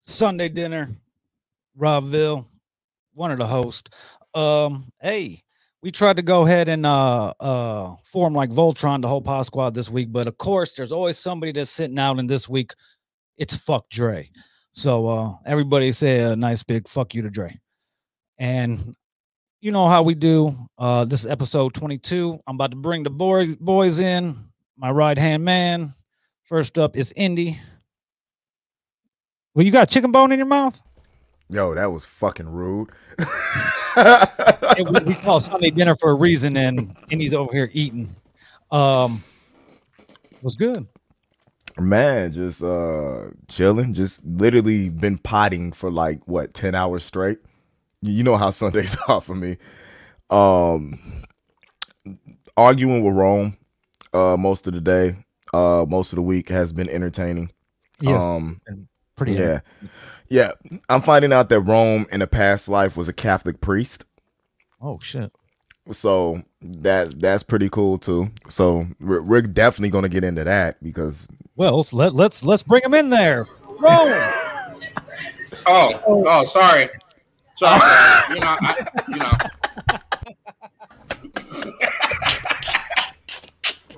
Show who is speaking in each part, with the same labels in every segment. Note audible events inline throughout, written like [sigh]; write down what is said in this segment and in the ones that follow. Speaker 1: Sunday dinner, Robville, one of the hosts. Um, hey, we tried to go ahead and uh uh form like Voltron, the whole pod squad this week, but of course, there's always somebody that's sitting out, and this week it's fuck Dre. So uh everybody say a nice big fuck you to Dre. And you know how we do. Uh this is episode 22. I'm about to bring the boy boys in. My right hand man. First up is Indy. Well, you got chicken bone in your mouth?
Speaker 2: Yo, that was fucking rude.
Speaker 1: It- we- we call Sunday dinner for a reason, and Indy's over here eating. Um was good.
Speaker 2: [laughs] Man, just uh chilling, just literally been potting for like what, 10 hours straight. You you know how Sundays [laughs] are for me. Um arguing with Rome uh most of the day, uh most of the week has been entertaining.
Speaker 1: Yes,
Speaker 2: Um
Speaker 1: pretty
Speaker 2: yeah. Yeah, I'm finding out that Rome in a past life was a Catholic priest.
Speaker 1: Oh shit.
Speaker 2: so that's that's pretty cool too. So we're, we're definitely gonna get into that because
Speaker 1: Well, let's let, let's let's bring him in there. Rome.
Speaker 3: Oh, oh, sorry. Sorry. you know, I, you know.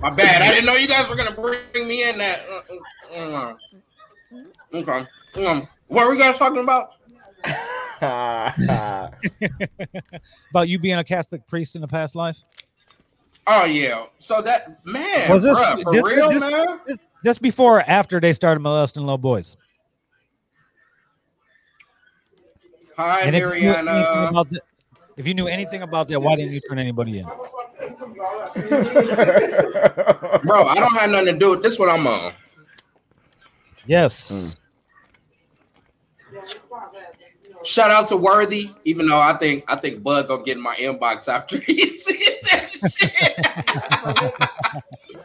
Speaker 3: My bad. I didn't know you guys were gonna bring me in that. uh, uh, uh, Okay. Um, what were you guys talking about?
Speaker 1: About you being a Catholic priest in the past life.
Speaker 3: Oh yeah. So that man,
Speaker 1: Was this-
Speaker 3: bruh, for
Speaker 1: this-
Speaker 3: real,
Speaker 1: this-
Speaker 3: man?
Speaker 1: That's before or after they started molesting little boys.
Speaker 3: Hi,
Speaker 1: if you, knew anything [laughs]
Speaker 3: Mariana.
Speaker 1: about that, if you knew anything about that, why didn't you turn anybody in?
Speaker 3: Bro, I don't have nothing to do with this. What I'm on.
Speaker 1: Yes.
Speaker 3: Shout out to Worthy, even though I think I think Bud gonna get in my inbox after he [laughs] sees that shit.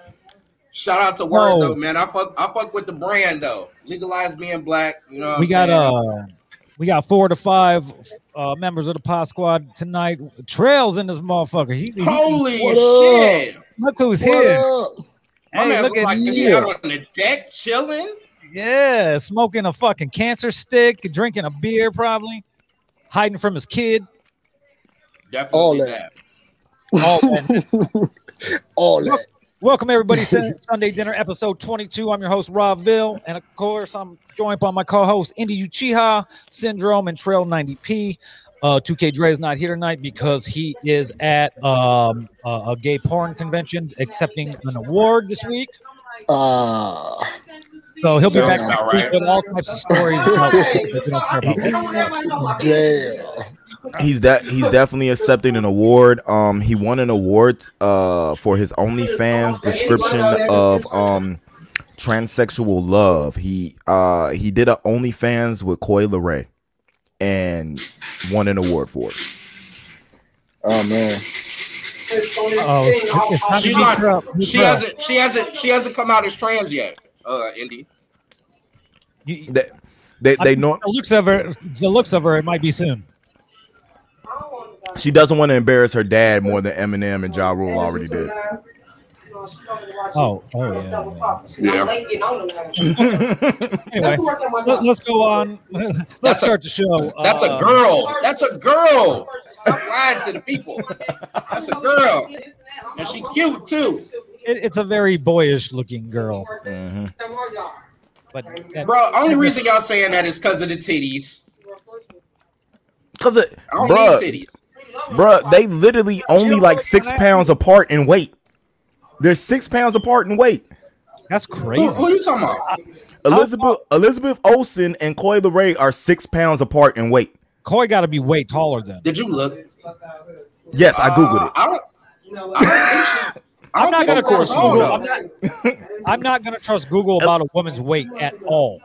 Speaker 3: Shout out to Word
Speaker 1: Whoa.
Speaker 3: though, man. I fuck I fuck with the brand though. Legalize being black, you
Speaker 4: Hmm.
Speaker 3: know. what
Speaker 1: we
Speaker 3: I'm
Speaker 1: got
Speaker 3: saying?
Speaker 1: uh we got four to five uh members of the pod squad tonight. Trails in this motherfucker. He, he-
Speaker 3: holy
Speaker 4: What
Speaker 3: shit.
Speaker 1: look who's
Speaker 4: What
Speaker 1: here.
Speaker 4: up?
Speaker 3: My
Speaker 1: Hey,
Speaker 3: man
Speaker 1: look
Speaker 3: look
Speaker 1: at
Speaker 3: like he
Speaker 4: you.
Speaker 3: out on the deck chilling.
Speaker 1: yeah, smoking a fucking cancer stick, drinking a beer probably, hiding from his kid.
Speaker 3: Definitely
Speaker 4: All
Speaker 3: that.
Speaker 4: that.
Speaker 1: [laughs]
Speaker 4: All that.
Speaker 1: Welcome everybody to Sunday Dinner episode 22. I'm your host Rob Ville, and of course I'm joined by my co-host Indy Uchiha, Syndrome, and Trail 90P. Uh, 2K Dre is not here tonight because he is at um, a, a gay porn convention accepting an award this week.
Speaker 4: Uh,
Speaker 1: So he'll be back
Speaker 3: Sounds about
Speaker 1: next week
Speaker 3: right.
Speaker 1: with all types of [laughs] stories. about- that we don't care about.
Speaker 4: damn.
Speaker 2: he's that he's definitely accepting an award. Um, he won an award uh for his OnlyFans description of um transsexual love. He uh he did a OnlyFans with Koi Ray and won an award for it.
Speaker 4: Oh man.
Speaker 1: Oh, it's- it's time to
Speaker 3: She's
Speaker 1: meet
Speaker 3: not-
Speaker 1: her up.
Speaker 3: She
Speaker 1: Trail,
Speaker 3: hasn't she hasn't she hasn't come out as trans yet, uh Indy.
Speaker 1: you-
Speaker 2: They they,
Speaker 1: I-
Speaker 2: they know
Speaker 1: the looks of her. The looks of her. It might be soon.
Speaker 2: she doesn't want to embarrass her dad more than Eminem and Ja Rule already
Speaker 5: [laughs]
Speaker 2: did. [laughs]
Speaker 1: Oh, oh, yeah,
Speaker 5: yeah.
Speaker 1: Anyway, let, us go on. [laughs] let's
Speaker 3: That's a-
Speaker 1: start the show.
Speaker 3: That's
Speaker 1: Uh,
Speaker 3: a girl. That's a girl. Stop lying to the people. That's a girl. And she cute, too.
Speaker 1: it- it's a very boyish looking girl,
Speaker 2: Mhm.
Speaker 1: but that-
Speaker 3: Bro, only reason y'all saying that is because of the titties.
Speaker 2: Cause it,
Speaker 3: I don't
Speaker 2: bruh,
Speaker 3: need titties.
Speaker 2: Bruh, they literally only like six pounds apart in weight. They're six pounds apart in weight.
Speaker 1: that's
Speaker 3: Who,
Speaker 1: crazy.
Speaker 3: who you talking about?
Speaker 2: Elizabeth Elizabeth Olsen and Koi Ray are six pounds apart in weight.
Speaker 1: Coy got to be way taller than.
Speaker 3: Did you look?
Speaker 2: Yes, I googled
Speaker 3: Uh,
Speaker 2: it.
Speaker 3: I don't. I don't think she, I
Speaker 1: I'm
Speaker 3: don't
Speaker 1: not gonna
Speaker 3: think she's
Speaker 1: trust
Speaker 3: tall,
Speaker 1: Google.
Speaker 3: though.
Speaker 1: I'm not, [laughs] I'm not gonna trust Google about a woman's weight at all.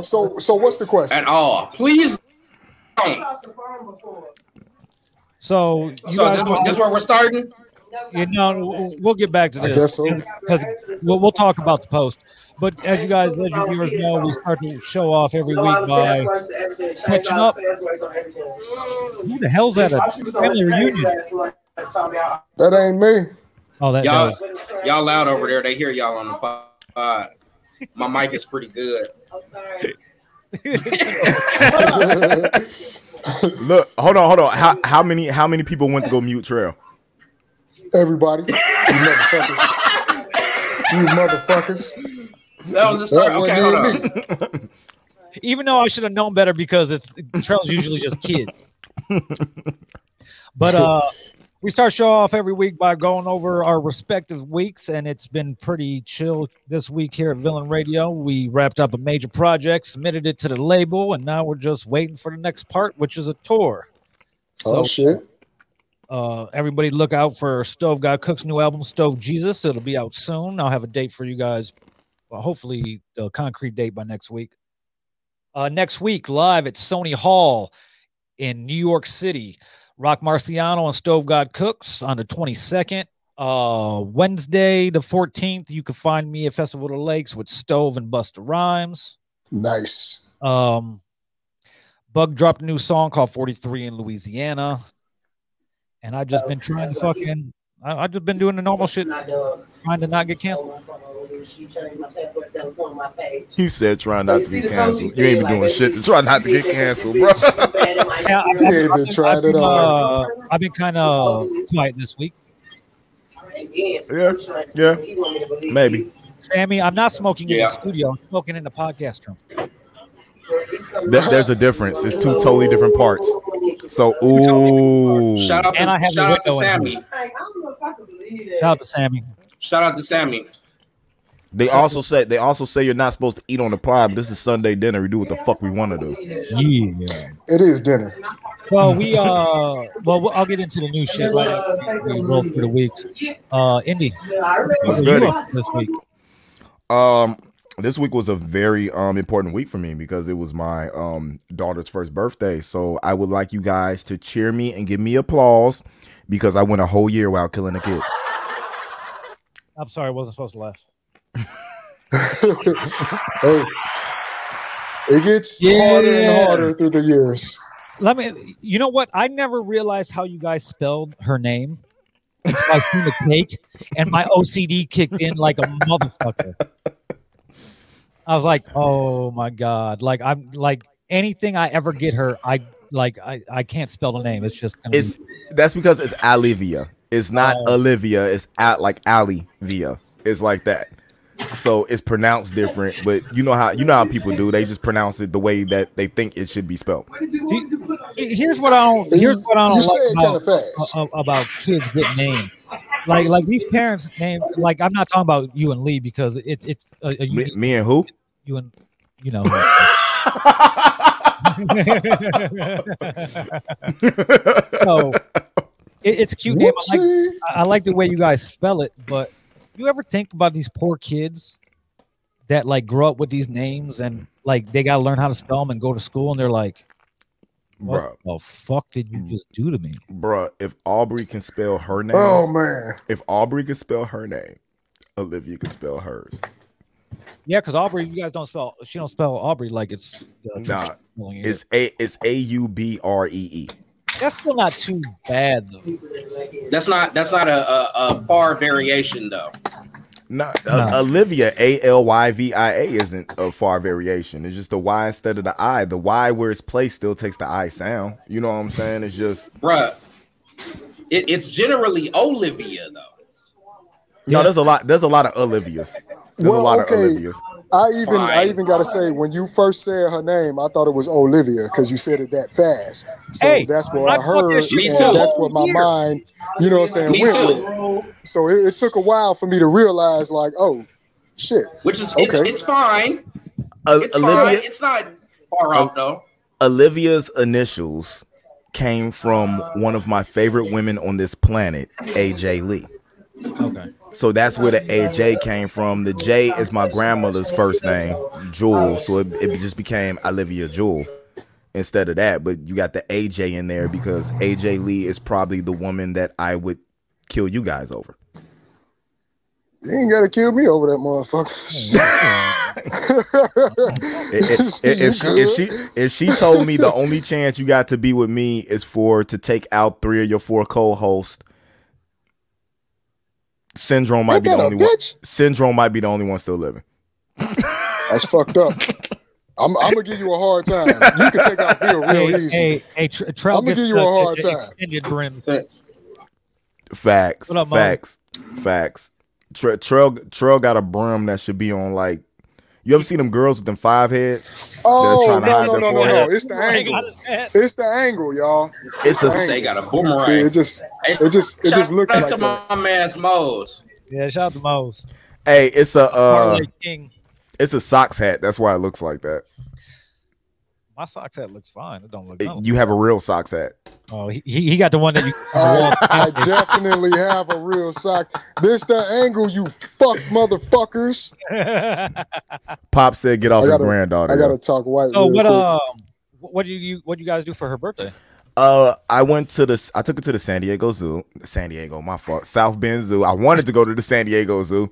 Speaker 4: So so what's the question?
Speaker 3: at all. Please don't.
Speaker 1: So you
Speaker 3: So
Speaker 1: guys
Speaker 3: this one, this where we're starting.
Speaker 1: you know, we'll get back to
Speaker 4: I
Speaker 1: this
Speaker 4: guess so.
Speaker 1: because we'll, we'll talk about the post. But as you guys, as your viewers know, we start to show off every week by switching up. who the hell's at a family reunion?
Speaker 4: [laughs] That ain't me.
Speaker 1: Oh, that
Speaker 3: Y'all,
Speaker 1: guy.
Speaker 3: y'all loud over there. They hear y'all on the pod. My mic is pretty good.
Speaker 2: Ah. [laughs] Look, hold on, hold on. How how many how many people went to go mute trail?
Speaker 4: [laughs] Everybody, [laughs] you motherfuckers, you motherfuckers.
Speaker 3: That was the start.
Speaker 4: That
Speaker 3: Okay, hold
Speaker 4: wasn't
Speaker 3: on.
Speaker 4: even me.
Speaker 1: [laughs] Even though I should have known better because it's Trail's usually just kids. but uh we start show off every week by going over our respective weeks, and it's been pretty chill this week here at Villain Radio. We wrapped up a major project, submitted it to the label, and now we're just waiting for the next part, which is a tour.
Speaker 4: Oh
Speaker 1: So
Speaker 4: shit!
Speaker 1: uh, everybody look out for Stove God Cook's new album, Stove Jesus. It'll be out soon. I'll have a date for you guys. Well, hopefully, the concrete date by next week. Uh, next week, live at Sony Hall in New York City, Rock Marciano and Stove God Cooks on the 22nd. Uh, Wednesday, the 14th, you can find me at Festival of the Lakes with Stove and Buster Rhymes.
Speaker 4: Nice.
Speaker 1: Um, Bug dropped a new song called 43 in Louisiana. And I've just been trying to fucking, I, I've just been doing the normal shit,
Speaker 5: My dog.
Speaker 1: trying to not get canceled.
Speaker 5: She changed my password. That was one of my faves.
Speaker 2: [laughs] He said trying
Speaker 5: So
Speaker 2: not
Speaker 5: you
Speaker 2: to
Speaker 5: see
Speaker 2: get
Speaker 5: the post
Speaker 2: canceled.
Speaker 5: he
Speaker 2: You ain't been
Speaker 5: said,
Speaker 2: doing
Speaker 5: like,
Speaker 2: shit to try not to get
Speaker 5: She
Speaker 2: canceled,
Speaker 5: [laughs]
Speaker 2: bro.
Speaker 5: said that this bitch, she bad in my
Speaker 1: Yeah, I-
Speaker 5: spirit.
Speaker 4: Yeah, but try
Speaker 1: I've
Speaker 4: that
Speaker 1: been,
Speaker 4: out.
Speaker 1: uh, I've been kind of quiet this week.
Speaker 5: And then,
Speaker 2: Yeah,
Speaker 5: sometimes
Speaker 2: yeah.
Speaker 5: he want me to believe
Speaker 2: Maybe.
Speaker 5: you.
Speaker 1: Sammy, I'm not smoking in
Speaker 3: Yeah.
Speaker 1: the studio. I'm smoking in the podcast room.
Speaker 2: There- there's a difference. It's two totally different parts. So ooh,
Speaker 3: Shout out to,
Speaker 1: And I have
Speaker 3: shout
Speaker 1: a
Speaker 3: out to
Speaker 1: window in here.
Speaker 3: Sammy.
Speaker 5: I don't know if I can believe
Speaker 1: Shout out to Sammy.
Speaker 3: Shout out to Sammy.
Speaker 2: they also say they also say you're not supposed to eat on the pod. But this is Sunday dinner. We do what the fuck we want to do.
Speaker 1: Yeah.
Speaker 4: It is dinner. [laughs]
Speaker 1: Well, we, uh, well, we- I'll get into the new shit right after we roll through the weeks. Uh, Indy,
Speaker 2: What's
Speaker 1: what are
Speaker 2: good?
Speaker 1: you up to this week?
Speaker 2: Um, this week was a very um important week for me because it was my um daughter's first birthday. So I would like you guys to cheer me and give me applause because I went a whole year without killing a kid.
Speaker 1: I'm sorry, I wasn't supposed to laugh.
Speaker 4: hey, it gets
Speaker 1: Yeah.
Speaker 4: harder and harder through the years.
Speaker 1: let me you know what i never realized how you guys spelled her name it's by seeing the cake and my ocd kicked in like a motherfucker i was like oh my god like i'm like anything i ever get her i like i, I can't spell the name it's just gonna
Speaker 2: It's that's because it's Olivia. It's not
Speaker 1: Oh.
Speaker 2: Olivia. It's at like Olivia. It's like that. So it's pronounced different, but you know how you know how people do. They just pronounce it the way that they think it should be spelled.
Speaker 1: be, here's what i don't
Speaker 4: And you
Speaker 1: here's what i don't
Speaker 4: you say
Speaker 1: like uh, about,
Speaker 4: it kind of fast.
Speaker 1: a- a- about kids getting names like like these parents name like i'm not talking about you and lee because it, it's a, a
Speaker 2: Me,
Speaker 1: unique
Speaker 2: me and who? [laughs]
Speaker 1: you and you know so it, it's a cute name. I like,
Speaker 4: Whoopsie.
Speaker 1: I like the way you guys spell it, but you ever think about these poor kids that like grow up with these names and like they gotta learn how to spell them and go to school and they're like,
Speaker 2: Bruh, Mm.
Speaker 1: what the fuck did you just do to me?
Speaker 2: bruh, if Aubrey can spell her name,
Speaker 4: Oh man,
Speaker 2: if Aubrey can spell her name, Olivia can spell hers.
Speaker 1: Yeah, because Aubrey, you guys don't spell. She don't spell Aubrey like it's. uh,
Speaker 2: Nah,
Speaker 1: spelling it.
Speaker 2: it's a it's A U B R E E.
Speaker 1: that's still not too bad though.
Speaker 3: That's not that's not a, a, a bar variation though.
Speaker 2: Not
Speaker 1: Nah.
Speaker 2: uh, Olivia A L Y V I A isn't a far variation. It's just the Y instead of the I. The Y where it's placed still takes the I sound. You know what I'm saying? It's just
Speaker 3: Bruh. It, it's generally Olivia though.
Speaker 1: Yeah.
Speaker 2: no. There's a lot. There's a lot of Olivias. There's a
Speaker 4: Well,
Speaker 2: lot
Speaker 4: okay.
Speaker 2: of Olivias.
Speaker 4: I even I
Speaker 3: Fine.
Speaker 4: even gotta say when you first said her name, I thought it was Olivia because you said it that fast. So
Speaker 1: Hey,
Speaker 4: that's what
Speaker 1: I
Speaker 4: I,
Speaker 1: thought
Speaker 4: heard,
Speaker 1: this shit
Speaker 4: and
Speaker 3: was a
Speaker 4: that's
Speaker 1: whole
Speaker 4: what my
Speaker 1: year.
Speaker 4: mind, you know, what I'm saying,
Speaker 3: Me
Speaker 4: went
Speaker 3: too.
Speaker 4: with. it. So it, it took a while for me to realize, like, oh shit,
Speaker 3: Which is it's,
Speaker 4: Okay.
Speaker 3: it's fine.
Speaker 2: O-
Speaker 3: It's
Speaker 2: Olivia,
Speaker 3: fine. It's not far out though.
Speaker 2: Olivia's initials came from one of my favorite women on this planet, AJ Lee.
Speaker 1: Okay.
Speaker 2: So that's where the AJ came from. The J is my grandmother's first name, Jewel. So it, it just became Olivia Jewel instead of that. But you got the AJ in there because AJ Lee is probably the woman that I would kill you guys over. [laughs]
Speaker 4: you ain't gotta kill me over that motherfucker. [laughs]
Speaker 2: If, if- if she, if she if she told me the only chance you got to be with me is for to take out three of your four co-hosts, syndrome might
Speaker 4: Ain't
Speaker 2: be the
Speaker 4: that a
Speaker 2: only one.
Speaker 4: bitch?
Speaker 2: Syndrome might be the only one still living.
Speaker 4: That's fucked up. I'm, I'm gonna give you a hard time. You can take out Bill real
Speaker 1: Hey,
Speaker 4: easy.
Speaker 1: hey, hey, Tr- Trout
Speaker 4: I'ma
Speaker 1: gets
Speaker 4: give you a
Speaker 1: stuck at
Speaker 4: hard
Speaker 1: the e-,
Speaker 4: time.
Speaker 1: Extended rim sets.
Speaker 2: Facts.
Speaker 1: What up, Mo?
Speaker 2: facts. Facts. Tre- Trell Trell got a brim that should be on like. You ever see them girls with them five heads?
Speaker 4: Oh
Speaker 2: trying to
Speaker 4: no
Speaker 2: hide
Speaker 4: no
Speaker 2: their
Speaker 4: no no no!
Speaker 2: forehead.
Speaker 4: It's the angle.
Speaker 1: Got his hat.
Speaker 4: It's the angle, y'all.
Speaker 2: It's
Speaker 4: Dang.
Speaker 2: a
Speaker 3: Say got a
Speaker 4: Yeah,
Speaker 3: boomerang.
Speaker 4: it just
Speaker 3: Hey,
Speaker 4: it just it
Speaker 3: shout
Speaker 4: just looks
Speaker 3: out
Speaker 4: like
Speaker 3: to
Speaker 4: that.
Speaker 3: my man's Mo's.
Speaker 1: Yeah, shout out to Mose.
Speaker 2: hey. It's a uh,
Speaker 1: Parlay King.
Speaker 2: it's a socks hat. That's why it looks like that.
Speaker 1: My socks hat looks fine. It don't look.
Speaker 2: It-
Speaker 1: nothing.
Speaker 2: you have a real socks hat.
Speaker 1: oh, he, he he got the
Speaker 2: [laughs]
Speaker 1: one that you.
Speaker 4: I, I definitely have a real sock. This the angle, you fuck motherfuckers.
Speaker 2: Pop said, "Get off
Speaker 4: I
Speaker 2: his
Speaker 4: gotta-
Speaker 2: granddaughter."
Speaker 4: I gotta talk white.
Speaker 1: so
Speaker 4: real
Speaker 1: what
Speaker 4: quick.
Speaker 1: um what do you what do you guys do for her birthday?
Speaker 2: Uh, I went to the. I took it to the San Diego Zoo. San Diego, my fault. South Bend Zoo. I wanted to go to the San Diego Zoo.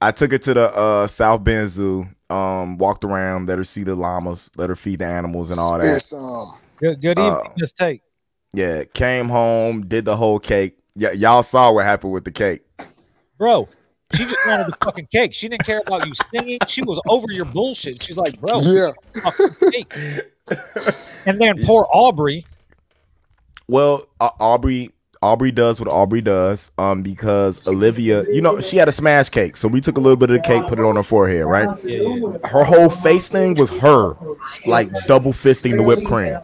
Speaker 2: I took it to the uh South Bend Zoo. Um, walked around, let her see the llamas, let her feed the animals and all that.
Speaker 4: It's, um,
Speaker 1: Good, good evening,
Speaker 2: Uh,
Speaker 1: Miss Tate.
Speaker 2: Yeah, came home, did the whole cake. Yeah, y'all saw what happened with the cake.
Speaker 1: Bro, she just wanted the fucking cake. She didn't care about you singing. She was over your bullshit. She's like, bro,
Speaker 3: Oh.
Speaker 4: yeah,
Speaker 1: fucking cake. And then
Speaker 2: [laughs]
Speaker 1: poor Aubrey.
Speaker 2: Well, uh, Aubrey Aubrey does what Aubrey does um because Olivia, you know, she had a smash cake. So we took a little bit of the cake, put it on her forehead, right? Her whole face thing was her like double fisting the whipped cream,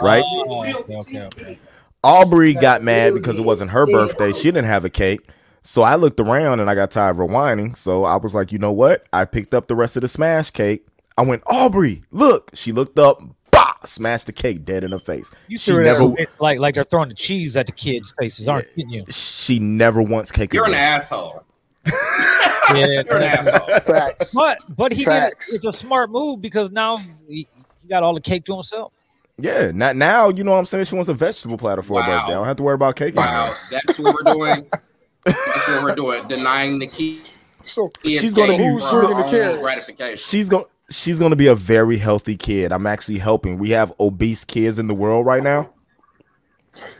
Speaker 2: right?
Speaker 1: Oh, okay, okay, okay.
Speaker 2: Aubrey got mad because it wasn't her birthday. She didn't have a cake. So I looked around and I got tired of rewinding. So I was like, you know what? I picked up the rest of the smash cake. I went, Aubrey, look. She looked up, bah, smashed the cake dead in her face.
Speaker 1: You
Speaker 2: She
Speaker 1: sure
Speaker 2: never,
Speaker 1: never... like like they're throwing the cheese at the kids' faces, aren't you?
Speaker 2: she never once cake
Speaker 3: You're an
Speaker 2: again.
Speaker 3: asshole.
Speaker 1: Yeah.
Speaker 3: You're an
Speaker 4: [laughs]
Speaker 3: asshole.
Speaker 4: facts.
Speaker 1: But but he did, it.
Speaker 4: Facts.
Speaker 1: it's a smart move because now he, he got all the cake to himself.
Speaker 2: Yeah, not now. You know what I'm saying? She wants a vegetable platter for her
Speaker 3: Wow.
Speaker 2: birthday. I don't have to worry about cake. anymore.
Speaker 3: Wow, that's what we're doing. That's what we're doing. Denying the key.
Speaker 4: So
Speaker 2: She's gonna be-
Speaker 3: Who's
Speaker 2: Who's bringing the
Speaker 4: carrots?
Speaker 3: gratification.
Speaker 2: She's going she's going to be a very healthy kid. I'm actually helping. We have obese kids in the world right now.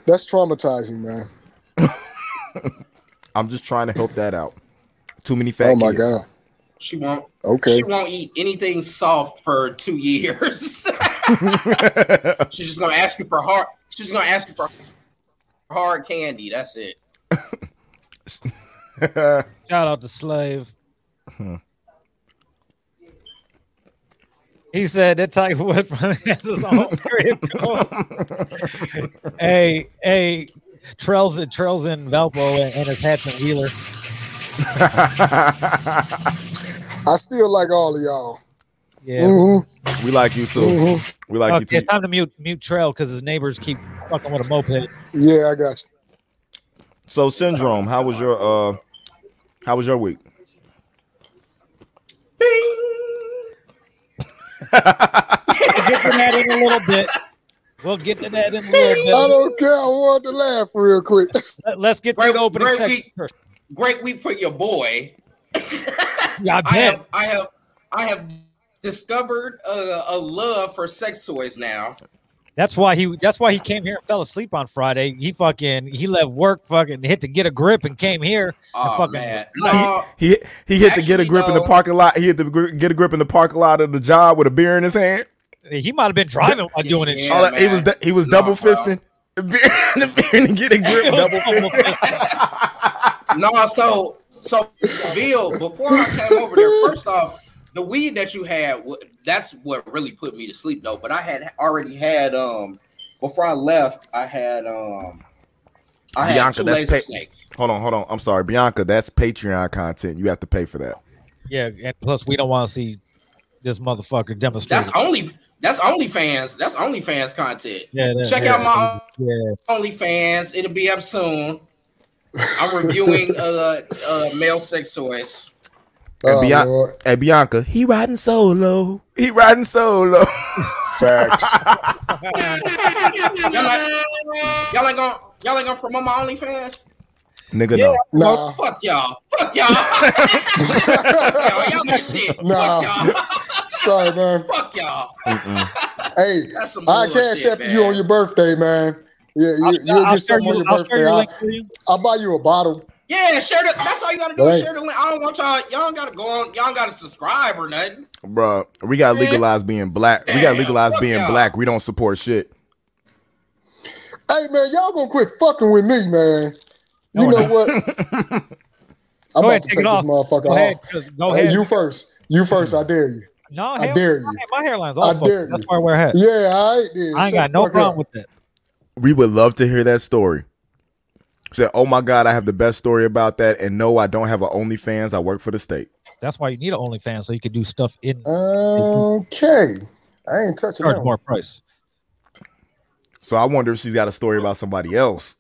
Speaker 4: that's traumatizing, man.
Speaker 2: I'm just trying to help that out. Too many fat
Speaker 4: Oh my
Speaker 2: kids.
Speaker 4: god.
Speaker 3: She won't.
Speaker 4: Okay.
Speaker 3: She won't eat anything soft for two years. she's just gonna ask you for hard. She's just gonna ask you for hard candy. That's it.
Speaker 1: Shout out to Slave.
Speaker 2: Hmm.
Speaker 1: He said that type of weapon [laughs] has his own crib going. hey, hey, Trails in Trails in Valpo and, and his hats in Wheeler.
Speaker 4: I still like all of y'all.
Speaker 1: Yeah.
Speaker 2: [laughs]
Speaker 4: Mhm,
Speaker 2: we like you too.
Speaker 4: mhm.
Speaker 2: We like
Speaker 1: Okay,
Speaker 2: you
Speaker 1: [laughs] it's
Speaker 2: too.
Speaker 1: time to mute mute Trail because his neighbors keep fucking with a moped.
Speaker 4: Yeah, I got you.
Speaker 2: So syndrome, how was your uh how was your week?
Speaker 1: We'll get to that in a little bit. We'll get to that in a little
Speaker 4: [laughs] I
Speaker 1: bit.
Speaker 4: don't care. I wanted to laugh real quick.
Speaker 1: Let- Let's get to
Speaker 3: Great-
Speaker 1: the opening
Speaker 3: great
Speaker 1: section
Speaker 3: week.
Speaker 1: first.
Speaker 3: Great week for your boy.
Speaker 1: Yeah, I
Speaker 3: I
Speaker 1: bet.
Speaker 3: have. I have. I have discovered a, a love for sex toys now.
Speaker 1: That's why he. That's why he came here and fell asleep on Friday. He fucking. He left work. Fucking hit to get a grip and came here. I
Speaker 3: Oh
Speaker 1: fucking-
Speaker 3: man, no,
Speaker 2: He he hit the get a
Speaker 3: Actually,
Speaker 2: grip in the
Speaker 3: though-
Speaker 2: parking lot. He hit the gr- get a grip in the parking lot of the job with a beer in his hand.
Speaker 1: He might have been driving while doing it.
Speaker 3: Yeah,
Speaker 2: All that, he
Speaker 3: man.
Speaker 2: was du- he was
Speaker 3: Nah,
Speaker 2: double
Speaker 3: bro.
Speaker 2: fisting. [laughs] The beer, the beer and get a
Speaker 1: [laughs]
Speaker 2: grip double fisting.
Speaker 3: no. So, so Bill, before I came over there, first off, the weed that you had, wa- that's what really put me to sleep though. But I had already had um before I left, I had um I had
Speaker 2: Bianca,
Speaker 3: two
Speaker 2: that's
Speaker 3: laser
Speaker 2: pa-
Speaker 3: snakes.
Speaker 2: Hold on, hold on. I'm sorry, Bianca. That's Patreon content. You have to pay for that.
Speaker 1: Yeah, and plus we don't want to see this motherfucker demonstrate.
Speaker 3: That's only that's OnlyFans. That's OnlyFans content.
Speaker 1: yeah, that-
Speaker 3: Check
Speaker 1: yeah,
Speaker 3: out my
Speaker 1: Yeah,
Speaker 3: OnlyFans. It'll be up soon. I'm reviewing uh, uh male sex toys.
Speaker 2: And
Speaker 4: Oh,
Speaker 2: Bian-
Speaker 4: Lord.
Speaker 2: Hey Bianca, he riding solo. He riding solo.
Speaker 3: [laughs]
Speaker 4: Facts.
Speaker 3: uh, Y'all ain't, y'all ain't gonna y'all ain't gonna promote my OnlyFans.
Speaker 2: [laughs] Nigga,
Speaker 1: Yeah.
Speaker 2: no.
Speaker 4: Nah.
Speaker 3: Fuck y'all. Fuck y'all. y'all, y'all ain't shit.
Speaker 4: Nah.
Speaker 3: Fuck y'all.
Speaker 4: [laughs] Sorry, man.
Speaker 3: Fuck y'all.
Speaker 2: Mm-mm.
Speaker 4: Hey,
Speaker 3: That's some
Speaker 4: I
Speaker 3: bullshit,
Speaker 4: cash app
Speaker 3: man.
Speaker 4: you on your birthday, man. Yeah, you,
Speaker 1: I'll-
Speaker 4: you'll
Speaker 1: I'll
Speaker 4: get
Speaker 1: share
Speaker 4: something on
Speaker 1: you-
Speaker 4: your
Speaker 1: I'll share
Speaker 4: birthday.
Speaker 1: your
Speaker 4: I'll,
Speaker 1: link for you.
Speaker 4: I'll buy you a bottle.
Speaker 3: Yeah, share the. That's all you gotta do. is
Speaker 4: Right.
Speaker 3: Share the link. I don't want y'all. Y'all don't gotta go on. Y'all don't gotta subscribe or nothing.
Speaker 2: bro. We gotta
Speaker 3: Man.
Speaker 2: legalize being black. We gotta
Speaker 3: Damn,
Speaker 2: legalize
Speaker 3: fuck
Speaker 2: being
Speaker 3: y'all.
Speaker 2: black. We don't support shit.
Speaker 4: Hey man, y'all gonna quit fucking with me, man. You
Speaker 5: No,
Speaker 4: know what? I'm
Speaker 5: Go ahead,
Speaker 4: about to take
Speaker 5: take it
Speaker 4: this
Speaker 5: off.
Speaker 4: motherfucker
Speaker 5: Go ahead.
Speaker 4: off.
Speaker 5: just Go
Speaker 4: Hey,
Speaker 5: ahead.
Speaker 4: you first. You first. I dare you.
Speaker 5: no,
Speaker 4: I
Speaker 5: hell,
Speaker 4: dare you.
Speaker 5: my hairline's
Speaker 4: I
Speaker 5: all fucked.
Speaker 4: dare
Speaker 5: up. That's
Speaker 4: you.
Speaker 5: why I wear a hat.
Speaker 4: Yeah, all right. Then.
Speaker 5: I
Speaker 4: Shut
Speaker 5: ain't got
Speaker 4: the
Speaker 5: no
Speaker 4: fuck
Speaker 5: problem
Speaker 4: up.
Speaker 5: with that.
Speaker 2: We would love to hear that story. Say, oh my God, I have the best story about that. And no, I don't have a OnlyFans. I work for the state.
Speaker 5: That's why you need an OnlyFans so you can do stuff in
Speaker 4: Okay. I ain't touching
Speaker 5: charge
Speaker 4: that.
Speaker 5: more
Speaker 4: one.
Speaker 5: price.
Speaker 2: So I wonder if she's got a story about somebody else.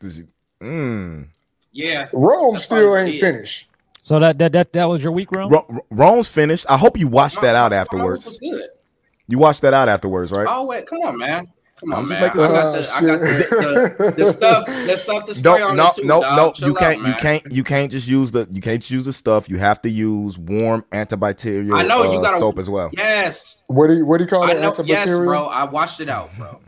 Speaker 2: Does she- Mm.
Speaker 3: Yeah.
Speaker 4: Rome
Speaker 3: That's
Speaker 4: still
Speaker 3: probably
Speaker 4: ain't
Speaker 3: what it is.
Speaker 4: finished.
Speaker 5: So that that that, that was your week room.
Speaker 2: Ro- Ro- Rome's finished. I hope you watched that out
Speaker 3: Nah,
Speaker 2: afterwards.
Speaker 3: was good.
Speaker 2: You watched that out afterwards, right?
Speaker 3: Oh wait, come on, man. Come
Speaker 2: I'm
Speaker 3: on,
Speaker 2: just
Speaker 3: man. I
Speaker 2: making-
Speaker 4: Ah,
Speaker 3: got the, I got the, the,
Speaker 4: [laughs]
Speaker 3: the stuff. The stuff to spray
Speaker 2: No,
Speaker 3: on
Speaker 2: no,
Speaker 3: it too,
Speaker 2: no,
Speaker 3: dog.
Speaker 2: no.
Speaker 3: Chill
Speaker 2: You can't,
Speaker 3: out,
Speaker 2: you
Speaker 3: man.
Speaker 2: can't, you can't just use the, you can't just use the stuff. You have to use warm antibacterial
Speaker 3: I know, you
Speaker 2: uh,
Speaker 3: gotta-
Speaker 2: soap as well.
Speaker 3: Yes,
Speaker 4: What do you what do you call
Speaker 3: I
Speaker 4: Oh, that
Speaker 3: know. Yes,
Speaker 4: antibacterial?
Speaker 3: bro. I washed it out, bro.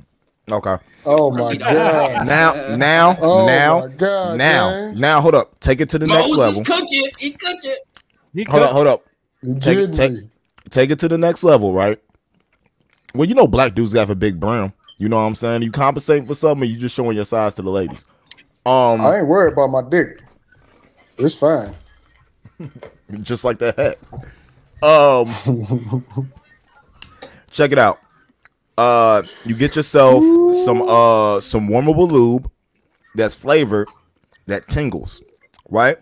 Speaker 2: Okay.
Speaker 4: Oh my
Speaker 3: Really
Speaker 4: god.
Speaker 3: don't.
Speaker 2: Now, now,
Speaker 4: Oh
Speaker 2: now,
Speaker 4: my god.
Speaker 2: now,
Speaker 4: man.
Speaker 2: now. Hold up. Take it to the next level.
Speaker 3: Moses cook it. He cook it.
Speaker 5: You
Speaker 2: Hold up.
Speaker 5: could-
Speaker 2: Hold up.
Speaker 4: You
Speaker 2: Take it-
Speaker 4: did
Speaker 2: take-
Speaker 4: me.
Speaker 2: take it to the next level, right? Well, you know, black dudes have a big brim. You know what I'm saying? You compensate for something, you just showing your size to the ladies. Um,
Speaker 4: I ain't worried about my dick.
Speaker 2: [laughs]
Speaker 4: It's fine.
Speaker 2: just like that hat. Um, check it out. Uh, you get yourself some uh some warmable lube that's flavored that tingles, right?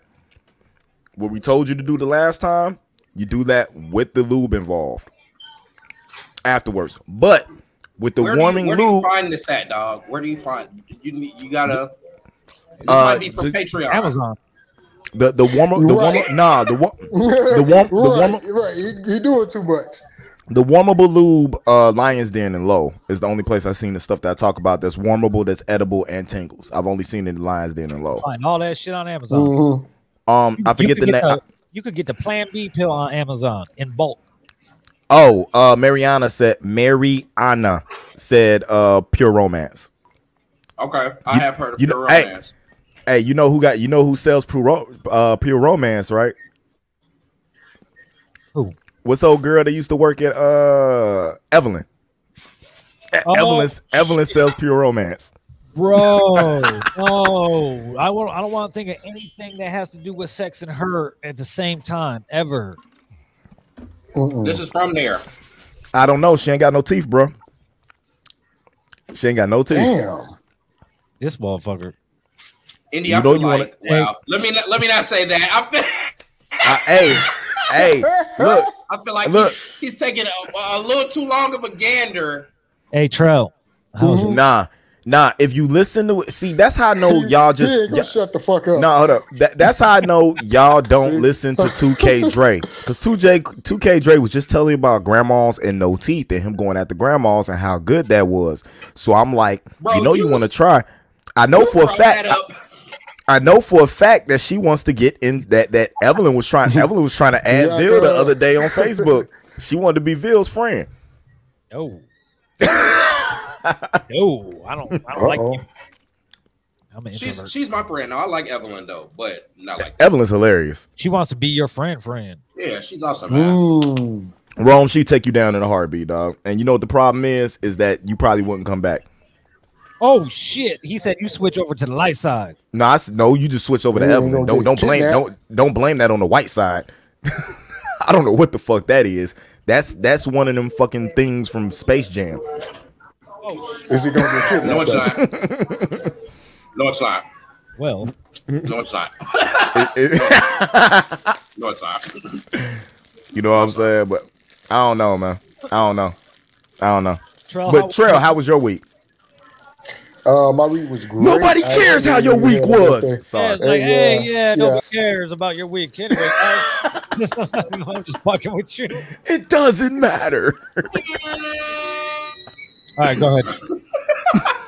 Speaker 2: What we told you to do the last time, you do that with the lube involved afterwards. But with the
Speaker 3: Where
Speaker 2: warming
Speaker 3: do you, where
Speaker 2: lube,
Speaker 3: do you find this at, dog? Where do you find? You need- you gotta. This
Speaker 2: Uh,
Speaker 3: might be for
Speaker 2: just-
Speaker 3: Patreon.
Speaker 5: Amazon.
Speaker 2: The the warmer the
Speaker 4: Right.
Speaker 2: warmer nah the wa- the warm the
Speaker 4: right,
Speaker 2: warm
Speaker 4: right. He, he doing too much.
Speaker 2: the warmable lube uh Lions Den and Low is the only place I've seen the stuff that I talk about that's warmable, that's edible and tingles. I've only seen it in Lions Den and Low.
Speaker 5: Find all that shit on Amazon.
Speaker 4: Mhm.
Speaker 2: Um I forget
Speaker 5: you
Speaker 2: the name.
Speaker 5: could get you could get the Plan B pill on Amazon in bulk.
Speaker 2: Oh, uh Mariana said Mariana said uh pure romance.
Speaker 3: Okay, I
Speaker 2: You-
Speaker 3: have heard of
Speaker 2: you
Speaker 3: you
Speaker 2: know-
Speaker 3: know,
Speaker 2: hey. Hey, you know who got you know who sells pure ro- uh pure romance, right?
Speaker 5: Who?
Speaker 2: What's old girl that used to work at uh Evelyn? E-
Speaker 5: Oh,
Speaker 2: Evelyn Evelyn sells pure romance.
Speaker 5: Bro, [laughs] no, I won't. I don't want to think of anything that has to do with sex and her at the same time ever.
Speaker 4: Mm-mm.
Speaker 3: This is from there.
Speaker 2: I don't know. She ain't got no teeth, bro. She ain't got no teeth.
Speaker 4: Damn.
Speaker 5: This motherfucker.
Speaker 3: Indy,
Speaker 2: You
Speaker 3: I
Speaker 2: know
Speaker 3: feel
Speaker 2: you wanna-
Speaker 3: like wow. Let me not, let me not say that. I feel, [laughs]
Speaker 2: I, hey,
Speaker 4: [laughs]
Speaker 2: hey, look,
Speaker 3: I feel like
Speaker 2: Look.
Speaker 3: he's, he's taking a, a little too long of a gander.
Speaker 5: Hey, Trell. Mm-hmm. How was
Speaker 4: Mhm.
Speaker 2: nah, nah. If you listen to it, see, that's how I know y'all
Speaker 4: He
Speaker 2: just.
Speaker 4: ain't gonna
Speaker 2: y-
Speaker 4: shut the fuck up.
Speaker 2: no, hold up. That, that's how I know
Speaker 4: [laughs]
Speaker 2: y'all don't
Speaker 4: See?
Speaker 2: listen to 2K Dre. Because 2J 2K Dre was just telling you about grandmas and no teeth and him going after grandmas and how good that was. So I'm like,
Speaker 3: Bro,
Speaker 2: you know
Speaker 3: you
Speaker 2: you want to
Speaker 3: was-
Speaker 2: try. I know for a
Speaker 3: Brought that
Speaker 2: fact
Speaker 3: up.
Speaker 2: I know for a fact that she wants to get in that that Evelyn was
Speaker 4: [laughs]
Speaker 2: trying Evelyn was trying to add
Speaker 4: Yeah,
Speaker 2: Bill the
Speaker 4: girl.
Speaker 2: other day on Facebook. She wanted to be Bill's friend.
Speaker 5: [laughs] No. no, I don't. I don't like
Speaker 4: Uh-oh.
Speaker 5: you. I'm an
Speaker 3: She's
Speaker 5: introvert.
Speaker 3: she's my friend. though. I like Evelyn though, but not like
Speaker 2: Evelyn's hilarious.
Speaker 5: She wants to be your friend, friend.
Speaker 3: yeah. She's awesome. Man.
Speaker 4: Mm.
Speaker 2: Rome, she take you down in a heartbeat, dog. And you know what the problem is? Is that you probably wouldn't come back.
Speaker 5: Oh shit! He said you switch over to the light side.
Speaker 2: No, I s no, you just switch over to
Speaker 4: You ain't
Speaker 2: Evelyn.
Speaker 4: gonna
Speaker 2: Don't
Speaker 4: get
Speaker 2: don't blame
Speaker 4: kidnapped.
Speaker 2: don't don't blame that on the white side. [laughs] I don't know what the fuck that is. That's that's one of them fucking things from Space Jam.
Speaker 4: Is he gonna get
Speaker 3: No,
Speaker 4: kidnapped?
Speaker 3: it's not. [laughs] no, it's not.
Speaker 5: Well,
Speaker 3: No, it's not.
Speaker 2: It- it- [laughs]
Speaker 3: No, it's not.
Speaker 2: You know what I'm saying? But I don't know, man. I don't know. I don't know.
Speaker 5: Trell,
Speaker 2: But
Speaker 5: how,
Speaker 2: Trail, how was your week?
Speaker 4: Uh, my week was great.
Speaker 2: Nobody
Speaker 4: I
Speaker 2: cares how your
Speaker 4: really
Speaker 2: week
Speaker 4: had
Speaker 2: was.
Speaker 4: nothing.
Speaker 5: yeah,
Speaker 2: Sorry.
Speaker 5: it's like,
Speaker 4: Yeah,
Speaker 5: hey,
Speaker 4: yeah,
Speaker 5: yeah, nobody cares about your week
Speaker 3: [laughs]
Speaker 5: anyway. guys. [laughs] I'm just fucking with you.
Speaker 2: It doesn't matter.
Speaker 5: All right, go ahead.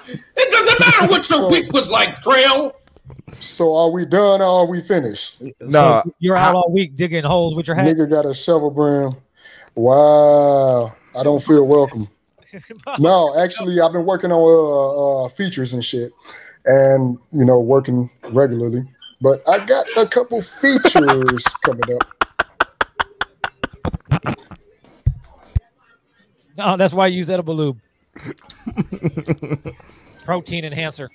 Speaker 3: It doesn't matter what your
Speaker 4: So-
Speaker 3: week was like, Trail.
Speaker 4: So are we done or are we finished?
Speaker 2: Nah,
Speaker 5: so you're out all week digging holes with your hat.
Speaker 4: Nigga got a shovel brim. Wow. I don't feel welcome. No, actually, I've been working on uh, uh, features and shit, and you know, working regularly. But I got a couple features coming up.
Speaker 1: No, Oh, that's why I use edible lube.
Speaker 3: [laughs]
Speaker 6: Protein enhancer.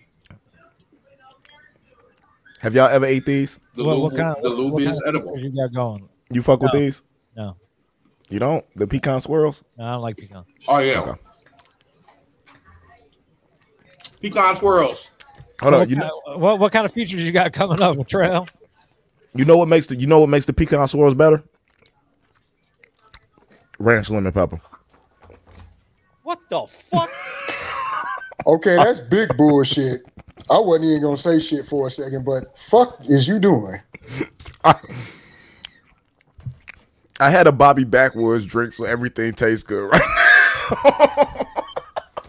Speaker 2: Have y'all ever ate these?
Speaker 3: The
Speaker 1: What-
Speaker 3: lube,
Speaker 1: what kind-
Speaker 3: the lube
Speaker 1: what
Speaker 3: is
Speaker 1: kind of
Speaker 3: edible.
Speaker 1: flavors You got going.
Speaker 2: You fuck with
Speaker 1: No.
Speaker 2: these?
Speaker 1: No.
Speaker 2: You don't? The pecan swirls?
Speaker 1: No, I don't like pecan.
Speaker 3: Oh yeah.
Speaker 2: Okay.
Speaker 3: Pecan swirls.
Speaker 1: So
Speaker 2: Hold on.
Speaker 1: what,
Speaker 2: You
Speaker 1: kind
Speaker 2: know,
Speaker 1: of, what what kind of features you got coming up, Trail?
Speaker 2: you know what makes the you know what makes the pecan swirls better? Ranch lemon pepper.
Speaker 1: What the fuck?
Speaker 4: Okay, that's big bullshit. I wasn't even gonna say shit for a second, but fuck is you doing?
Speaker 2: I had a Bobby Backwoods drink, so everything tastes good, [laughs] right?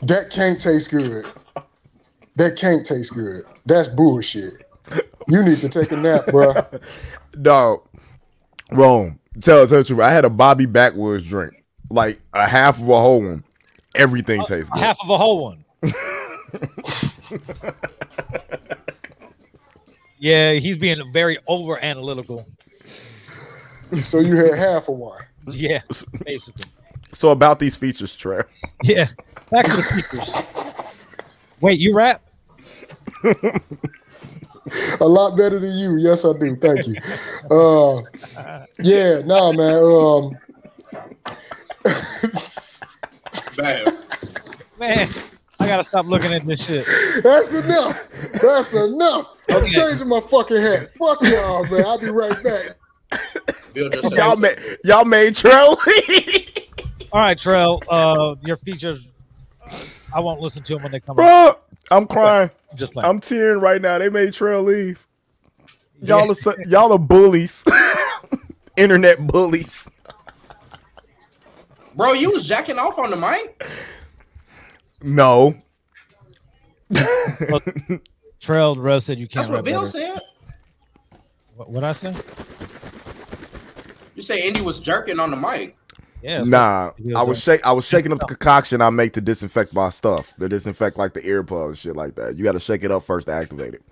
Speaker 4: That can't taste good. That can't taste good. That's bullshit. You need to take a nap, bro.
Speaker 2: Dog. Rome. Tell tell the truth. I had a Bobby Backwoods drink. Like a half of a whole one. Everything tastes
Speaker 1: [laughs]
Speaker 2: good.
Speaker 1: Half of a whole
Speaker 3: [laughs]
Speaker 1: one.
Speaker 6: Yeah, he's being very over analytical.
Speaker 4: So you had half a one.
Speaker 1: [laughs] Yeah, basically.
Speaker 2: So about these features, Trey.
Speaker 1: Yeah. Back to the features. Wait, you rap?
Speaker 4: A lot better than you. Yes, I do. Thank you. Uh, yeah, nah, man. Um, [laughs]
Speaker 3: Bam.
Speaker 1: Man, I gotta stop looking at this shit.
Speaker 4: that's enough. That's enough. I'm changing my fucking hat. Fuck y'all, man. I'll be right back.
Speaker 3: Bill just
Speaker 2: [laughs]
Speaker 3: said
Speaker 2: Y'all made y'all made Trey. [laughs]
Speaker 1: All right, Trail. Uh, your features. I won't listen to them when they come out.
Speaker 2: Bro, I'm crying.
Speaker 1: I'm just playing.
Speaker 2: I'm tearing right now. They made Trail leave.
Speaker 1: Yeah.
Speaker 2: Y'all are su- y'all are bullies. [laughs] Internet bullies.
Speaker 3: Bro, you was jacking off on the mic?
Speaker 2: No.
Speaker 1: Trail. Russ said you can't
Speaker 3: That's what
Speaker 1: rap.
Speaker 3: Bill
Speaker 1: better.
Speaker 3: said.
Speaker 1: What what I said?
Speaker 3: You say Indy was jerking on the mic.
Speaker 1: Yeah. that's
Speaker 2: Nah,
Speaker 1: what-
Speaker 2: I was shake. I was shaking up the concoction I make to disinfect my stuff. To disinfect like the earbuds and shit like that. You got to shake it up first to activate it.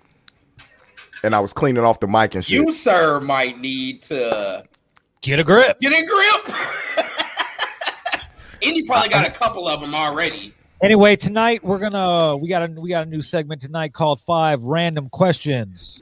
Speaker 2: And I was cleaning off the mic and shit.
Speaker 3: You sir might need to
Speaker 1: Get a grip.
Speaker 3: get a grip. [laughs] Indy probably got a couple of them already.
Speaker 1: Anyway, tonight we're gonna we got a we got a new segment tonight called Five Random Questions.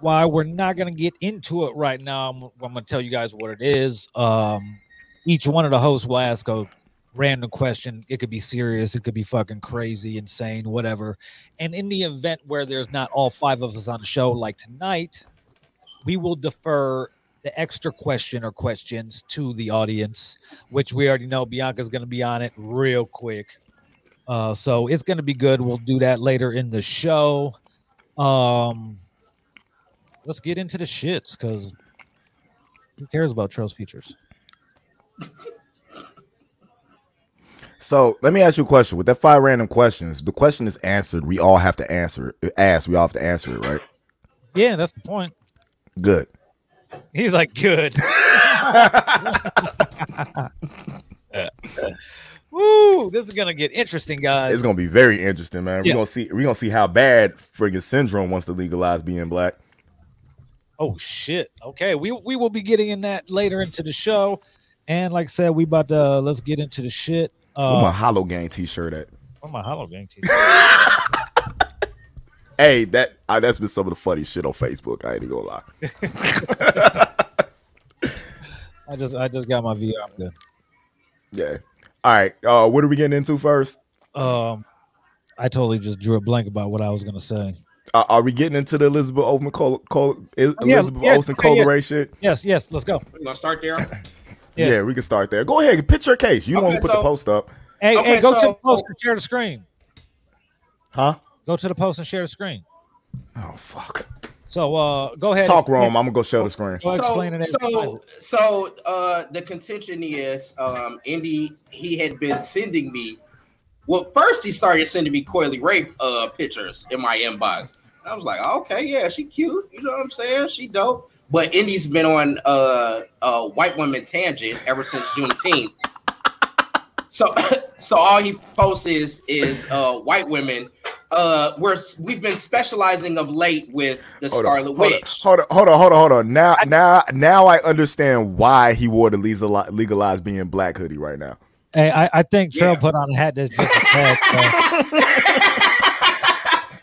Speaker 1: Why we're not gonna get into it right now. I'm, I'm gonna tell you guys what it is. Um, each one of the hosts will ask a random question. It could be serious. It could be fucking crazy, insane, whatever. And in the event where there's not all five of us on the show, like tonight, we will defer the extra question or questions to the audience, which we already know Bianca's going to be on it real quick. Uh, so it's going to be good. We'll do that later in the show. Um, let's get into the shits because who cares about Trails features?
Speaker 2: So let me ask you a question. With that five random questions, the question is answered. We all have to answer it. Uh, Ask. We all have to answer it, right?
Speaker 1: Yeah, that's the point.
Speaker 2: Good. [laughs]
Speaker 1: He's like, good. [laughs] Woo, this is going to get interesting, guys.
Speaker 2: It's gonna be very interesting, man.
Speaker 1: Yes.
Speaker 2: We're gonna see. We're gonna see how bad friggin' syndrome wants to legalize being black.
Speaker 1: Oh shit. Okay. We we will be getting in that later into the show. And like I said, we about to uh, let's get into the shit.
Speaker 2: Where Oh, my
Speaker 1: Uh
Speaker 2: Hollow Gang T-shirt at?
Speaker 1: where my hollow gang t
Speaker 2: Hey, that I, that's been some of the funny shit on Facebook. I ain't gonna lie.
Speaker 1: I just I just got my VR. I'm good.
Speaker 2: Yeah. All right. Uh, what are we getting into first?
Speaker 1: Um I totally just drew a blank about what I was gonna say.
Speaker 2: Uh, are we getting into the Elizabeth Olsen Col- Col- El-
Speaker 1: yeah,
Speaker 2: Elizabeth
Speaker 1: yeah,
Speaker 2: Olsen
Speaker 1: yeah, yeah.
Speaker 2: Color shit?
Speaker 1: Yes, yes, let's go.
Speaker 3: We're gonna start there.
Speaker 1: Yeah.
Speaker 2: Yeah. we can start there. Go ahead, pitch your case. You don't
Speaker 3: Okay,
Speaker 2: want to put
Speaker 3: so-
Speaker 2: the post up,
Speaker 1: Hey,
Speaker 3: Okay,
Speaker 1: hey, go to
Speaker 3: so-
Speaker 1: the post and share the screen.
Speaker 2: huh?
Speaker 1: Go to the post and share the screen.
Speaker 2: Oh fuck!
Speaker 1: So uh go ahead.
Speaker 2: Talk Rome. I'm gonna go show the screen.
Speaker 1: Go explain it.
Speaker 3: so, so uh, the contention is um, Indy, he had been sending me. Well, first he started sending me coily rape uh, pictures in my inbox. I was like, okay, yeah, she cute. You know what I'm saying? She dope. But Indy's been on uh, a white woman tangent ever since Juneteenth. So [laughs] so all he posts is is uh white women. Uh we're we've been specializing of late with the
Speaker 2: Hold
Speaker 3: Scarlet
Speaker 2: on, hold on,
Speaker 3: Witch.
Speaker 2: hold on, hold on, hold on, hold on. Now, now, now, I understand why he wore the legalized, legalized being black hoodie right now.
Speaker 1: Hey, I, I think Trail
Speaker 3: Yeah.
Speaker 1: put on a hat that's just as
Speaker 2: [laughs]
Speaker 1: bad. so-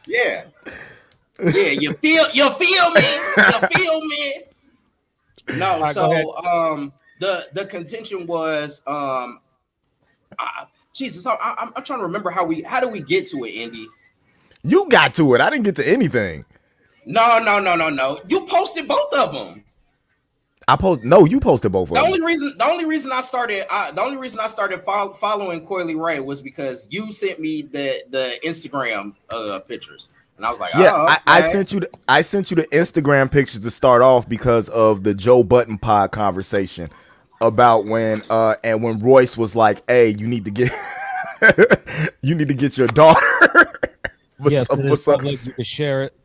Speaker 3: Yeah. Yeah, you feel you feel me?
Speaker 2: [laughs]
Speaker 3: You feel me? No,
Speaker 1: right, go ahead.
Speaker 3: so um the the contention was um I, Jesus, I, I, I'm trying to remember how we how do we get to it, Indy?
Speaker 2: You got to it. I didn't get to anything.
Speaker 3: No, no, no, no, no. You posted both of them.
Speaker 2: I post. No, you posted both of
Speaker 3: The
Speaker 2: them.
Speaker 3: only reason, the only reason I started, I, the only reason I started fol- following Coily Ray was because you sent me the the Instagram uh, pictures, and I was like,
Speaker 2: Yeah,
Speaker 3: oh,
Speaker 2: I, I
Speaker 3: okay.
Speaker 2: sent you. The, I sent you the Instagram pictures to start off because of the Joe Button pod conversation about when uh and when Royce was like, "Hey, you need to get, [laughs] you need to get your daughter." [laughs] What's
Speaker 1: yes,
Speaker 2: up,
Speaker 1: it is
Speaker 2: what's up?
Speaker 1: public, You can share it.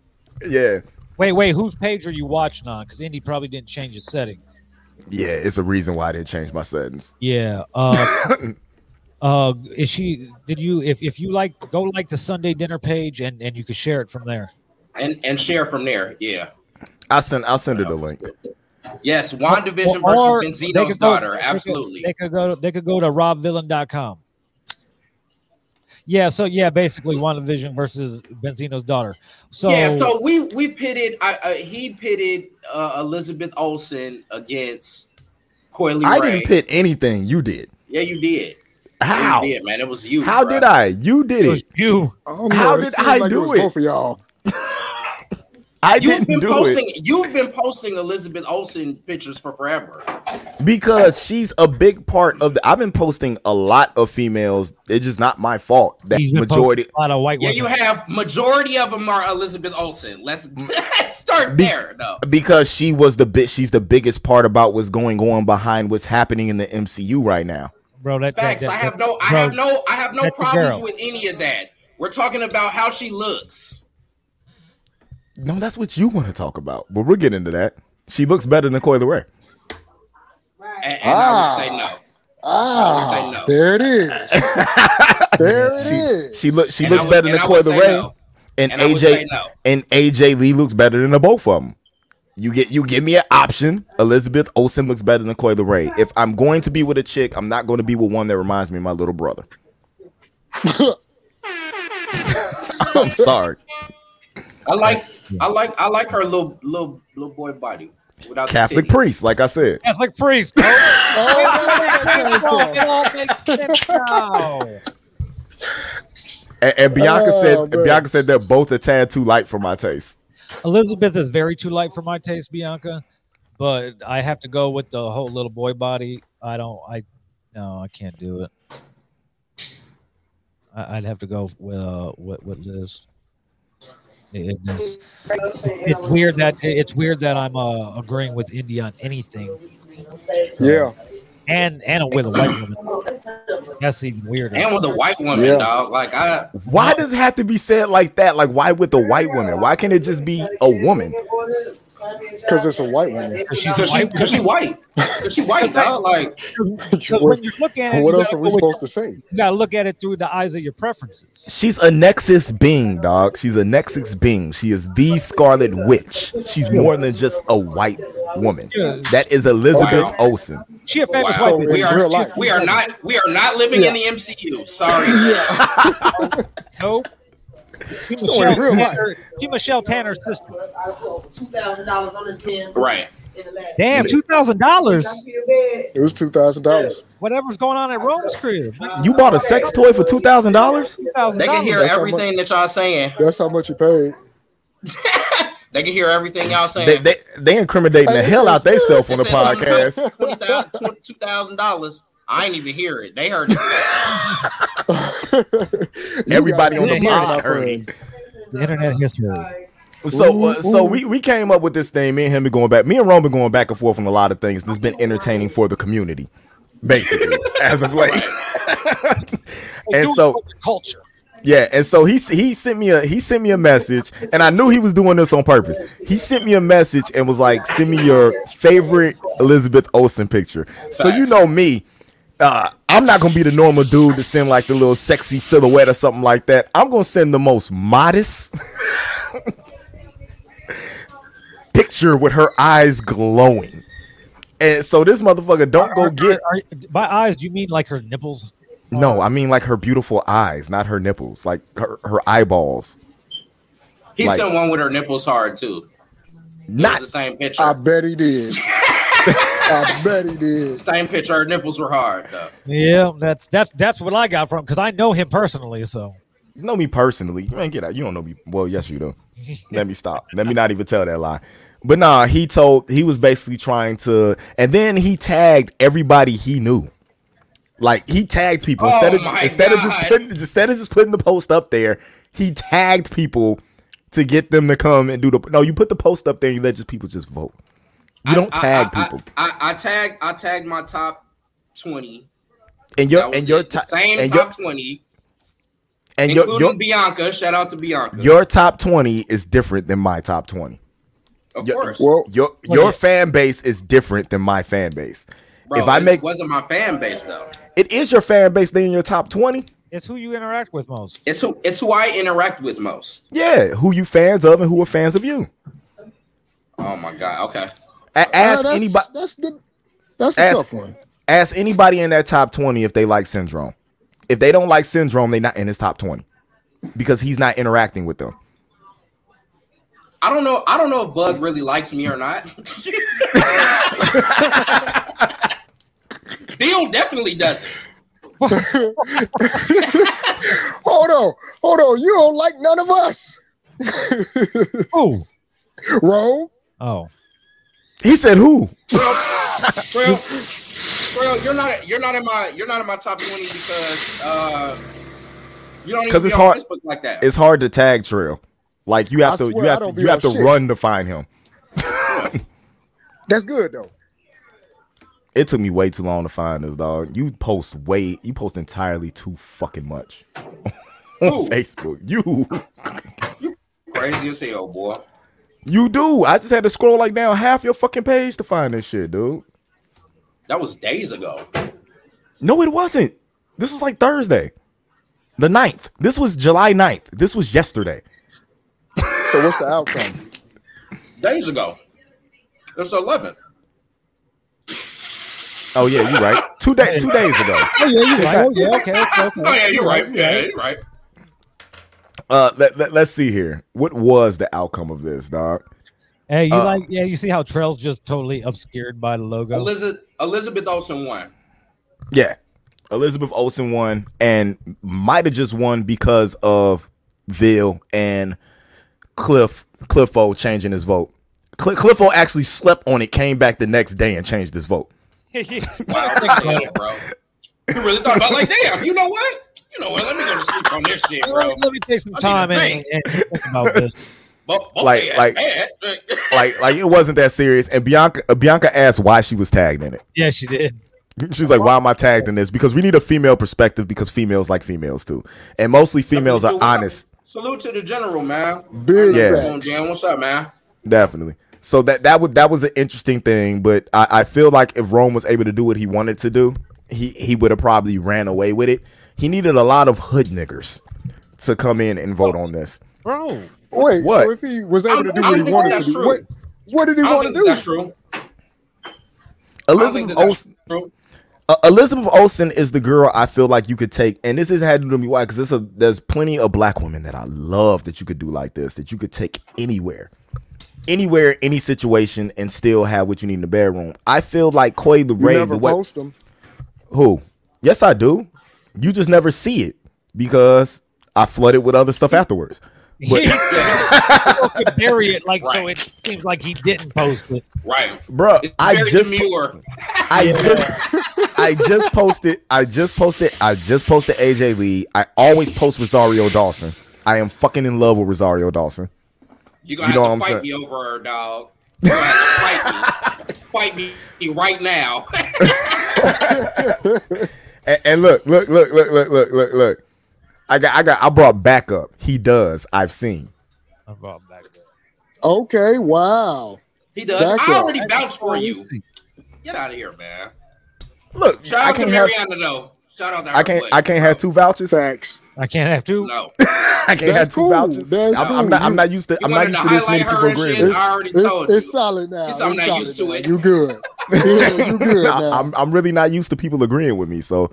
Speaker 2: Yeah,
Speaker 1: Wait, wait. Whose page are you watching on? Because Indy probably didn't change his setting.
Speaker 2: yeah. It's a reason why I didn't change my settings.
Speaker 1: Yeah.
Speaker 2: [coughs]
Speaker 1: Uh, uh, is she? Did you? If if you like, go like the Sunday dinner page, and and you can share it from there.
Speaker 3: and and share from there. Yeah.
Speaker 2: I send. I'll send her the link.
Speaker 3: Yes, WandaVision
Speaker 1: Or
Speaker 3: versus
Speaker 1: they
Speaker 3: Benzino's
Speaker 1: could go-
Speaker 3: daughter.
Speaker 1: they could-
Speaker 3: Absolutely.
Speaker 1: They could go. They could go to robvillain.com. Yeah. So yeah, basically, WandaVision versus Benzino's daughter. So
Speaker 3: yeah, so we we pitted. I, uh, he pitted uh, Elizabeth Olsen against Coily Ray.
Speaker 2: I didn't pit anything. You did.
Speaker 3: Yeah, you did. Yeah,
Speaker 2: How?
Speaker 3: You did, man. It was you.
Speaker 2: How
Speaker 3: bro.
Speaker 2: did I? You did
Speaker 1: it was
Speaker 2: it.
Speaker 1: you.
Speaker 4: I don't know.
Speaker 2: How
Speaker 4: it
Speaker 2: did
Speaker 4: seemed
Speaker 2: I
Speaker 4: like
Speaker 2: do
Speaker 4: it was
Speaker 2: it?
Speaker 4: both of y'all.
Speaker 2: I
Speaker 3: You've
Speaker 2: didn't
Speaker 3: been
Speaker 2: do it.
Speaker 3: posting. You've been posting Elizabeth Olsen pictures for forever.
Speaker 2: because she's a big part of the i've been posting a lot of females it's just not my fault that
Speaker 1: He's been posting
Speaker 2: majority
Speaker 1: A lot of white
Speaker 3: Yeah,
Speaker 1: women.
Speaker 3: you have majority of them are Elizabeth Olsen. Let's, [laughs] let's start
Speaker 2: Mm. Be-
Speaker 3: there, though.
Speaker 2: because she was the bit she's the biggest part about what's going on behind what's happening in the mcu right now
Speaker 1: bro. That, that-
Speaker 3: Facts.
Speaker 1: that-
Speaker 3: I have
Speaker 1: that-
Speaker 3: no. I
Speaker 1: bro,
Speaker 3: have no. I have no
Speaker 1: that's a
Speaker 3: problems
Speaker 1: girl.
Speaker 3: with any of that. We're talking about how she looks.
Speaker 2: no that's what you want to talk about but we'll get into that she looks better than Coyle Ray.
Speaker 3: A- And,
Speaker 4: Ah.
Speaker 3: I would say no. I would
Speaker 4: Ah,
Speaker 3: say no.
Speaker 4: there it is. there it
Speaker 2: She,
Speaker 4: is.
Speaker 2: she looks she
Speaker 3: And I
Speaker 2: looks
Speaker 3: would-
Speaker 2: better than
Speaker 3: and I would
Speaker 2: Coyle
Speaker 3: say
Speaker 2: Ray,
Speaker 3: no.
Speaker 2: and,
Speaker 3: And I would say
Speaker 2: AJ
Speaker 3: no.
Speaker 2: and AJ Lee looks better than the both of them. You get you give me an option. Elizabeth Olsen looks better than Coyle Ray. If I'm going to be with a chick, I'm not going to be with one that reminds me of my little
Speaker 4: [laughs]
Speaker 2: brother. I'm sorry.
Speaker 3: I like. I like. I like her little little little boy body. Without the
Speaker 2: Catholic
Speaker 3: titties.
Speaker 2: priest, like I said.
Speaker 1: Catholic
Speaker 2: [laughs]
Speaker 1: priest. bro.
Speaker 4: Oh, where that came from?
Speaker 1: No.
Speaker 2: And, and Bianca
Speaker 4: Oh,
Speaker 2: said
Speaker 4: man.
Speaker 2: Bianca said they're both a tad too light for my taste.
Speaker 1: Elizabeth is very too light for my taste, Bianca. But I have to go with the whole little boy body. I don't. I no. I can't do it. I, I'd have to go with uh, with, with Liz. It- it's, it's weird that it's weird that I'm uh, agreeing with Indy on anything,
Speaker 4: Yeah.
Speaker 1: and and with a white woman. That's even weirder.
Speaker 3: And with a white woman,
Speaker 4: Yeah.
Speaker 3: dog. Like I.
Speaker 2: Why does it have to be said like that? Like why with a white woman? Why can't it just be a woman?
Speaker 4: Because it's a white woman.
Speaker 1: she's
Speaker 3: Cause she, cause she white. Cause she white, dog. Like
Speaker 4: [laughs]
Speaker 1: So when you look at it,
Speaker 4: what
Speaker 1: you
Speaker 4: else
Speaker 1: gotta
Speaker 4: are we
Speaker 1: go with-
Speaker 4: supposed to say?
Speaker 1: You gotta look at it through the eyes of your preferences.
Speaker 2: She's a Nexus being, dog. She's a Nexus being. She is the Scarlet Witch. She's more than just a white woman.
Speaker 1: Yeah.
Speaker 2: That is Elizabeth
Speaker 3: Wow.
Speaker 2: Olsen.
Speaker 1: She a famous
Speaker 3: Wow.
Speaker 1: white
Speaker 4: So
Speaker 1: bitch.
Speaker 3: we
Speaker 4: in real
Speaker 3: are.
Speaker 4: life.
Speaker 3: We are not. We are not living in the MCU. Sorry.
Speaker 1: Nope. She
Speaker 4: So
Speaker 1: Michelle,
Speaker 4: in real life.
Speaker 1: Tanner, she Michelle Tanner's sister.
Speaker 7: $2,000 on this man.
Speaker 3: Right.
Speaker 1: Damn, two thousand dollars.
Speaker 4: It was two thousand dollars.
Speaker 1: Whatever's going on at Rome's crib.
Speaker 2: You bought a sex toy for two thousand dollars?
Speaker 1: $2,000.
Speaker 3: They [laughs] can hear
Speaker 4: That's how much-
Speaker 3: everything that y'all saying.
Speaker 4: That's how much you paid.
Speaker 3: They can hear everything y'all saying.
Speaker 2: They, they they incriminating the hell out themselves on the podcast.
Speaker 3: Two thousand dollars. I ain't even hear it.
Speaker 2: [laughs]
Speaker 3: They heard. It.
Speaker 4: [laughs] You
Speaker 2: Everybody
Speaker 4: got
Speaker 2: on the
Speaker 4: hit, my
Speaker 2: pod
Speaker 4: friend.
Speaker 1: The internet history.
Speaker 2: So uh, so we, we came up with this thing. Me and him been going back. Me and Rome been going back and forth on a lot of things. It's been entertaining for the community, basically, as of late.
Speaker 1: They
Speaker 2: and
Speaker 1: do it
Speaker 2: so
Speaker 1: for the culture.
Speaker 2: Yeah, and so he he sent me a he sent me a message, and I knew he was doing this on purpose. He sent me a message and was like, "Send me your favorite Elizabeth Olsen picture." So you know me, uh, I I'm not gonna be the normal dude to send like the little sexy silhouette or something like that. I'm gonna send the most modest [laughs] picture with her eyes glowing. And so this motherfucker don't go get
Speaker 1: Are, by eyes, you mean like her nipples?
Speaker 2: no, I mean like her beautiful eyes, not her nipples, like her, her eyeballs.
Speaker 3: He
Speaker 2: Like-
Speaker 3: sent one with her nipples hard too. It was
Speaker 2: Not
Speaker 3: the same picture.
Speaker 4: I bet
Speaker 3: [laughs]
Speaker 4: he did. I bet he did.
Speaker 3: same picture. Her nipples were hard though.
Speaker 1: Yeah, that's that's that's what I got from because I know him personally. So
Speaker 2: you know me personally. You ain't get out. You don't know me. Well, yes, you do. Let me stop. Let me not even tell that lie. But nah, he told he was basically trying to, and then he tagged everybody he knew. Like he tagged people
Speaker 3: Oh
Speaker 2: instead of
Speaker 3: my
Speaker 2: instead of just
Speaker 3: God.
Speaker 2: putting, instead of just putting the post up there, he tagged people to get them to come and do the. No, you put the post up there and you let just people just vote. You don't
Speaker 3: I- I-
Speaker 2: tag
Speaker 3: I-
Speaker 2: people,
Speaker 3: I, I, tagged I tagged my top twenty.
Speaker 2: and
Speaker 3: That
Speaker 2: your
Speaker 3: was
Speaker 2: and your
Speaker 3: it. The
Speaker 2: ti-
Speaker 3: same
Speaker 2: and your
Speaker 3: top twenty,
Speaker 2: and your
Speaker 3: including
Speaker 2: your
Speaker 3: Bianca. Shout out to Bianca.
Speaker 2: your top twenty is different than my top twenty.
Speaker 3: of
Speaker 2: your-
Speaker 3: course,
Speaker 4: Well,
Speaker 2: your
Speaker 1: Look
Speaker 2: your
Speaker 1: at-
Speaker 2: fan base is different than my fan base.
Speaker 3: Bro,
Speaker 2: if I
Speaker 3: it
Speaker 2: make-
Speaker 3: wasn't my fan base though.
Speaker 2: It is your fan base then your top 20.
Speaker 1: it's who you interact with most.
Speaker 3: It's who it's who I interact with most.
Speaker 2: Yeah, who you fans of and who are fans of you.
Speaker 3: Oh my god. Okay.
Speaker 2: A-
Speaker 4: Uh,
Speaker 2: ask
Speaker 4: that's,
Speaker 2: anybody
Speaker 4: That's the. That's a
Speaker 2: Ask-
Speaker 4: tough one.
Speaker 2: ask anybody in that top 20 if they like Syndrome. If they don't like Syndrome, they not in his top 20 because he's not interacting with them.
Speaker 3: I don't know. I don't know if Bug really likes me or not. [laughs] Bill definitely doesn't.
Speaker 4: Hold on, hold on. You don't like none of us, [laughs]
Speaker 1: Oh,
Speaker 4: Rome.
Speaker 1: oh,
Speaker 2: He said who?
Speaker 3: Trail, Trail, you're not you're not in my you're not in my top twenty because uh, you don't even
Speaker 2: 'Cause
Speaker 3: be
Speaker 2: it's
Speaker 3: on
Speaker 2: hard-
Speaker 3: Facebook like that.
Speaker 2: It's hard to tag trail. Like you have
Speaker 4: I
Speaker 2: to
Speaker 4: swear
Speaker 2: you
Speaker 4: I
Speaker 2: have
Speaker 4: don't
Speaker 2: to,
Speaker 4: be
Speaker 2: you
Speaker 4: on
Speaker 2: have to
Speaker 4: shit.
Speaker 2: run to find him.
Speaker 4: That's good though.
Speaker 2: It took me way too long to find this dog. You post way you post entirely too fucking much. [laughs] on
Speaker 3: Who?
Speaker 2: Facebook. You
Speaker 3: Crazy as hell, boy.
Speaker 2: You do. I just had to scroll like down half your fucking page to find this shit, dude.
Speaker 3: That was days ago.
Speaker 2: No, it wasn't. This was like Thursday. The 9th. This was July 9th. This was yesterday.
Speaker 4: So what's the outcome?
Speaker 3: Days ago. It's eleven.
Speaker 2: Oh yeah, you right. Two day two days ago.
Speaker 1: oh yeah, you're right. Oh yeah, okay, okay, okay.
Speaker 3: Oh yeah, you're right. Yeah, you're right.
Speaker 2: Uh let, let, us see here. What was the outcome of this, dog?
Speaker 1: Hey, you
Speaker 2: Uh,
Speaker 1: like? Yeah, you see how Trail's just totally obscured by the logo. [laughs]
Speaker 3: Elizabeth Elizabeth Olsen won.
Speaker 2: Yeah. Elizabeth Olsen won and might have just won because of Ville and Cliff Cliffo changing his vote. Cl- Cliffo actually slept on it, came back the next day and changed his vote.
Speaker 3: [laughs] Wow, damn, bro. You really thought about like, damn, you know what? You know what? Let me go to sleep on this shit,
Speaker 1: Let
Speaker 3: bro.
Speaker 1: me- let me take some
Speaker 3: I need to
Speaker 1: time and,
Speaker 3: think.
Speaker 1: and think about
Speaker 3: [laughs]
Speaker 1: this.
Speaker 3: Bo- both
Speaker 2: Like-
Speaker 3: they had
Speaker 2: like-
Speaker 3: bad.
Speaker 2: like like it wasn't that serious. And Bianca uh, Bianca asked why she was tagged in it.
Speaker 1: Yeah, she did.
Speaker 2: She's like, "Why am I tagged in this?" Because we need a female perspective because females like females too, and mostly females are honest.
Speaker 3: Salute to the general, man.
Speaker 4: Big
Speaker 2: Yeah.
Speaker 3: Come on,
Speaker 4: facts.
Speaker 3: Dan. What's up, man?
Speaker 2: Definitely. So that that would that was an interesting thing, but I, I feel like if Rome was able to do what he wanted to do, he he would have probably ran away with it. He needed a lot of hood niggers to come in and vote on this.
Speaker 1: Bro,
Speaker 2: What?
Speaker 4: Wait, so if he was able to
Speaker 3: I
Speaker 4: do
Speaker 3: don't
Speaker 4: what he
Speaker 3: think
Speaker 4: wanted to
Speaker 3: that's
Speaker 4: do,
Speaker 3: true.
Speaker 4: what, what did he
Speaker 3: I don't
Speaker 4: want to
Speaker 3: think that that's
Speaker 4: do?
Speaker 3: true. I don't think
Speaker 2: Elizabeth
Speaker 3: that that's
Speaker 2: Olsen,
Speaker 3: true.
Speaker 2: Uh, Elizabeth Olsen is the girl I feel like you could take, and this is had to do me why because there's a there's plenty of black women that I love that you could do like this that you could take anywhere, anywhere, any situation, and still have what you need in the bedroom. I feel like Koi the
Speaker 4: You
Speaker 2: Ray, the
Speaker 4: never
Speaker 2: way
Speaker 4: post them.
Speaker 2: who? Yes, I do. You just never see it because I flood it with other stuff afterwards. But-
Speaker 4: [laughs]
Speaker 1: he could bury it like so. It seems like he didn't post it.
Speaker 3: Right.
Speaker 2: Bruh,
Speaker 3: It's
Speaker 2: I
Speaker 3: very
Speaker 2: just
Speaker 3: demure.
Speaker 2: I just I just posted I just posted I just posted AJ Lee. I always post Rosario Dawson. I am fucking in love with Rosario Dawson.
Speaker 3: You're gonna
Speaker 2: You know
Speaker 3: have to
Speaker 2: what I'm
Speaker 3: fight me over her, dog. You're gonna have to
Speaker 2: [laughs]
Speaker 3: fight me. Fight me right now.
Speaker 2: And, and look, look, look, look, look, look, look, look. I got I got I brought backup. He does. I've seen.
Speaker 1: I brought him back there.
Speaker 4: Okay, wow.
Speaker 3: he does.
Speaker 4: Back
Speaker 3: I
Speaker 4: up.
Speaker 3: already vouched for you. Get out of here, man.
Speaker 2: Look,
Speaker 3: Shout
Speaker 2: I
Speaker 3: out to
Speaker 2: can't have
Speaker 3: Mariana though. Shout out to
Speaker 2: I can't.
Speaker 3: Hercules,
Speaker 2: I can't
Speaker 3: bro.
Speaker 2: have two vouchers.
Speaker 4: Facts.
Speaker 1: I can't have two.
Speaker 3: No,
Speaker 2: [laughs] I can't
Speaker 4: That's
Speaker 2: have two
Speaker 4: cool.
Speaker 2: vouchers.
Speaker 4: That's
Speaker 2: I'm, I'm
Speaker 4: cool.
Speaker 2: not. I'm
Speaker 4: You-
Speaker 2: not used to. I'm
Speaker 3: you
Speaker 2: not
Speaker 3: wanted
Speaker 2: used
Speaker 3: to
Speaker 2: to this many
Speaker 3: highlight
Speaker 2: people
Speaker 3: her and
Speaker 2: agreeing.
Speaker 3: shit.
Speaker 4: It's,
Speaker 3: I already
Speaker 4: it's,
Speaker 3: told you.
Speaker 4: it's solid now.
Speaker 3: It's-
Speaker 4: It's,
Speaker 3: I'm not
Speaker 4: solid
Speaker 3: used to
Speaker 4: now.
Speaker 3: it. [laughs]
Speaker 4: You good? Yeah, you
Speaker 2: [laughs]
Speaker 4: good
Speaker 2: Nah,
Speaker 4: now?
Speaker 2: I'm. I'm really not used to people agreeing with me. So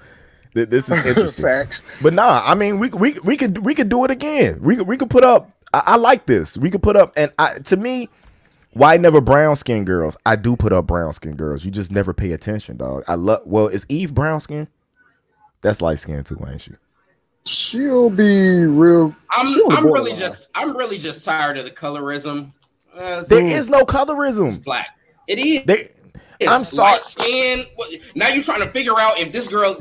Speaker 2: th- this
Speaker 4: [laughs]
Speaker 2: is interesting.
Speaker 4: Facts.
Speaker 2: But nah, I mean, we we we could we could do it again. We could we could put up. I, I like this. We could put up, and I to me, why never brown skin girls? I do put up brown skin girls. You just never pay attention, dog. I love. Well, is Eve brown skin? That's light skin too, ain't she?
Speaker 4: She'll be real.
Speaker 3: I'm.
Speaker 4: She on the
Speaker 3: I'm really
Speaker 4: borderline.
Speaker 3: just. I'm really just tired of the colorism. Uh, it's,
Speaker 4: Mm.
Speaker 2: There
Speaker 3: it's
Speaker 2: is no colorism.
Speaker 3: black. It is.
Speaker 2: They, I'm sorry.
Speaker 3: Light skin. What- Now you're trying to figure out if this girl.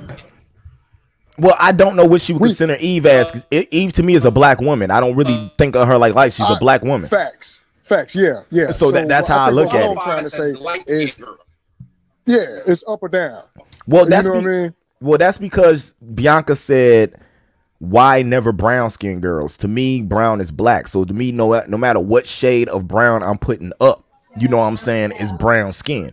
Speaker 2: well, I don't know what she would
Speaker 4: We- Uh,
Speaker 2: consider Eve as. 'cause I- Eve to me is a black woman. I don't really think of her like light. She's a
Speaker 4: I-
Speaker 2: black woman.
Speaker 4: Facts. Facts. Yeah. Yeah.
Speaker 2: So that- that's how I
Speaker 4: think
Speaker 2: look
Speaker 4: what
Speaker 2: at
Speaker 4: I'm
Speaker 2: it.
Speaker 4: trying to
Speaker 3: That's
Speaker 4: say
Speaker 3: light skin
Speaker 4: is
Speaker 3: girl.
Speaker 4: yeah, it's up or down.
Speaker 2: Well,
Speaker 4: you
Speaker 2: that's
Speaker 4: know
Speaker 2: be-
Speaker 4: what I mean.
Speaker 2: well, that's because Bianca said, "Why never brown skin girls?" To me, brown is black. So to me, no no matter what shade of brown I'm putting up, you know what I'm saying is brown skin.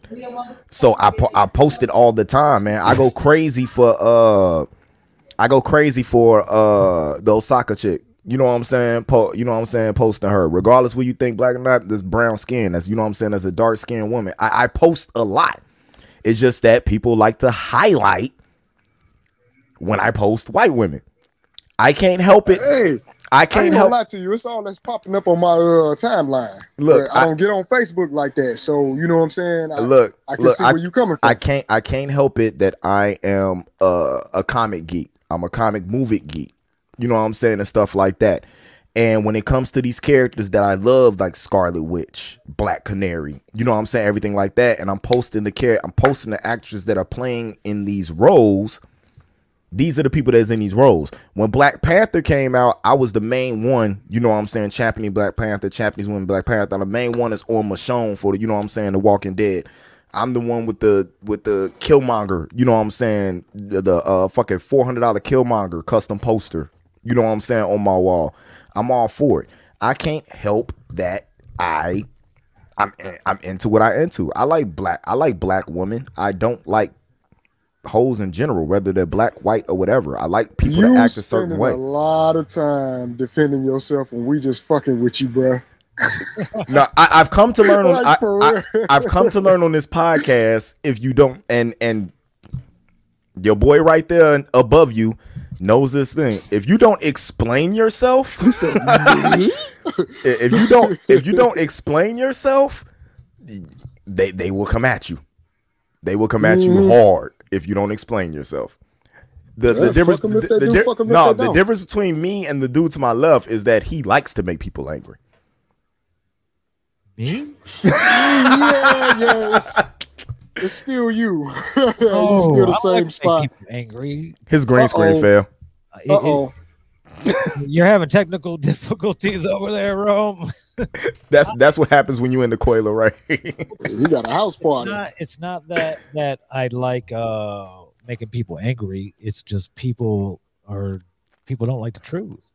Speaker 2: So I po- I post it all the time, man. I go crazy for uh, I go crazy for uh the Osaka chick. You know what I'm saying? Po- you know what I'm saying? Posting her, regardless what you think, black or not, this brown skin. That's you know what I'm saying. That's a dark skinned woman. I-, I post a lot. It's just that people like to highlight when I post white women. I can't help it.
Speaker 4: Hey,
Speaker 2: I
Speaker 4: I ain't
Speaker 2: can't
Speaker 4: gonna
Speaker 2: help.
Speaker 4: lie to you. It's all that's popping up on my uh, timeline.
Speaker 2: Look,
Speaker 4: But I,
Speaker 2: I-
Speaker 4: don't get on Facebook like that, so you know what I'm saying. I,
Speaker 2: Look,
Speaker 4: I can
Speaker 2: look,
Speaker 4: see
Speaker 2: I,
Speaker 4: where you coming from.
Speaker 2: I can't I can't help it that I am a, a comic geek. I'm a comic movie geek. You know what I'm saying and stuff like that. And when it comes to these characters that I love, like Scarlet Witch, Black Canary, you know what I'm saying, everything like that, and I'm posting the character, I'm posting the actors that are playing in these roles. These are the people that's in these roles. When Black Panther came out, I was the main one, you know what I'm saying, championing Black Panther, championing women Black Panther. The main one is Orma Michonne for the, you know what I'm saying, The Walking Dead. I'm the one with the with the Killmonger. You know what I'm saying? The, the, uh fucking four hundred dollar Killmonger custom poster. You know what I'm saying on my wall. I'm all for it. I can't help that I I'm I'm into what I into. I like black. I like black women. I don't like hoes in general, whether they're black, white, or whatever. I like people
Speaker 4: you
Speaker 2: that act a certain
Speaker 4: spending
Speaker 2: way.
Speaker 4: a lot of time defending yourself when we just fucking with you, bruh.
Speaker 2: No, I, I've come
Speaker 4: [laughs]
Speaker 2: to learn. on,
Speaker 4: Like,
Speaker 2: I,
Speaker 4: for
Speaker 2: I-
Speaker 4: real. [laughs]
Speaker 2: I've come to learn on this podcast. If you don't, and and your boy right there above you knows this thing. If you don't explain yourself, [laughs] i- if you don't, if you don't explain yourself, they they will come at you. They will come at you
Speaker 4: Mm-hmm.
Speaker 2: hard if you don't explain yourself. The,
Speaker 4: Yeah,
Speaker 2: the
Speaker 4: fuck
Speaker 2: difference,
Speaker 4: 'em if
Speaker 2: the-
Speaker 4: they
Speaker 2: the
Speaker 4: do,
Speaker 2: di-
Speaker 4: fuck 'em if
Speaker 2: no,
Speaker 4: they
Speaker 2: the
Speaker 4: don't.
Speaker 2: difference between me and the dude to my left is that he likes to make people angry.
Speaker 1: Me?
Speaker 4: yeah, yeah. It's, it's still you. [laughs] you still the
Speaker 1: Oh, I like to
Speaker 4: same
Speaker 1: make
Speaker 4: spot.
Speaker 1: people Angry.
Speaker 2: His green screen
Speaker 4: Uh-oh.
Speaker 2: fell.
Speaker 1: Uh, it-
Speaker 4: Uh oh.
Speaker 1: it- you're having technical [laughs] difficulties over there, Rome.
Speaker 2: That's that's what happens when you in the coiler, right? [laughs]
Speaker 4: You got a house party.
Speaker 1: Not- it's not that that I like uh, making people angry. It's just people are people don't like the truth.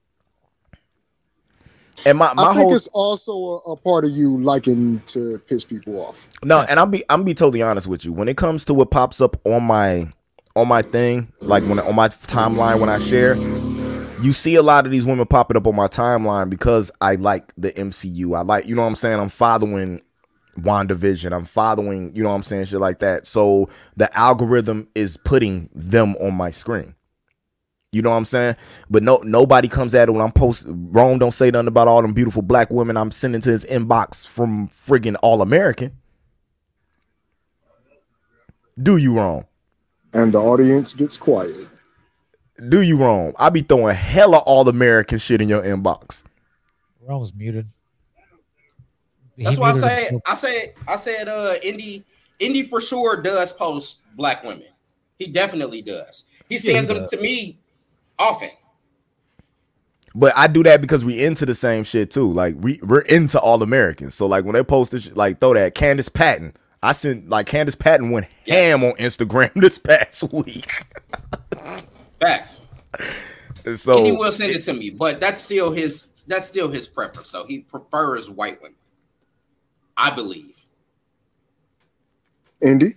Speaker 2: and my, my
Speaker 4: I think
Speaker 2: whole
Speaker 4: it's also a, a part of you liking to piss people off.
Speaker 2: no, and I'll be I'm be totally honest with you. When it comes to what pops up on my on my thing, like when on my timeline when I share, you see a lot of these women popping up on my timeline because I like the MCU. I like, you know what I'm saying? I'm following WandaVision. I'm following, you know what I'm saying, shit like that. So the algorithm is putting them on my screen. You know what I'm saying? But no nobody comes at it when I'm post Rome don't say nothing about all them beautiful black women I'm sending to his inbox from friggin' All American. Do you wrong?
Speaker 4: And the audience gets quiet.
Speaker 2: Do you wrong? I be throwing hella all American shit in your inbox.
Speaker 1: Rome's muted. He
Speaker 3: That's why I
Speaker 1: muted
Speaker 3: said.
Speaker 1: himself.
Speaker 3: I said. I said. Uh, Indy. Indy for sure does post black women. He definitely does. He sends them
Speaker 1: does.
Speaker 3: to me often.
Speaker 2: But I do that because we into the same shit too. Like we we're into all Americans. So like when they post this, shit, like throw that Candace Patton. I sent like Candace Patton went
Speaker 3: Yes.
Speaker 2: ham on Instagram [laughs] this past week.
Speaker 3: Facts.
Speaker 2: And
Speaker 3: Indy
Speaker 2: so
Speaker 3: will send it to me, but that's still his. That's still his preference. So he prefers white women. I believe.
Speaker 4: Indy?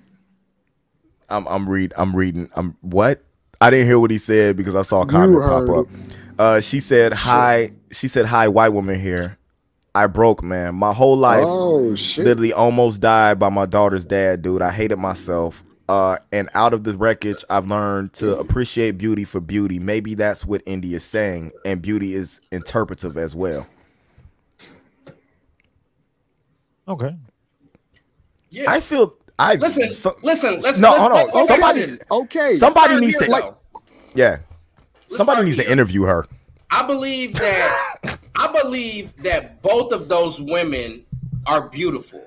Speaker 2: I'm I'm read I'm reading I'm what I didn't hear what he said because I saw a comment
Speaker 4: heard
Speaker 2: pop up. Uh, she said, "Hi." She said, "Hi, white woman here. I broke, man. My whole life,
Speaker 4: Oh shit!
Speaker 2: literally almost died by my daughter's dad, dude. I hated myself. Uh, and out of the wreckage, I've learned to appreciate beauty for beauty. Maybe that's what India's saying, and beauty is interpretive as well.
Speaker 1: Okay.
Speaker 3: Yeah.
Speaker 2: I feel I
Speaker 3: listen,
Speaker 2: so-
Speaker 3: listen, listen.
Speaker 2: No,
Speaker 3: let's,
Speaker 2: hold on.
Speaker 3: let's look at
Speaker 2: Somebody-
Speaker 3: this.
Speaker 4: okay.
Speaker 2: somebody
Speaker 3: Start
Speaker 2: needs
Speaker 3: here,
Speaker 2: to
Speaker 3: though.
Speaker 2: yeah.
Speaker 3: Let's
Speaker 2: Somebody
Speaker 3: start
Speaker 2: needs to
Speaker 3: here.
Speaker 2: interview her.
Speaker 3: I believe that I believe that both of those women are beautiful.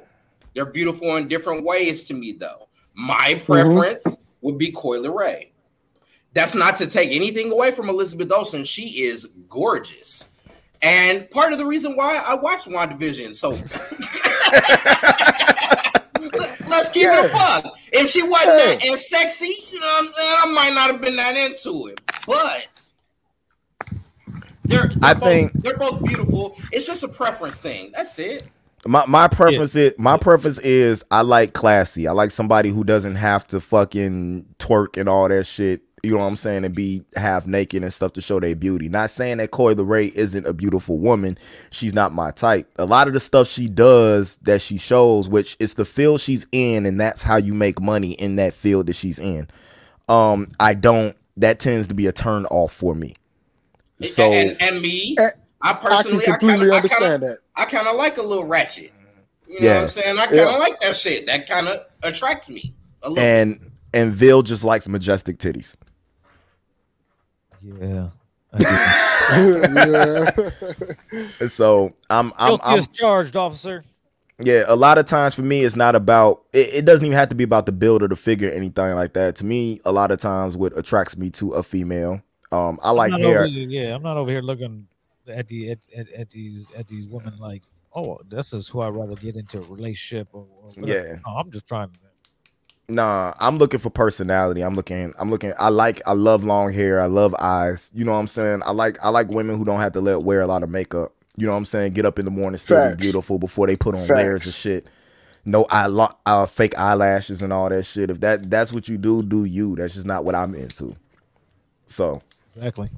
Speaker 3: They're beautiful in different ways to me, though. My preference would be Coyle Ray. That's not to take anything away from Elizabeth Olsen. She is gorgeous. And part of the reason why I watch WandaVision. So [laughs] let's keep it a buck. If she wasn't that as sexy, you know what I'm saying? I might not have been that into it. But they're, they're
Speaker 2: I
Speaker 3: both,
Speaker 2: think-
Speaker 3: they're both beautiful. It's just a preference thing. That's it.
Speaker 2: My my preference is my preference is I like classy. I like somebody who doesn't have to fucking twerk and all that shit. You know what I'm saying? And be half naked and stuff to show their beauty. Not saying that Corey LeRae isn't a beautiful woman. She's not my type. A lot of the stuff she does that she shows, which is the field she's in, and that's how you make money in that field that she's in. Um, I don't. That tends to be a turn off for me. So
Speaker 3: and, and me,
Speaker 4: Eh,
Speaker 3: I
Speaker 4: I can
Speaker 3: personally, I
Speaker 4: completely
Speaker 3: kinda,
Speaker 4: understand
Speaker 3: I
Speaker 4: that.
Speaker 3: kinda, I kind of like a little ratchet. You know what
Speaker 2: Yeah.
Speaker 3: I'm saying? I kind of
Speaker 4: Yeah.
Speaker 3: like that shit. That kind of attracts me a little. bit.
Speaker 2: and and Vil just likes majestic titties.
Speaker 1: Yeah.
Speaker 4: [laughs] yeah. [laughs]
Speaker 2: So I'm I'm,
Speaker 5: Guilty
Speaker 2: I'm
Speaker 5: as charged, officer.
Speaker 2: Yeah, a lot of times for me, it's not about. It, it doesn't even have to be about the build or the figure, or anything like that. To me, a lot of times, what attracts me to a female, um, I like
Speaker 1: I'm not over
Speaker 2: hair.
Speaker 1: here- yeah, I'm not over here looking at the at, at, at these at these women like, oh, this is who I'd rather get into a relationship or, or whatever.
Speaker 2: Yeah.
Speaker 1: No, I'm just trying.
Speaker 2: Nah, I'm looking for personality. I'm looking. I'm looking. I like. I love long hair. I love eyes. You know what I'm saying. I like. I like women who don't have to let wear a lot of makeup. You know what I'm saying. Get up in the morning, still be
Speaker 4: Facts.
Speaker 2: beautiful before they put on layers of
Speaker 4: Facts.
Speaker 2: shit. No, I lo- uh, fake eyelashes and all that shit. If that that's what you do, do you. That's just not what I'm into. So
Speaker 1: Exactly.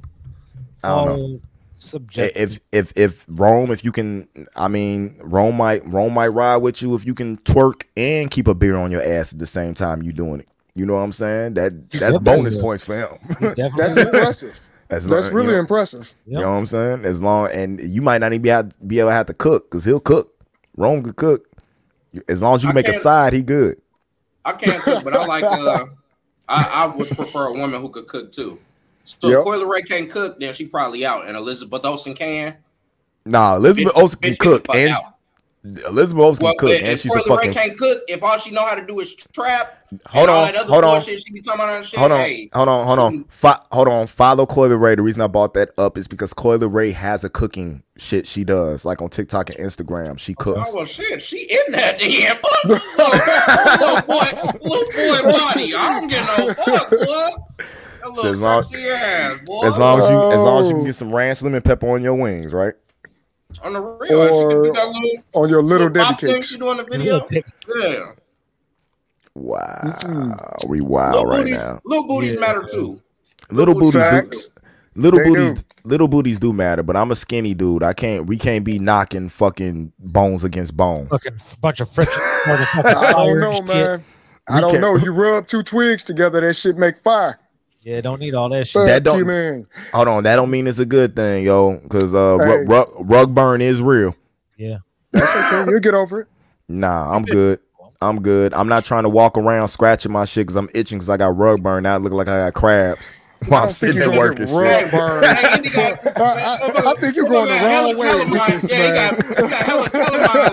Speaker 2: I don't know.
Speaker 1: All
Speaker 2: I-
Speaker 1: Subjective.
Speaker 2: if if if Rome, if you can, I mean, Rome might Rome might ride with you if you can twerk and keep a beer on your ass at the same time you doing it. You know what I'm saying? That that's
Speaker 1: Yep, that's
Speaker 2: bonus
Speaker 1: it.
Speaker 2: points for him. [laughs]
Speaker 1: Definitely.
Speaker 4: That's impressive.
Speaker 2: As
Speaker 4: That's
Speaker 2: long-
Speaker 4: really
Speaker 2: you know,
Speaker 4: impressive.
Speaker 2: you know what I'm saying. As long and you might not even be, out, be able to have to cook because he'll cook. Rome could cook as long as you
Speaker 3: I
Speaker 2: can make a
Speaker 3: can't-
Speaker 2: side. He good.
Speaker 3: I can't cook, but I like.
Speaker 2: [laughs]
Speaker 3: Uh, I, I would prefer a woman who could cook too. So
Speaker 4: Yep.
Speaker 3: if Coyle Ray can't cook, then she probably out, and Elizabeth Olsen can.
Speaker 2: Nah, Elizabeth Olsen can
Speaker 3: Bitch, get the
Speaker 2: cook
Speaker 3: fuck
Speaker 2: and
Speaker 3: out.
Speaker 2: Elizabeth Olsen
Speaker 3: well,
Speaker 2: can cook
Speaker 3: if,
Speaker 2: and
Speaker 3: if
Speaker 2: she's a
Speaker 3: Coyle
Speaker 2: fucking
Speaker 3: Ray can't cook, if all she know how to do is trap, and
Speaker 2: Hold
Speaker 3: all
Speaker 2: on,
Speaker 3: that other
Speaker 2: hold on.
Speaker 3: bullshit she be talking about. That shit,
Speaker 2: hold on,
Speaker 3: hey,
Speaker 2: hold on, hold on,
Speaker 3: shouldn't-
Speaker 2: Fo- hold on. Follow Coyle Ray. The reason I bought that up is because Coyle Ray has a cooking shit she does, like on TikTok and Instagram. She cooks.
Speaker 3: Oh well, shit, she in
Speaker 2: [laughs]
Speaker 3: that damn. little boy, little boy body. I don't get
Speaker 2: [laughs]
Speaker 3: no fuck, boy. That
Speaker 2: So
Speaker 3: little
Speaker 2: as long-
Speaker 3: sexy ass, boy.
Speaker 2: As long as you, as long as you
Speaker 4: Oh.
Speaker 2: can get some ranch lemon pepper on your wings, right?
Speaker 3: on the real, she can do that little,
Speaker 4: On your
Speaker 3: little
Speaker 4: little Debbie
Speaker 3: pop thing she
Speaker 4: cakes.
Speaker 3: do in the
Speaker 2: [laughs]
Speaker 3: video. Yeah.
Speaker 2: Wow,
Speaker 4: Mm-mm.
Speaker 2: we wow
Speaker 3: Little
Speaker 2: right
Speaker 3: booties,
Speaker 2: now.
Speaker 3: little booties
Speaker 1: Yeah.
Speaker 3: matter too.
Speaker 2: Little
Speaker 3: booties
Speaker 2: booties,
Speaker 4: Facts.
Speaker 2: do, little
Speaker 4: They
Speaker 2: booties,
Speaker 4: do.
Speaker 2: little booties do matter. But I'm a skinny dude. I can't. We can't be knocking fucking bones against bones.
Speaker 1: Fucking bunch of friction.
Speaker 4: I don't know, man. I
Speaker 2: We
Speaker 4: don't
Speaker 2: can't- [laughs]
Speaker 4: know. You rub two twigs together, that shit make fire.
Speaker 1: Yeah, don't need all that shit.
Speaker 4: Fuck
Speaker 2: That don't-
Speaker 4: you, man.
Speaker 2: Hold on, that don't mean it's a good thing, yo. Because uh,
Speaker 4: Hey.
Speaker 2: rug, rug, rug burn is real.
Speaker 4: That's okay. You'll get over it.
Speaker 2: Nah, I'm good. I'm good. I'm not trying to walk around scratching my shit because I'm itching because I got rug burn. Now I look like I got crabs [laughs] while
Speaker 4: I
Speaker 2: I'm
Speaker 4: don't think
Speaker 2: sitting
Speaker 4: you're
Speaker 2: there
Speaker 4: gonna
Speaker 2: working.
Speaker 4: get rug
Speaker 2: Shit.
Speaker 4: burn.
Speaker 3: Hey, Indy
Speaker 2: [laughs]
Speaker 3: got-
Speaker 4: I, I- I think you're going the wrong way with this,
Speaker 3: yeah, he
Speaker 4: man.
Speaker 3: got- he got hella- hella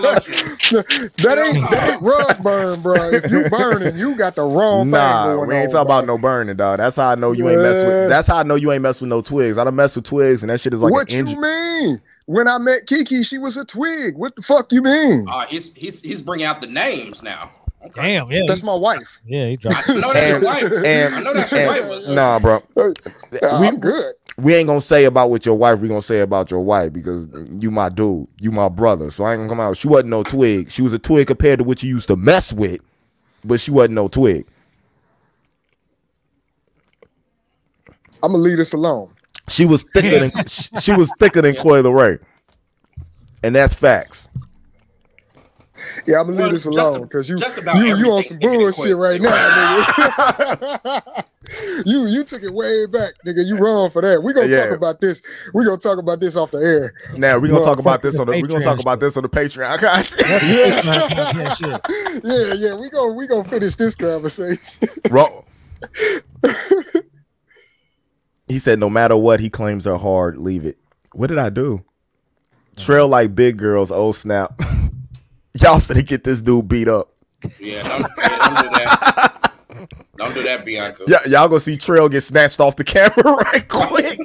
Speaker 2: [laughs]
Speaker 3: lotion.
Speaker 4: [laughs] That ain't that ain't rug burn, bro. If you burning, you got the wrong thing
Speaker 2: Nah,
Speaker 4: going
Speaker 2: we ain't
Speaker 4: on,
Speaker 2: talking about
Speaker 4: bruh.
Speaker 2: no burning, dog. That's how I know you ain't mess
Speaker 4: Yeah.
Speaker 2: with. That's how I know you ain't mess with no twigs. I done mess with twigs, and that shit is like
Speaker 4: what
Speaker 2: an engine.
Speaker 4: you mean? When I met Kiki, she was a twig. What the fuck you mean?
Speaker 3: Oh, he's he's he's bringing out the names now. Okay.
Speaker 1: Damn. Yeah.
Speaker 4: That's my wife.
Speaker 1: yeah. He dropped.
Speaker 3: [laughs] I know that's your
Speaker 2: And-
Speaker 3: wife.
Speaker 2: and-
Speaker 3: I know that's your wife.
Speaker 2: And,
Speaker 3: Elizabeth.
Speaker 2: nah,
Speaker 4: Uh,
Speaker 2: bro.
Speaker 4: I'm good.
Speaker 2: we ain't gonna say about what your wife. We gonna say about your wife because you my dude, you my brother. So I ain't gonna come out. She wasn't no twig. She was a twig compared to what you used to mess with, but she wasn't no twig.
Speaker 4: I'm gonna leave this alone.
Speaker 2: She was
Speaker 1: [laughs]
Speaker 2: thicker than she was thicker than Coil Ray, and that's facts.
Speaker 4: Yeah, I'm gonna
Speaker 3: Well,
Speaker 4: leave this
Speaker 3: just
Speaker 4: alone
Speaker 3: ab-
Speaker 4: because you
Speaker 3: just about
Speaker 4: you, you on
Speaker 3: everything's
Speaker 4: some
Speaker 3: taken in
Speaker 4: bullshit
Speaker 3: Quail.
Speaker 4: right now, nigga. [laughs] you you took it way back, nigga. You wrong for that. We gonna
Speaker 2: Yeah.
Speaker 4: talk about this. We gonna talk about this off the air. [laughs]
Speaker 2: Now we're gonna
Speaker 4: Well,
Speaker 2: talk about this
Speaker 1: the
Speaker 2: on the we're gonna talk
Speaker 1: Patreon.
Speaker 2: about this on the Patreon. [laughs] Okay.
Speaker 1: yeah. yeah, shit.
Speaker 4: Yeah, yeah. We gonna we gonna finish this conversation. [laughs]
Speaker 2: [laughs] Ro- he said, "No matter what, he claims are hard. Leave it. What did I do? Trail like big girls. Oh snap! [laughs] Y'all finna get this dude beat up.
Speaker 3: Yeah, don't, yeah, don't do that. Don't do that, Bianca.
Speaker 2: Y- y'all gonna see Trail get snatched off the [laughs] camera right quick.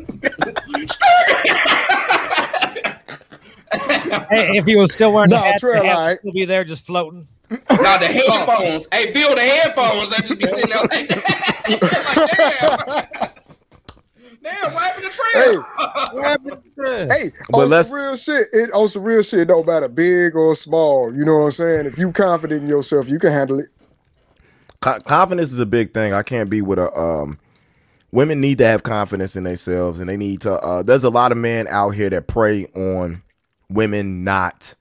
Speaker 1: Hey, if he was still wearing
Speaker 4: Nah,
Speaker 1: the hat,
Speaker 4: Trail,
Speaker 1: the hat would
Speaker 4: alright.
Speaker 1: still be there just floating.
Speaker 3: Now the headphones. Hey, Bill, the headphones. They just be sitting there like that. [laughs] like, damn. damn, what happened to Trey?
Speaker 4: hey,
Speaker 2: But
Speaker 4: on
Speaker 2: let's-
Speaker 4: some real shit. It on some real shit. No matter big or small. You know what I'm saying? If you confident in yourself, you can handle it. [laughs]
Speaker 2: Co- confidence is a big thing. I can't be with a um. Women need to have confidence in themselves, and they need to. Uh, there's a lot of men out here that prey on women not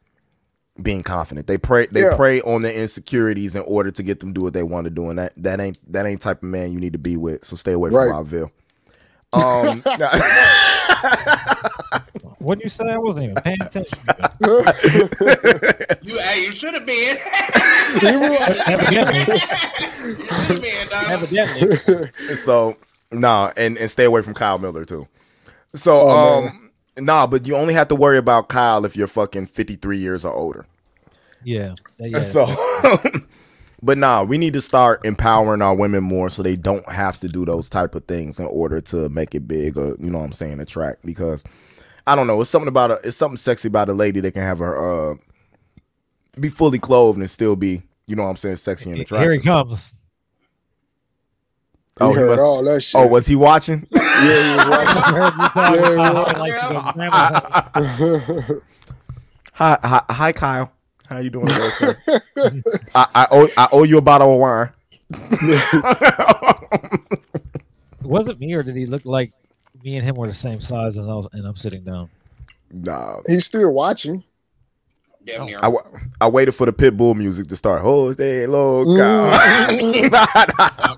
Speaker 2: being confident. They prey they
Speaker 4: Yeah.
Speaker 2: prey on their insecurities in order to get them to do what they want to do, and that that ain't that ain't type of man you need to be with. So stay away
Speaker 4: Right.
Speaker 2: from Robbville.
Speaker 4: [laughs]
Speaker 2: Um,
Speaker 1: What do you say? I wasn't even paying attention.
Speaker 3: [laughs] You, hey, you should have been. [laughs]
Speaker 1: Evidently,
Speaker 3: you should have been, dog.
Speaker 1: [laughs] evidently.
Speaker 2: [laughs] so nah, and and stay away from Kyle Miller too. So
Speaker 4: Oh, man.
Speaker 2: um, nah, but you only have to worry about Kyle if you're fucking 53 years or older.
Speaker 1: Yeah, yeah.
Speaker 2: So, [laughs] but nah, we need to start empowering our women more so they don't have to do those type of things in order to make it big or you know what I'm saying attract because I don't know it's something about a it's something sexy about a lady that can have her uh be fully clothed and still be you know what I'm saying sexy and
Speaker 1: Here he
Speaker 2: attractive.
Speaker 1: comes.
Speaker 4: You
Speaker 2: [laughs] Oh, he
Speaker 4: heard
Speaker 2: must-
Speaker 4: all that shit.
Speaker 2: Oh, was he watching?
Speaker 4: yeah, you was right.
Speaker 1: I heard you talking
Speaker 4: Yeah,
Speaker 1: about
Speaker 4: yeah.
Speaker 1: how I like to go grandma hunting.
Speaker 2: Hi, hi, hi Kyle. How you doing, bro, sir? [laughs] I, I owe I owe you a bottle of [laughs] wine.
Speaker 1: [laughs] Was it me or did he look like me and him were the same size and I was and I'm sitting down?
Speaker 2: Nah,
Speaker 4: [laughs] He's still watching.
Speaker 3: Damn near.
Speaker 2: I, wa- I waited for the pit bull music to start. Oh, stay low,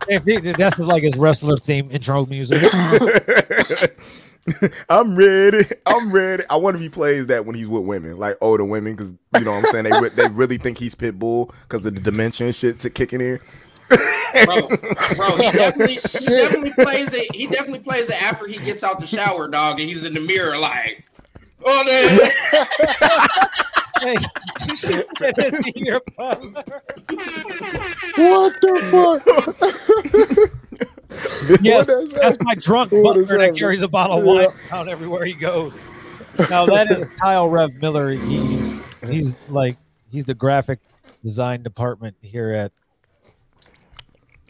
Speaker 1: If he, that's like his wrestler theme intro [laughs] music.
Speaker 2: I'm ready. I'm ready. I wonder if he plays that when he's with women, like older women, because you know what I'm saying they re- they really think he's pit bull because of the dimension shit to kicking in.
Speaker 3: bro, bro, he definitely, he
Speaker 4: Shit.
Speaker 3: definitely plays it. He definitely plays it after he gets out the shower, dog, and he's in the mirror like, oh, [laughs] man.
Speaker 1: Hey, [laughs] you should put this in your butler.
Speaker 4: What the fuck?
Speaker 1: Yes,
Speaker 4: is that?
Speaker 1: that's my drunk
Speaker 4: What
Speaker 1: butler
Speaker 4: is that?
Speaker 1: that carries a bottle of wine out everywhere he goes. Now that is Kyle Rev Miller. He, he's like he's the graphic design department here at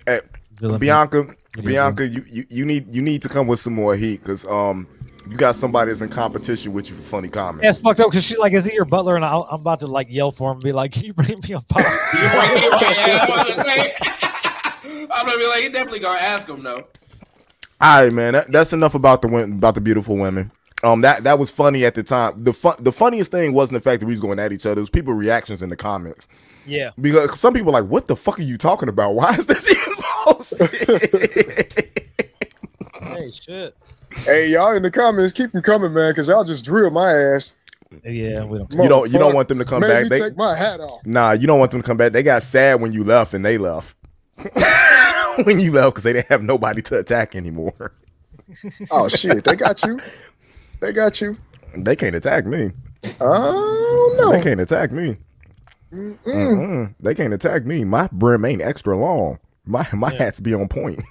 Speaker 2: Hey,
Speaker 1: Villanova.
Speaker 2: Bianca,
Speaker 1: Yeah.
Speaker 2: Bianca, you, you you need you need to come with some more heat because um you got somebody that's in competition with you for funny
Speaker 1: Yeah,
Speaker 2: comments.
Speaker 1: it's fucked up because she's like, "Is it your butler?" And I'll, I'm about to like yell for him and be like, [laughs] "Can you bring me a pop?"
Speaker 3: You're right, you're right. Yeah, I'm about to say. [laughs] I'm gonna be like, he definitely gonna ask him though.
Speaker 2: All right, man. That, that's enough about the women, about the beautiful women. Um, that that was funny at the time. The fun, the funniest thing wasn't the fact that we was going at each other. It was people reactions in the comments
Speaker 1: [laughs] yeah,
Speaker 2: because some people were like, "What the fuck are you talking about? Why is this [laughs] even posted?"
Speaker 1: hey, shit.
Speaker 4: Hey, y'all in the comments, keep them coming, man, because y'all just drill my ass.
Speaker 1: Yeah, we don't.
Speaker 2: You don't- you don't want them to
Speaker 4: Motherfuckers
Speaker 2: come
Speaker 4: made
Speaker 2: back.
Speaker 4: me
Speaker 2: They-
Speaker 4: take my hat off.
Speaker 2: nah, you don't want them to come back. They got sad when you left, and they left [laughs] when you left because they didn't have nobody to attack anymore.
Speaker 4: Oh shit, they got you. They got you.
Speaker 2: They can't attack me.
Speaker 4: Oh Mm.
Speaker 2: They
Speaker 4: no.
Speaker 2: can't attack me. Mm-mm. They can't attack me. My brim ain't extra long. My my hats be on point.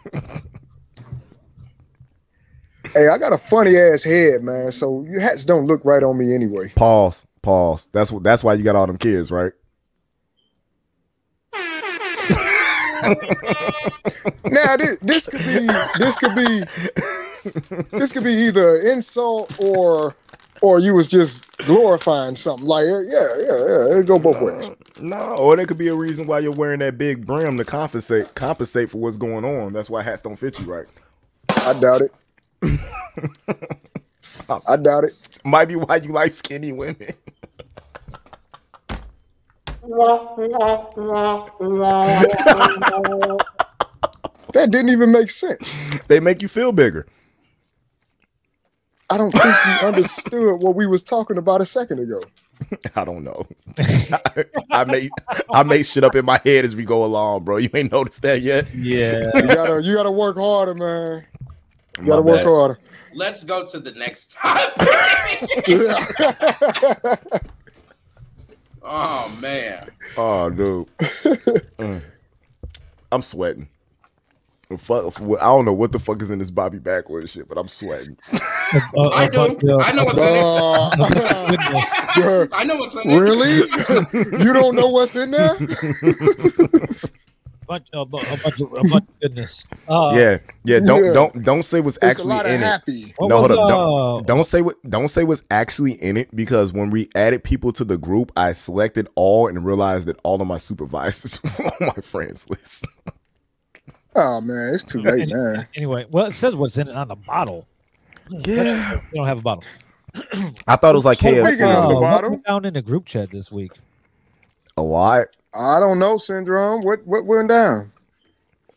Speaker 4: Hey, I got a funny ass head, man. So your hats don't look right on me anyway.
Speaker 2: Pause. Pause. That's what. That's why you got all them kids, right?
Speaker 4: Now this, this could be this could be this could be either insult or or you was just glorifying something. Like yeah, yeah, yeah, yeah. It go both ways.
Speaker 2: No, or there could be a reason why you're wearing that big brim to compensate compensate for what's going on. That's why hats don't fit you right.
Speaker 4: I doubt it.
Speaker 2: [laughs]
Speaker 4: I doubt it.
Speaker 2: Might be why you like skinny women. [laughs]
Speaker 4: That didn't even make sense.
Speaker 2: They make you feel bigger.
Speaker 4: I don't think you understood what we was talking about a second ago.
Speaker 2: I don't know. [laughs] I, made I made shit up in my head as we go along, bro. You ain't noticed that yet.
Speaker 1: [laughs] Yeah.
Speaker 4: You gotta, you gotta work harder, man. You gotta
Speaker 2: My
Speaker 4: work
Speaker 2: bad.
Speaker 4: harder.
Speaker 3: Let's go to the next topic. [laughs]
Speaker 2: [laughs]
Speaker 4: [laughs] Yeah.
Speaker 3: oh man,
Speaker 2: Oh, dude.
Speaker 4: [laughs]
Speaker 2: Mm. I'm sweating. The Fuck, I don't know what the fuck is in this Bobby Backward shit, but I'm sweating.
Speaker 1: Uh,
Speaker 3: I
Speaker 1: uh,
Speaker 3: do.
Speaker 1: but, uh,
Speaker 3: I know what's in
Speaker 4: Uh,
Speaker 1: goodness.
Speaker 4: yeah.
Speaker 3: it. I know what's in it.
Speaker 4: really? you don't know what's in there?
Speaker 1: bunch, a, bu- a bunch of, a bunch of goodness. Uh,
Speaker 2: yeah, yeah. Don't
Speaker 4: Yeah.
Speaker 2: don't don't say what's
Speaker 4: It's a
Speaker 2: actually
Speaker 4: lot of
Speaker 2: in it.
Speaker 4: happy.
Speaker 1: What
Speaker 2: No,
Speaker 1: was,
Speaker 2: hold
Speaker 1: uh,
Speaker 2: up. Don't, don't say what don't say what's actually in it because when we added people to the group, I selected all and realized that all of my supervisors [laughs] were on my friends list.
Speaker 4: Oh man, it's too late, man.
Speaker 1: Anyway, well, it says what's in it on the bottle.
Speaker 2: Yeah.
Speaker 1: We don't have a bottle.
Speaker 2: I thought it was like
Speaker 4: So we got
Speaker 2: KFC.
Speaker 4: the
Speaker 1: uh, what
Speaker 4: bottle?
Speaker 1: went down in the group chat this week.
Speaker 2: Uh, A lot.
Speaker 4: I don't know, syndrome. What what went down?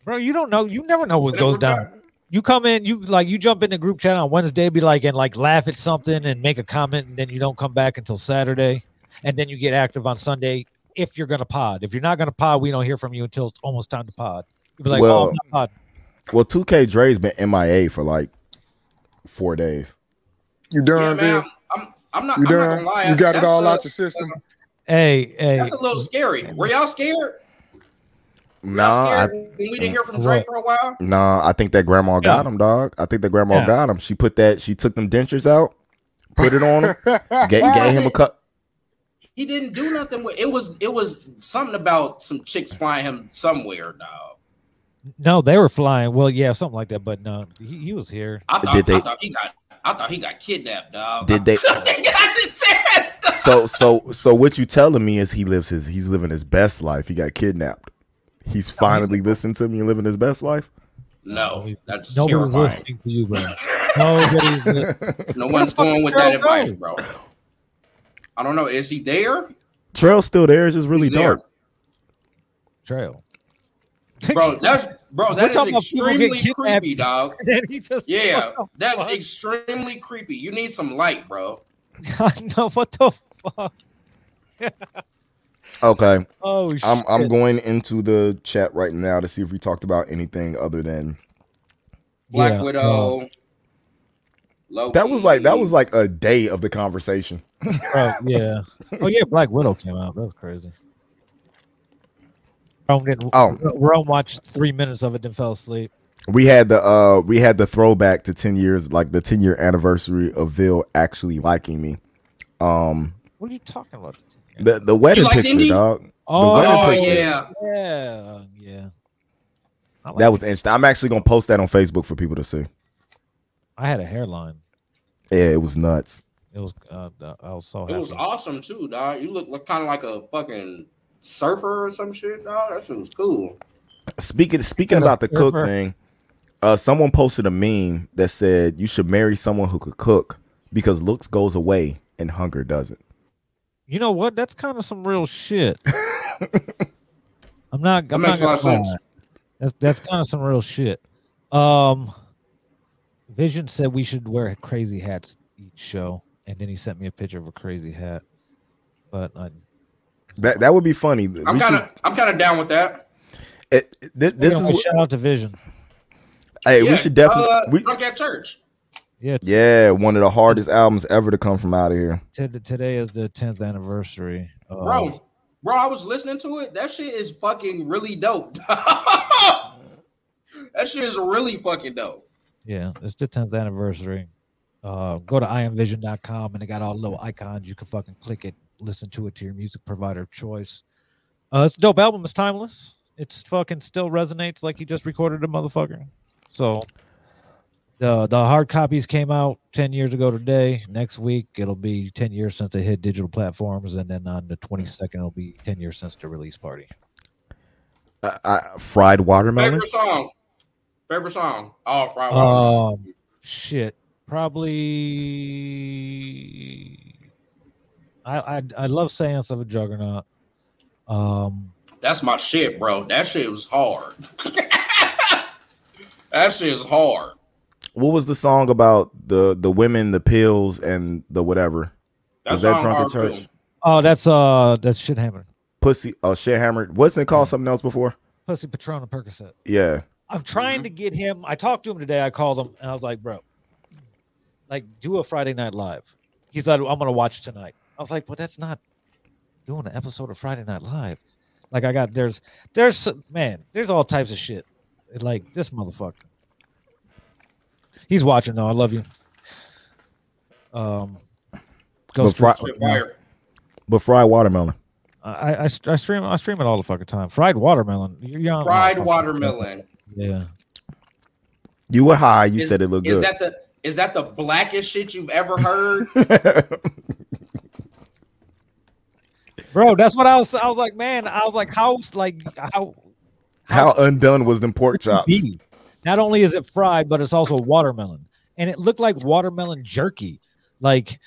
Speaker 1: Bro, you don't know. You never know what goes down. You come in, you like you jump in the group chat on Wednesday, be like and like laugh at something and make a comment, and then you don't come back until Saturday, and then you get active on Sunday if you're gonna pod. If you're not gonna pod, we don't hear from you until it's almost time to pod. You be like,
Speaker 2: Well-
Speaker 1: oh, I'm not pod.
Speaker 2: Well, 2K Dre's been MIA for like four days.
Speaker 4: You
Speaker 3: Yeah, man,
Speaker 4: done, Bill?
Speaker 3: I'm, I'm, I'm not.
Speaker 4: You
Speaker 3: I'm not
Speaker 4: done?
Speaker 3: gonna lie.
Speaker 4: You got it
Speaker 3: That's
Speaker 4: all
Speaker 3: a-
Speaker 4: out
Speaker 3: [laughs]
Speaker 4: your system.
Speaker 1: Hey, hey,
Speaker 3: That's a little scary. Were y'all scared? Y'all
Speaker 2: Nah,
Speaker 3: scared
Speaker 2: I,
Speaker 3: when we didn't hear from
Speaker 1: What?
Speaker 3: Drake for a while?
Speaker 2: nah. I think that grandma got him, dog. I think that grandma
Speaker 1: Yeah.
Speaker 2: got him. She put that. She took them dentures out, put it on him, gave, gave
Speaker 4: [laughs]
Speaker 2: him a cup.
Speaker 3: He didn't do nothing with it. Was it was something about some chicks flying him somewhere? Dog.
Speaker 1: no, they were flying. Well, yeah, something like that, but no, he, he was here.
Speaker 3: I thought,
Speaker 2: Did they-
Speaker 3: I thought he got. I thought he got kidnapped, dog.
Speaker 2: Did they-
Speaker 3: [laughs] they got his ass.
Speaker 2: So, so, so, what you telling me is he lives his. He's living his best life. He got kidnapped.
Speaker 3: Oh,
Speaker 2: He's finally listened to me and living his best life.
Speaker 3: No, that's
Speaker 1: Nobody's
Speaker 3: terrifying.
Speaker 1: listening to you,
Speaker 3: [laughs]
Speaker 1: bro. Nobody's li-
Speaker 3: No one's going with that advice, bro. I don't know. Is he there?
Speaker 2: Trail's still there. It's just really
Speaker 3: He's there.
Speaker 2: dark.
Speaker 1: trail.
Speaker 3: bro. That's bro. That
Speaker 1: talking
Speaker 3: is
Speaker 1: about people getting
Speaker 3: extremely
Speaker 1: kidnapped.
Speaker 3: creepy, dog.
Speaker 1: [laughs] Then he just
Speaker 3: Yeah,
Speaker 1: What the
Speaker 3: that's
Speaker 1: fuck?
Speaker 3: extremely creepy. You need some light, bro.
Speaker 1: [laughs] I know what the fuck.
Speaker 2: Okay,
Speaker 1: Oh shit.
Speaker 2: I'm I'm going into the chat right now to see if we talked about anything other than
Speaker 3: Black
Speaker 1: Yeah, uh,
Speaker 3: Widow. Loki.
Speaker 2: that was like that was like a day of the conversation.
Speaker 1: bro, yeah. [laughs] Oh yeah, Black Widow came out. That was crazy. Rome didn't.
Speaker 2: Oh.
Speaker 1: Rome watched three minutes of it, then fell asleep.
Speaker 2: We had the uh we had the throwback to ten years, like the ten year anniversary of Ville actually liking me. Um
Speaker 1: What are you talking about?
Speaker 2: the the wedding
Speaker 3: You liked
Speaker 2: picture,
Speaker 3: Indy?
Speaker 2: dog.
Speaker 1: oh
Speaker 2: wedding
Speaker 3: Oh
Speaker 2: picture.
Speaker 3: yeah,
Speaker 1: yeah, yeah. I, like
Speaker 2: That was interesting. I'm actually gonna post that on Facebook for people to see.
Speaker 1: it. I had a hairline.
Speaker 2: Yeah, it was nuts.
Speaker 1: It was. Uh, I was so
Speaker 3: it was
Speaker 1: happy.
Speaker 3: awesome too, dog. You look kind of like a fucking surfer or some shit, dog. That shit was cool.
Speaker 2: Speaking speaking
Speaker 1: Kind of
Speaker 2: about the cook
Speaker 1: river.
Speaker 2: thing, uh someone posted a meme that said you should marry someone who could cook because looks goes away and hunger doesn't.
Speaker 1: You know what? That's kind of some real
Speaker 3: [laughs]
Speaker 1: shit. I'm not. I'm
Speaker 3: makes
Speaker 1: not
Speaker 3: a lot of
Speaker 1: gonna lie.
Speaker 3: sense.
Speaker 1: That's that's kind of some real shit. Um, Vision said we should wear crazy hats each show, and then he sent me a picture of a crazy hat. But uh, I,
Speaker 2: That that would be funny.
Speaker 3: I'm
Speaker 2: We
Speaker 3: kind
Speaker 2: should-
Speaker 3: of I'm kind of down with that.
Speaker 2: it- thi- this is
Speaker 1: anyway,
Speaker 2: what-
Speaker 1: shout out to Vision.
Speaker 2: hey,
Speaker 3: Yeah,
Speaker 2: we should definitely
Speaker 3: uh,
Speaker 2: we,
Speaker 3: drunk at church.
Speaker 1: Yeah,
Speaker 2: Yeah, one of the hardest albums ever to come from out of here.
Speaker 1: t- today is the 10th anniversary. of-
Speaker 2: Um,
Speaker 3: Bro, bro, I was listening to it. That shit is fucking really dope. [laughs] that shit is really fucking dope.
Speaker 1: Yeah, it's the 10th anniversary. Uh, go to iamvision.com and they got all the little icons. You can fucking click it, listen to it to your music provider of choice. Uh, it's a dope album. It's timeless. It's fucking still resonates like you just recorded a motherfucker. So the the hard copies came out 10 years ago today. Next week, it'll be 10 years since it hit digital platforms. And then on the 22nd, it'll be 10 years since the release party.
Speaker 3: Uh,
Speaker 2: I, I, fried watermelon. Uh,
Speaker 3: Favorite song. Favorite song. Oh, Friday.
Speaker 1: Um, shit, probably. I I, I love Seance of a Juggernaut. Um,
Speaker 3: That's my shit, bro. That shit was hard. [laughs] that shit is hard.
Speaker 2: What was the song about the the women, the pills, and the whatever?
Speaker 3: That's
Speaker 2: was that
Speaker 3: how
Speaker 2: Drunken
Speaker 3: hard
Speaker 2: Church?
Speaker 3: to-
Speaker 1: oh, that's uh, that's shit hammer.
Speaker 2: Pussy, uh, shit hammered. Wasn't it called something else before?
Speaker 1: Pussy Patron and Percocet.
Speaker 2: Yeah.
Speaker 1: I'm trying
Speaker 2: Mm-hmm.
Speaker 1: to get him. I talked to him today. I called him and I was like, bro, like do a Friday Night Live. He's like, I'm gonna watch tonight. I was like, well, that's not doing an episode of Friday Night Live. Like I got there's there's some- man there's all types of shit. Like this motherfucker. He's watching though. I love you. Um, go
Speaker 2: But Fri-
Speaker 1: stream-
Speaker 3: Shit fire.
Speaker 2: But fried watermelon.
Speaker 1: I, I, I st- I stream I stream it all the fucking time. Fried watermelon. You're young.
Speaker 3: Fried
Speaker 1: motherfucker.
Speaker 3: watermelon.
Speaker 1: Yeah.
Speaker 2: You were high. You
Speaker 3: Is-
Speaker 2: said it looked
Speaker 3: Is
Speaker 2: Oh, good.
Speaker 3: that the is that the blackest shit you've
Speaker 2: [laughs]
Speaker 3: ever heard?
Speaker 1: bro. That's what I was. I was like, man. I was like, how? Like how?
Speaker 2: How undone was them pork
Speaker 1: can it
Speaker 2: chops?
Speaker 1: be? Not only is it fried, but it's also watermelon, and it looked like watermelon jerky. Like,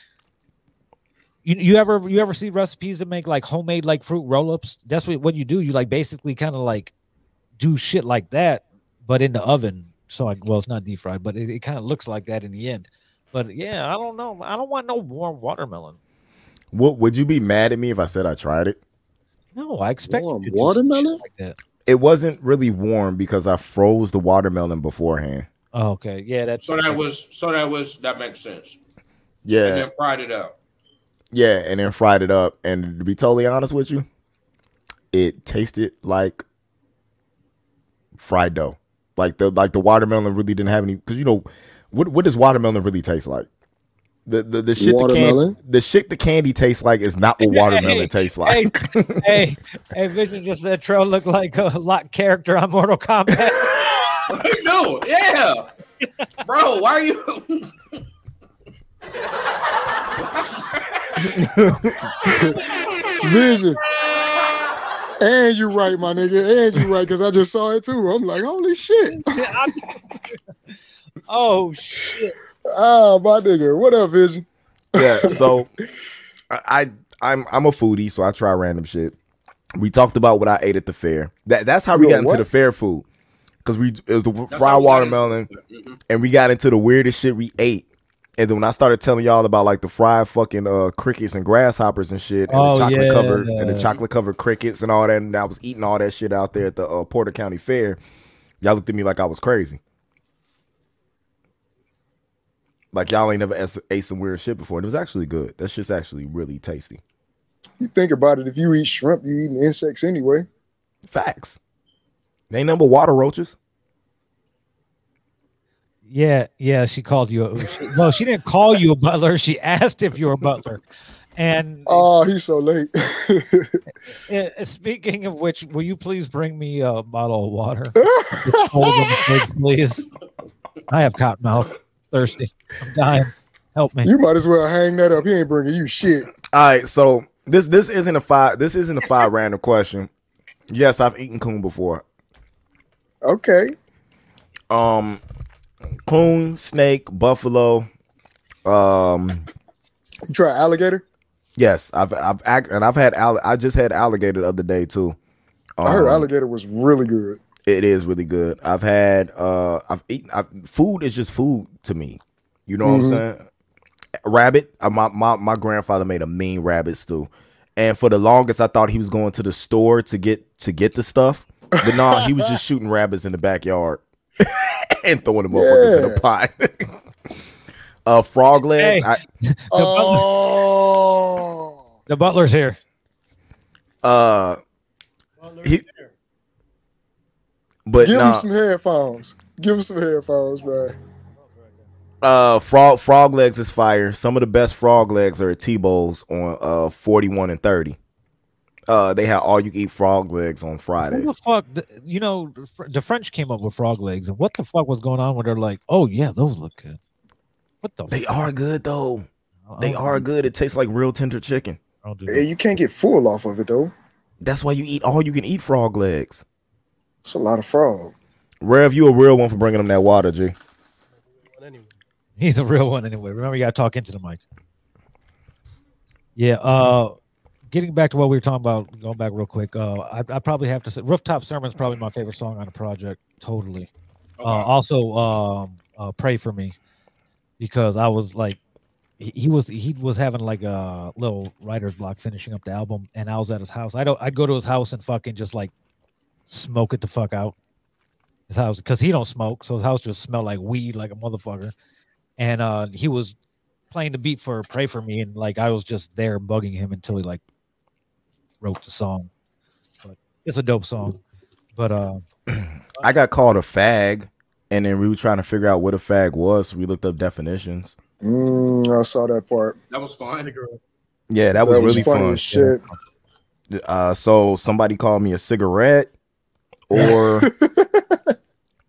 Speaker 1: you you ever you ever see recipes that make like homemade like fruit roll ups? That's what what you do. You like basically kind of like do shit like that, but in the oven. So like, well, it's not deep fried, but it, it kind of looks like that in the end. But yeah, I don't know. I don't want no warm watermelon.
Speaker 2: What would you be mad at me if I said I tried it?
Speaker 1: No, I expect
Speaker 4: Warm
Speaker 1: you to do some shit
Speaker 4: watermelon?
Speaker 1: like that.
Speaker 2: It wasn't really warm because I froze the watermelon beforehand.
Speaker 1: Oh, okay. Yeah, that's
Speaker 3: so that was so that was that makes sense. And
Speaker 2: Yeah,
Speaker 3: then fried it up. [laughs]
Speaker 2: yeah, and then fried it up. And to be totally honest with you, it tasted like fried dough. Like the like the watermelon really didn't have any because you know what what does watermelon really taste like? The the, the shit the, can,
Speaker 4: Watermelon?
Speaker 2: the shit the candy tastes like is not what watermelon
Speaker 1: Hey,
Speaker 2: tastes like.
Speaker 1: hey, hey, Vision just that Trell look like a lot character on Mortal Kombat.
Speaker 3: no, yeah, bro. Why are you?
Speaker 4: Vision. And you right, my nigga. And you right, because I just saw it too. I'm like, holy shit.
Speaker 1: oh shit!
Speaker 4: Ah, my nigga. What up, Vision? [laughs]
Speaker 2: yeah. So I, I I'm I'm a foodie, so I try random shit. We talked about what I ate at the fair. That that's how we
Speaker 4: You a
Speaker 2: got into
Speaker 4: what?
Speaker 2: the fair food. Cause we it was the w-
Speaker 3: That's how
Speaker 2: fried
Speaker 3: we got into-
Speaker 2: watermelon,
Speaker 3: Mm-hmm.
Speaker 2: and we got into the weirdest shit we ate. And then when I started telling y'all about like the fried fucking uh, crickets and grasshoppers and shit, and
Speaker 1: Oh,
Speaker 2: the chocolate
Speaker 1: yeah.
Speaker 2: covered and the chocolate covered crickets and all that, and I was eating all that shit out there at the uh, Porter County Fair, y'all looked at me like I was crazy. Like y'all ain't never ate, ate some weird shit before. And it was actually good. That shit's actually really tasty.
Speaker 4: You think about it. If you eat shrimp, you eating insects anyway.
Speaker 2: Facts. They ain't number water roaches.
Speaker 1: Yeah, yeah. She called you. A, she, well, she didn't call you a butler. She asked if you were a butler. And
Speaker 4: Oh, he's so late. [laughs]
Speaker 1: uh, speaking of which, will you please bring me a bottle of water? It's cold in the fridge, please. I have cotton mouth, thirsty. I'm dying. Help me.
Speaker 4: you might as well hang that up. He ain't bringing you shit.
Speaker 2: All right, so this this isn't a five this isn't a five random question. Yes, I've eaten coon before.
Speaker 4: Okay.
Speaker 2: Um coon, snake, buffalo. Um
Speaker 4: You try alligator?
Speaker 2: yes, I've I've act, and I've had alli- I just had alligator the other day too.
Speaker 4: I heard
Speaker 2: Um,
Speaker 4: alligator was really good.
Speaker 2: It is really good. I've had uh I've eaten I, food is just food to me. You know
Speaker 4: Mhm.
Speaker 2: what I'm saying? Rabbit, uh, my, my my grandfather made a mean rabbit stew. And for the longest I thought he was going to the store to get to get the stuff. But no, he was
Speaker 4: [laughs]
Speaker 2: just shooting rabbits in the backyard [laughs] and throwing them motherfuckers in
Speaker 4: Yeah.
Speaker 2: the pot. [laughs] uh frog legs.
Speaker 1: Hey.
Speaker 2: I,
Speaker 1: butler-
Speaker 4: Oh.
Speaker 1: The butler's here.
Speaker 2: uh he, but
Speaker 4: Give
Speaker 2: nah,
Speaker 4: him some headphones. Give him some headphones, man.
Speaker 2: Uh, frog frog legs is fire. Some of the best frog legs are at T Bowls on uh forty one and thirty. Uh, they have all you eat frog legs on
Speaker 1: Who
Speaker 2: Fridays.
Speaker 1: the fuck? th- You know, the Fr- the French came up with frog legs, and what the fuck was going on when they're like, "Oh yeah, those look good." What the?
Speaker 2: They
Speaker 1: fuck?
Speaker 2: are good though.
Speaker 1: I
Speaker 2: They
Speaker 1: don't
Speaker 2: are
Speaker 1: do-
Speaker 2: good. It tastes like real tender chicken.
Speaker 1: I don't do
Speaker 4: Hey,
Speaker 1: that.
Speaker 4: you can't get full off of it though.
Speaker 2: That's why you eat all you can eat frog legs.
Speaker 4: It's a lot of frog.
Speaker 2: Rev, you a real one for bringing them that water, G.
Speaker 1: He's a real one anyway. Remember, you got to talk into the mic. Yeah. Uh, getting back to what we were talking about, going back real quick. Uh, I, I probably have to say, "Rooftop Sermon" is probably my favorite song on the project. Totally. Uh, also, um, uh, "Pray for Me," because I was like, he, he was he was having like a little writer's block finishing up the album, and I was at his house. I don't. I'd go to his house and fucking just like smoke it the fuck out. His house, because he don't smoke, so his house just smelled like weed, like a motherfucker. And uh, he was playing the beat for "Pray for Me," and like I was just there bugging him until he like wrote the song. But it's a dope song. But uh,
Speaker 2: I got called a fag, and then we were trying to figure out what a fag was. we looked up definitions.
Speaker 4: Mm, I saw that part.
Speaker 3: That was fun.
Speaker 2: Yeah, that was really
Speaker 4: funny
Speaker 2: fun.
Speaker 4: as shit.
Speaker 2: Uh, so somebody called me a cigarette, or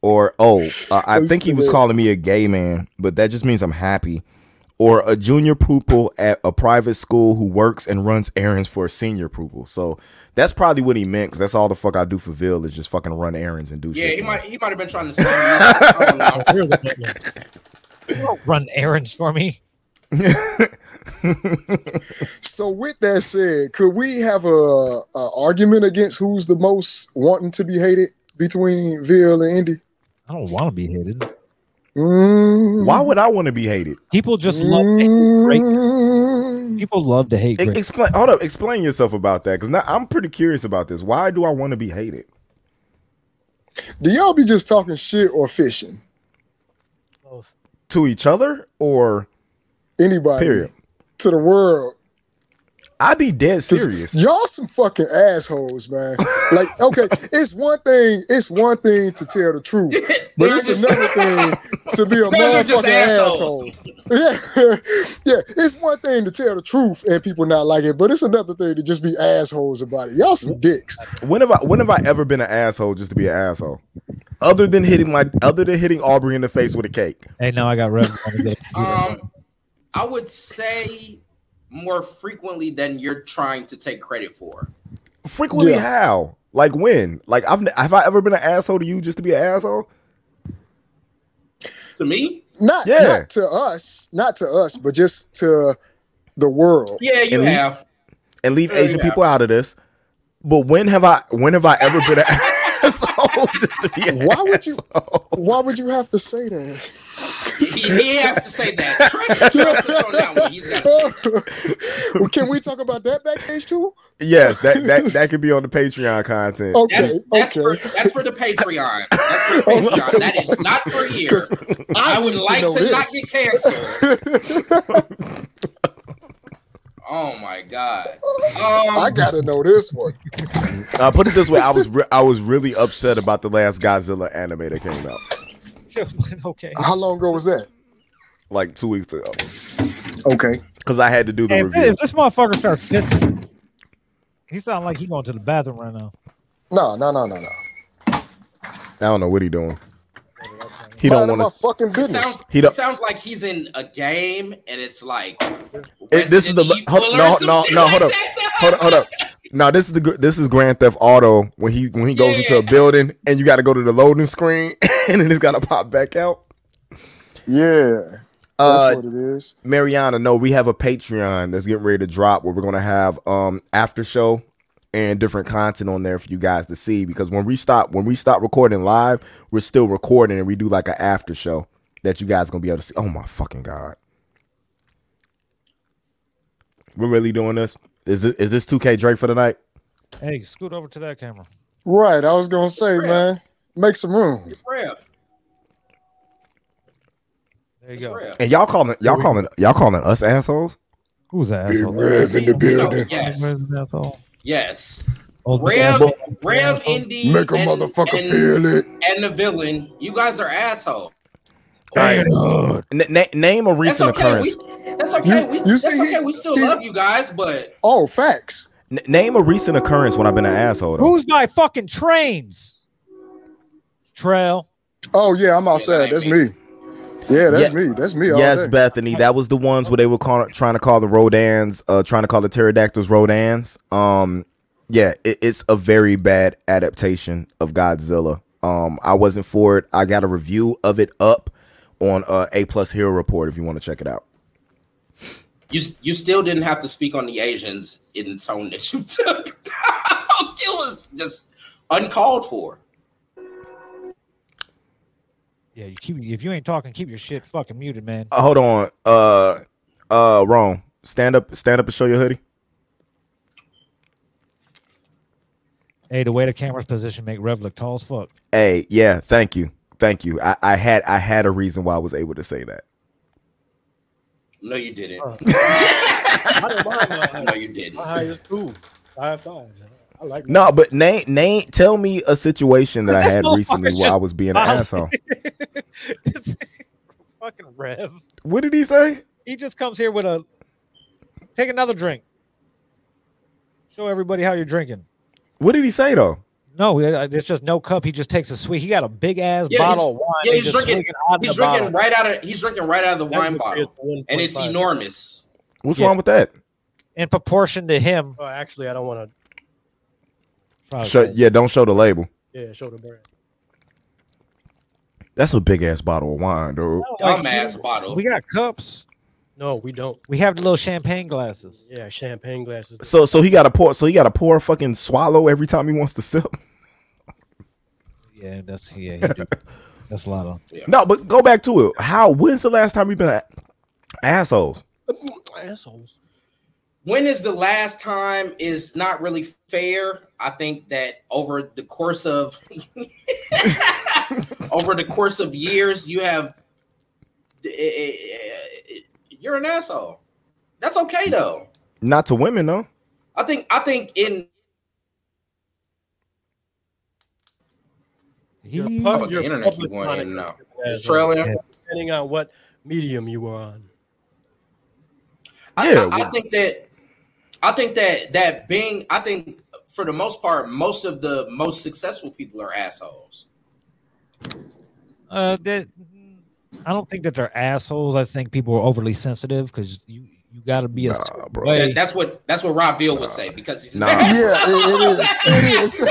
Speaker 2: or oh, uh, I
Speaker 4: A
Speaker 2: think he was
Speaker 4: cigarette.
Speaker 2: calling me a gay man, but that just means I'm happy. Or a junior pupil at a private school who works and runs errands for a senior pupil. So that's probably what he meant, because that's all the fuck I do for Ville is just fucking run errands and do
Speaker 3: Yeah,
Speaker 2: shit.
Speaker 3: he
Speaker 2: for him.
Speaker 3: might he might have been trying to sell me. I
Speaker 1: [laughs]
Speaker 3: don't know.
Speaker 1: You're the good one. You don't run errands for me.
Speaker 4: So with that said, could we have a, a argument against who's the most wanting to be hated between Ville and Indy?
Speaker 1: I don't want to be hated.
Speaker 2: [laughs]
Speaker 4: Mm.
Speaker 2: Why would I want to be hated?
Speaker 1: People just love hate.
Speaker 4: Mm-hmm.
Speaker 1: people love to hate.
Speaker 2: E-
Speaker 1: Great.
Speaker 2: explain. Hold up. Explain yourself about that, because now I'm pretty curious about this. Why do I want to be hated?
Speaker 4: Do y'all be just talking shit or fishing?
Speaker 2: To each other or
Speaker 4: Anybody
Speaker 2: period?
Speaker 4: to the world?
Speaker 2: I be dead
Speaker 4: 'Cause
Speaker 2: serious.
Speaker 4: Y'all some fucking assholes, man. Like,
Speaker 2: [laughs]
Speaker 4: okay, it's one thing, it's one thing to tell the
Speaker 3: [laughs]
Speaker 4: truth, but
Speaker 3: Y'all
Speaker 4: it's
Speaker 3: just-
Speaker 4: another thing to be
Speaker 3: [laughs]
Speaker 4: a
Speaker 3: Y'all are just
Speaker 4: motherfucking asshole.
Speaker 3: assholes.
Speaker 4: Yeah, [laughs] yeah. It's one thing to tell the truth and people not like it, but it's another thing to just be assholes about it. Y'all some dicks.
Speaker 2: When have I when have I ever been an asshole just to be an asshole? Other than hitting my other than hitting Aubrey in the face with a cake.
Speaker 1: Hey, now I got rev. I'm gonna get-
Speaker 3: Um, I would say more frequently than you're trying to take credit for.
Speaker 2: Frequently
Speaker 4: Yeah.
Speaker 2: how? Like when? Like I've ne- have I ever been an asshole to you just to be an asshole?
Speaker 3: To me,
Speaker 4: Not,
Speaker 2: Yeah.
Speaker 4: not to us, not to us, but just to the world.
Speaker 3: yeah, you
Speaker 2: And we-
Speaker 3: have.
Speaker 2: And leave
Speaker 4: Uh,
Speaker 3: Yeah,
Speaker 2: Asian
Speaker 3: yeah.
Speaker 2: people out of this. But when have I when have I ever been an [laughs] asshole just to be an
Speaker 4: Why would you-
Speaker 2: asshole?
Speaker 4: Why would you have to say that? [laughs]
Speaker 3: He, he has to say that. Trust, trust us on that one. He's got to say that.
Speaker 4: well, can we talk about that backstage too?
Speaker 2: Yes, that that that could be on the Patreon content.
Speaker 4: Okay,
Speaker 3: That's that's for
Speaker 4: okay. Oh,
Speaker 3: that's for the
Speaker 4: [laughs]
Speaker 3: Patreon. That's for the Patreon. That is not for here.
Speaker 4: 'Cause
Speaker 3: I would
Speaker 4: need to
Speaker 3: like to,
Speaker 4: know
Speaker 3: not
Speaker 4: this.
Speaker 3: get canceled.
Speaker 4: [laughs]
Speaker 3: oh my god.
Speaker 4: I
Speaker 3: Um,
Speaker 4: gotta know this one.
Speaker 2: Uh, put it this way, I was re- I was really upset about the last Godzilla anime that came out
Speaker 1: [laughs] okay.
Speaker 4: How long ago was that?
Speaker 2: like two weeks ago
Speaker 4: Okay.
Speaker 2: because I had to do the
Speaker 1: Hey, if
Speaker 2: review.
Speaker 1: if this motherfucker starts pissing, he sound like he going to the bathroom right now.
Speaker 4: No, no, no, no, no.
Speaker 2: I don't know what he doing. He
Speaker 4: Mind
Speaker 2: don't want
Speaker 4: my
Speaker 2: to.
Speaker 4: fucking
Speaker 3: it
Speaker 4: business.
Speaker 3: sounds
Speaker 2: He
Speaker 3: he
Speaker 2: don't-
Speaker 3: sounds like he's in a game and it's like
Speaker 2: It- this is the
Speaker 3: Resident
Speaker 2: hold,
Speaker 3: Evil or
Speaker 2: no
Speaker 3: some
Speaker 2: no
Speaker 3: shit
Speaker 2: no
Speaker 3: like
Speaker 2: hold up
Speaker 3: that.
Speaker 2: hold up hold up. No, this is the gr- this is Grand Theft Auto when he when he goes into a
Speaker 3: Yeah.
Speaker 2: building and you got to go to the loading screen [laughs] and then it's got to pop back out.
Speaker 4: Yeah, that's
Speaker 2: Uh,
Speaker 4: what it is.
Speaker 2: Mariana, no, we have a Patreon that's getting ready to drop where we're gonna have um after show and different content on there for you guys to see because when we stop when we stop recording live, we're still recording and we do like an after show that you guys gonna be able to see. Oh my fucking god. We're really doing this? Is it is this 2K Drake for the night?
Speaker 1: Hey, scoot over to that camera.
Speaker 4: Right, I was gonna say,
Speaker 3: Real.
Speaker 4: man, make some room.
Speaker 3: it's real.
Speaker 1: There you
Speaker 3: It's
Speaker 1: go.
Speaker 3: real.
Speaker 2: And y'all calling y'all calling y'all calling us assholes?
Speaker 1: Who's that asshole?
Speaker 4: Rev in the building.
Speaker 3: Yes.
Speaker 1: Where's that asshole?
Speaker 3: Yes.
Speaker 1: Oh, the
Speaker 3: Rev
Speaker 1: asshole.
Speaker 3: Rev Indy
Speaker 4: Make a
Speaker 3: and-
Speaker 4: motherfucker
Speaker 3: and-
Speaker 4: feel it.
Speaker 3: and the villain. You guys are assholes.
Speaker 2: All right. N- na- name a
Speaker 3: That's
Speaker 2: recent
Speaker 3: okay.
Speaker 2: occurrence.
Speaker 3: We, that's okay.
Speaker 4: You-
Speaker 3: we,
Speaker 4: you
Speaker 3: that's
Speaker 4: see,
Speaker 3: okay. We still
Speaker 4: he's-
Speaker 3: love you guys, but
Speaker 4: Oh, facts.
Speaker 2: N- name a recent occurrence when I've been an asshole. Though.
Speaker 1: Who's my fucking trains? Trail.
Speaker 4: Oh yeah, I'm
Speaker 3: that
Speaker 4: outside.
Speaker 3: ain't
Speaker 4: that's
Speaker 3: me.
Speaker 4: me. Yeah, that's
Speaker 2: Yeah.
Speaker 4: me. That's me. All
Speaker 2: Yes,
Speaker 4: yes, [laughs] day.
Speaker 2: Bethany. That was the ones where they were call, trying to call the Rodans, uh, trying to call the pterodactyls Rodans. Um, yeah, it, it's a very bad adaptation of Godzilla. Um, I wasn't for it. I got a review of it up on uh, A Plus Hero Report if you want to check it out.
Speaker 3: You you still didn't have to speak on the Asians in the tone that you [laughs] took. it was just uncalled for.
Speaker 1: Yeah, you keep if you ain't talking, keep your shit fucking muted, man.
Speaker 2: Uh, hold on, uh, uh, wrong. Stand up, stand up, and show your hoodie.
Speaker 1: Hey, the way the camera's positioned make Rev look tall as
Speaker 4: [laughs]
Speaker 1: fuck.
Speaker 2: Hey, yeah, thank you, thank you. I, I had I had a reason why I was able to say that.
Speaker 3: No, you didn't.
Speaker 8: I don't
Speaker 3: [laughs]
Speaker 8: mind my high.
Speaker 3: no, you didn't.
Speaker 8: My high is cool. High five. I like that.
Speaker 2: No, but name name tell me a situation that I had recently where I was being an asshole.
Speaker 1: It's- fucking Rev.
Speaker 2: What did he say?
Speaker 1: He just comes here with a take another drink. Show everybody how you're drinking.
Speaker 2: What did he say though?
Speaker 1: No, I- I- it's just no cup. He just takes a swig. He got a big ass
Speaker 3: Yeah,
Speaker 1: bottle of
Speaker 3: he's-
Speaker 1: wine.
Speaker 3: yeah,
Speaker 1: He
Speaker 3: he's
Speaker 1: just
Speaker 3: drinking-
Speaker 1: swinging out of
Speaker 3: He's
Speaker 1: the bottle.
Speaker 3: drinking right out of he's drinking right out of the
Speaker 8: That
Speaker 3: wine
Speaker 8: would
Speaker 3: bottle,
Speaker 8: be
Speaker 3: and it's
Speaker 8: 1.5.
Speaker 3: enormous.
Speaker 2: What's
Speaker 1: Yeah.
Speaker 2: wrong with that?
Speaker 1: in proportion to him.
Speaker 8: Oh, actually, I don't want to.
Speaker 1: probably.
Speaker 2: Show, yeah, don't show the label.
Speaker 8: Yeah, show the brand.
Speaker 2: That's a big ass bottle of wine,
Speaker 1: I
Speaker 2: dude.
Speaker 1: don't like
Speaker 3: Dumbass
Speaker 1: you.
Speaker 3: bottle.
Speaker 1: We got cups.
Speaker 8: No, we don't.
Speaker 1: We have the little champagne glasses.
Speaker 8: Yeah, champagne glasses.
Speaker 2: So so he got to pour. So he got to pour a fucking swallow every time he wants to sip. [laughs]
Speaker 1: Yeah, that's yeah. He [laughs] do. that's a lot of.
Speaker 2: No, but go back to it. How? When's the last time you been a- assholes?
Speaker 8: Assholes.
Speaker 3: when is the last time is not really fair. I think that over the course of [laughs] over the course of years, you have eh, eh, eh, you're an asshole. That's okay though.
Speaker 2: Not to women though.
Speaker 3: I think I think in
Speaker 8: You're
Speaker 1: He-
Speaker 8: pub-
Speaker 3: Oh, the
Speaker 8: you're
Speaker 3: internet
Speaker 8: public
Speaker 3: keep going in and out.
Speaker 8: asshole,
Speaker 3: Australia,
Speaker 8: depending on what medium you were on.
Speaker 3: I,
Speaker 2: Yeah,
Speaker 3: I, I
Speaker 2: we-
Speaker 3: think that I think that that being I think for the most part, most of the most successful people are assholes.
Speaker 1: Uh, that I don't think that they're assholes. I think people are overly sensitive because you you got to be a
Speaker 2: Nah,
Speaker 1: certain
Speaker 2: bro.
Speaker 1: way.
Speaker 3: That's what that's what Rob Bill would say because he's
Speaker 2: Nah.
Speaker 4: Yeah, it, it
Speaker 3: [laughs]
Speaker 4: is. It is.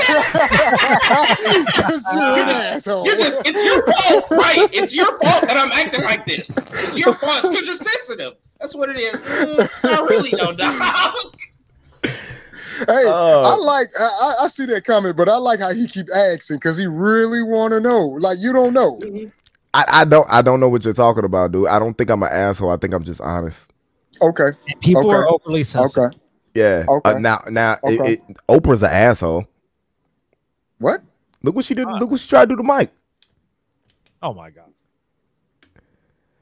Speaker 4: Because you're an asshole.
Speaker 3: You're just, it's your fault, right? It's your fault that I'm acting like this. It's your fault. It's because you're sensitive. That's what it is. Mm, I really don't know. [laughs]
Speaker 4: Hey,
Speaker 2: Oh.
Speaker 4: I like I, I- I see that comment, but I like how he keep asking because he really want to know. Like you don't know.
Speaker 2: I, I don't I don't know what you're talking about, dude. I don't think I'm an asshole. I think I'm just honest.
Speaker 4: Okay,
Speaker 1: And people
Speaker 4: Okay.
Speaker 1: are overly sensitive.
Speaker 4: okay.
Speaker 2: Yeah.
Speaker 4: Okay.
Speaker 2: Uh, now now it-
Speaker 4: Okay.
Speaker 2: it- Oprah's an asshole.
Speaker 4: What?
Speaker 2: Look what she did. Look what she tried to do to Mike.
Speaker 1: Oh my god.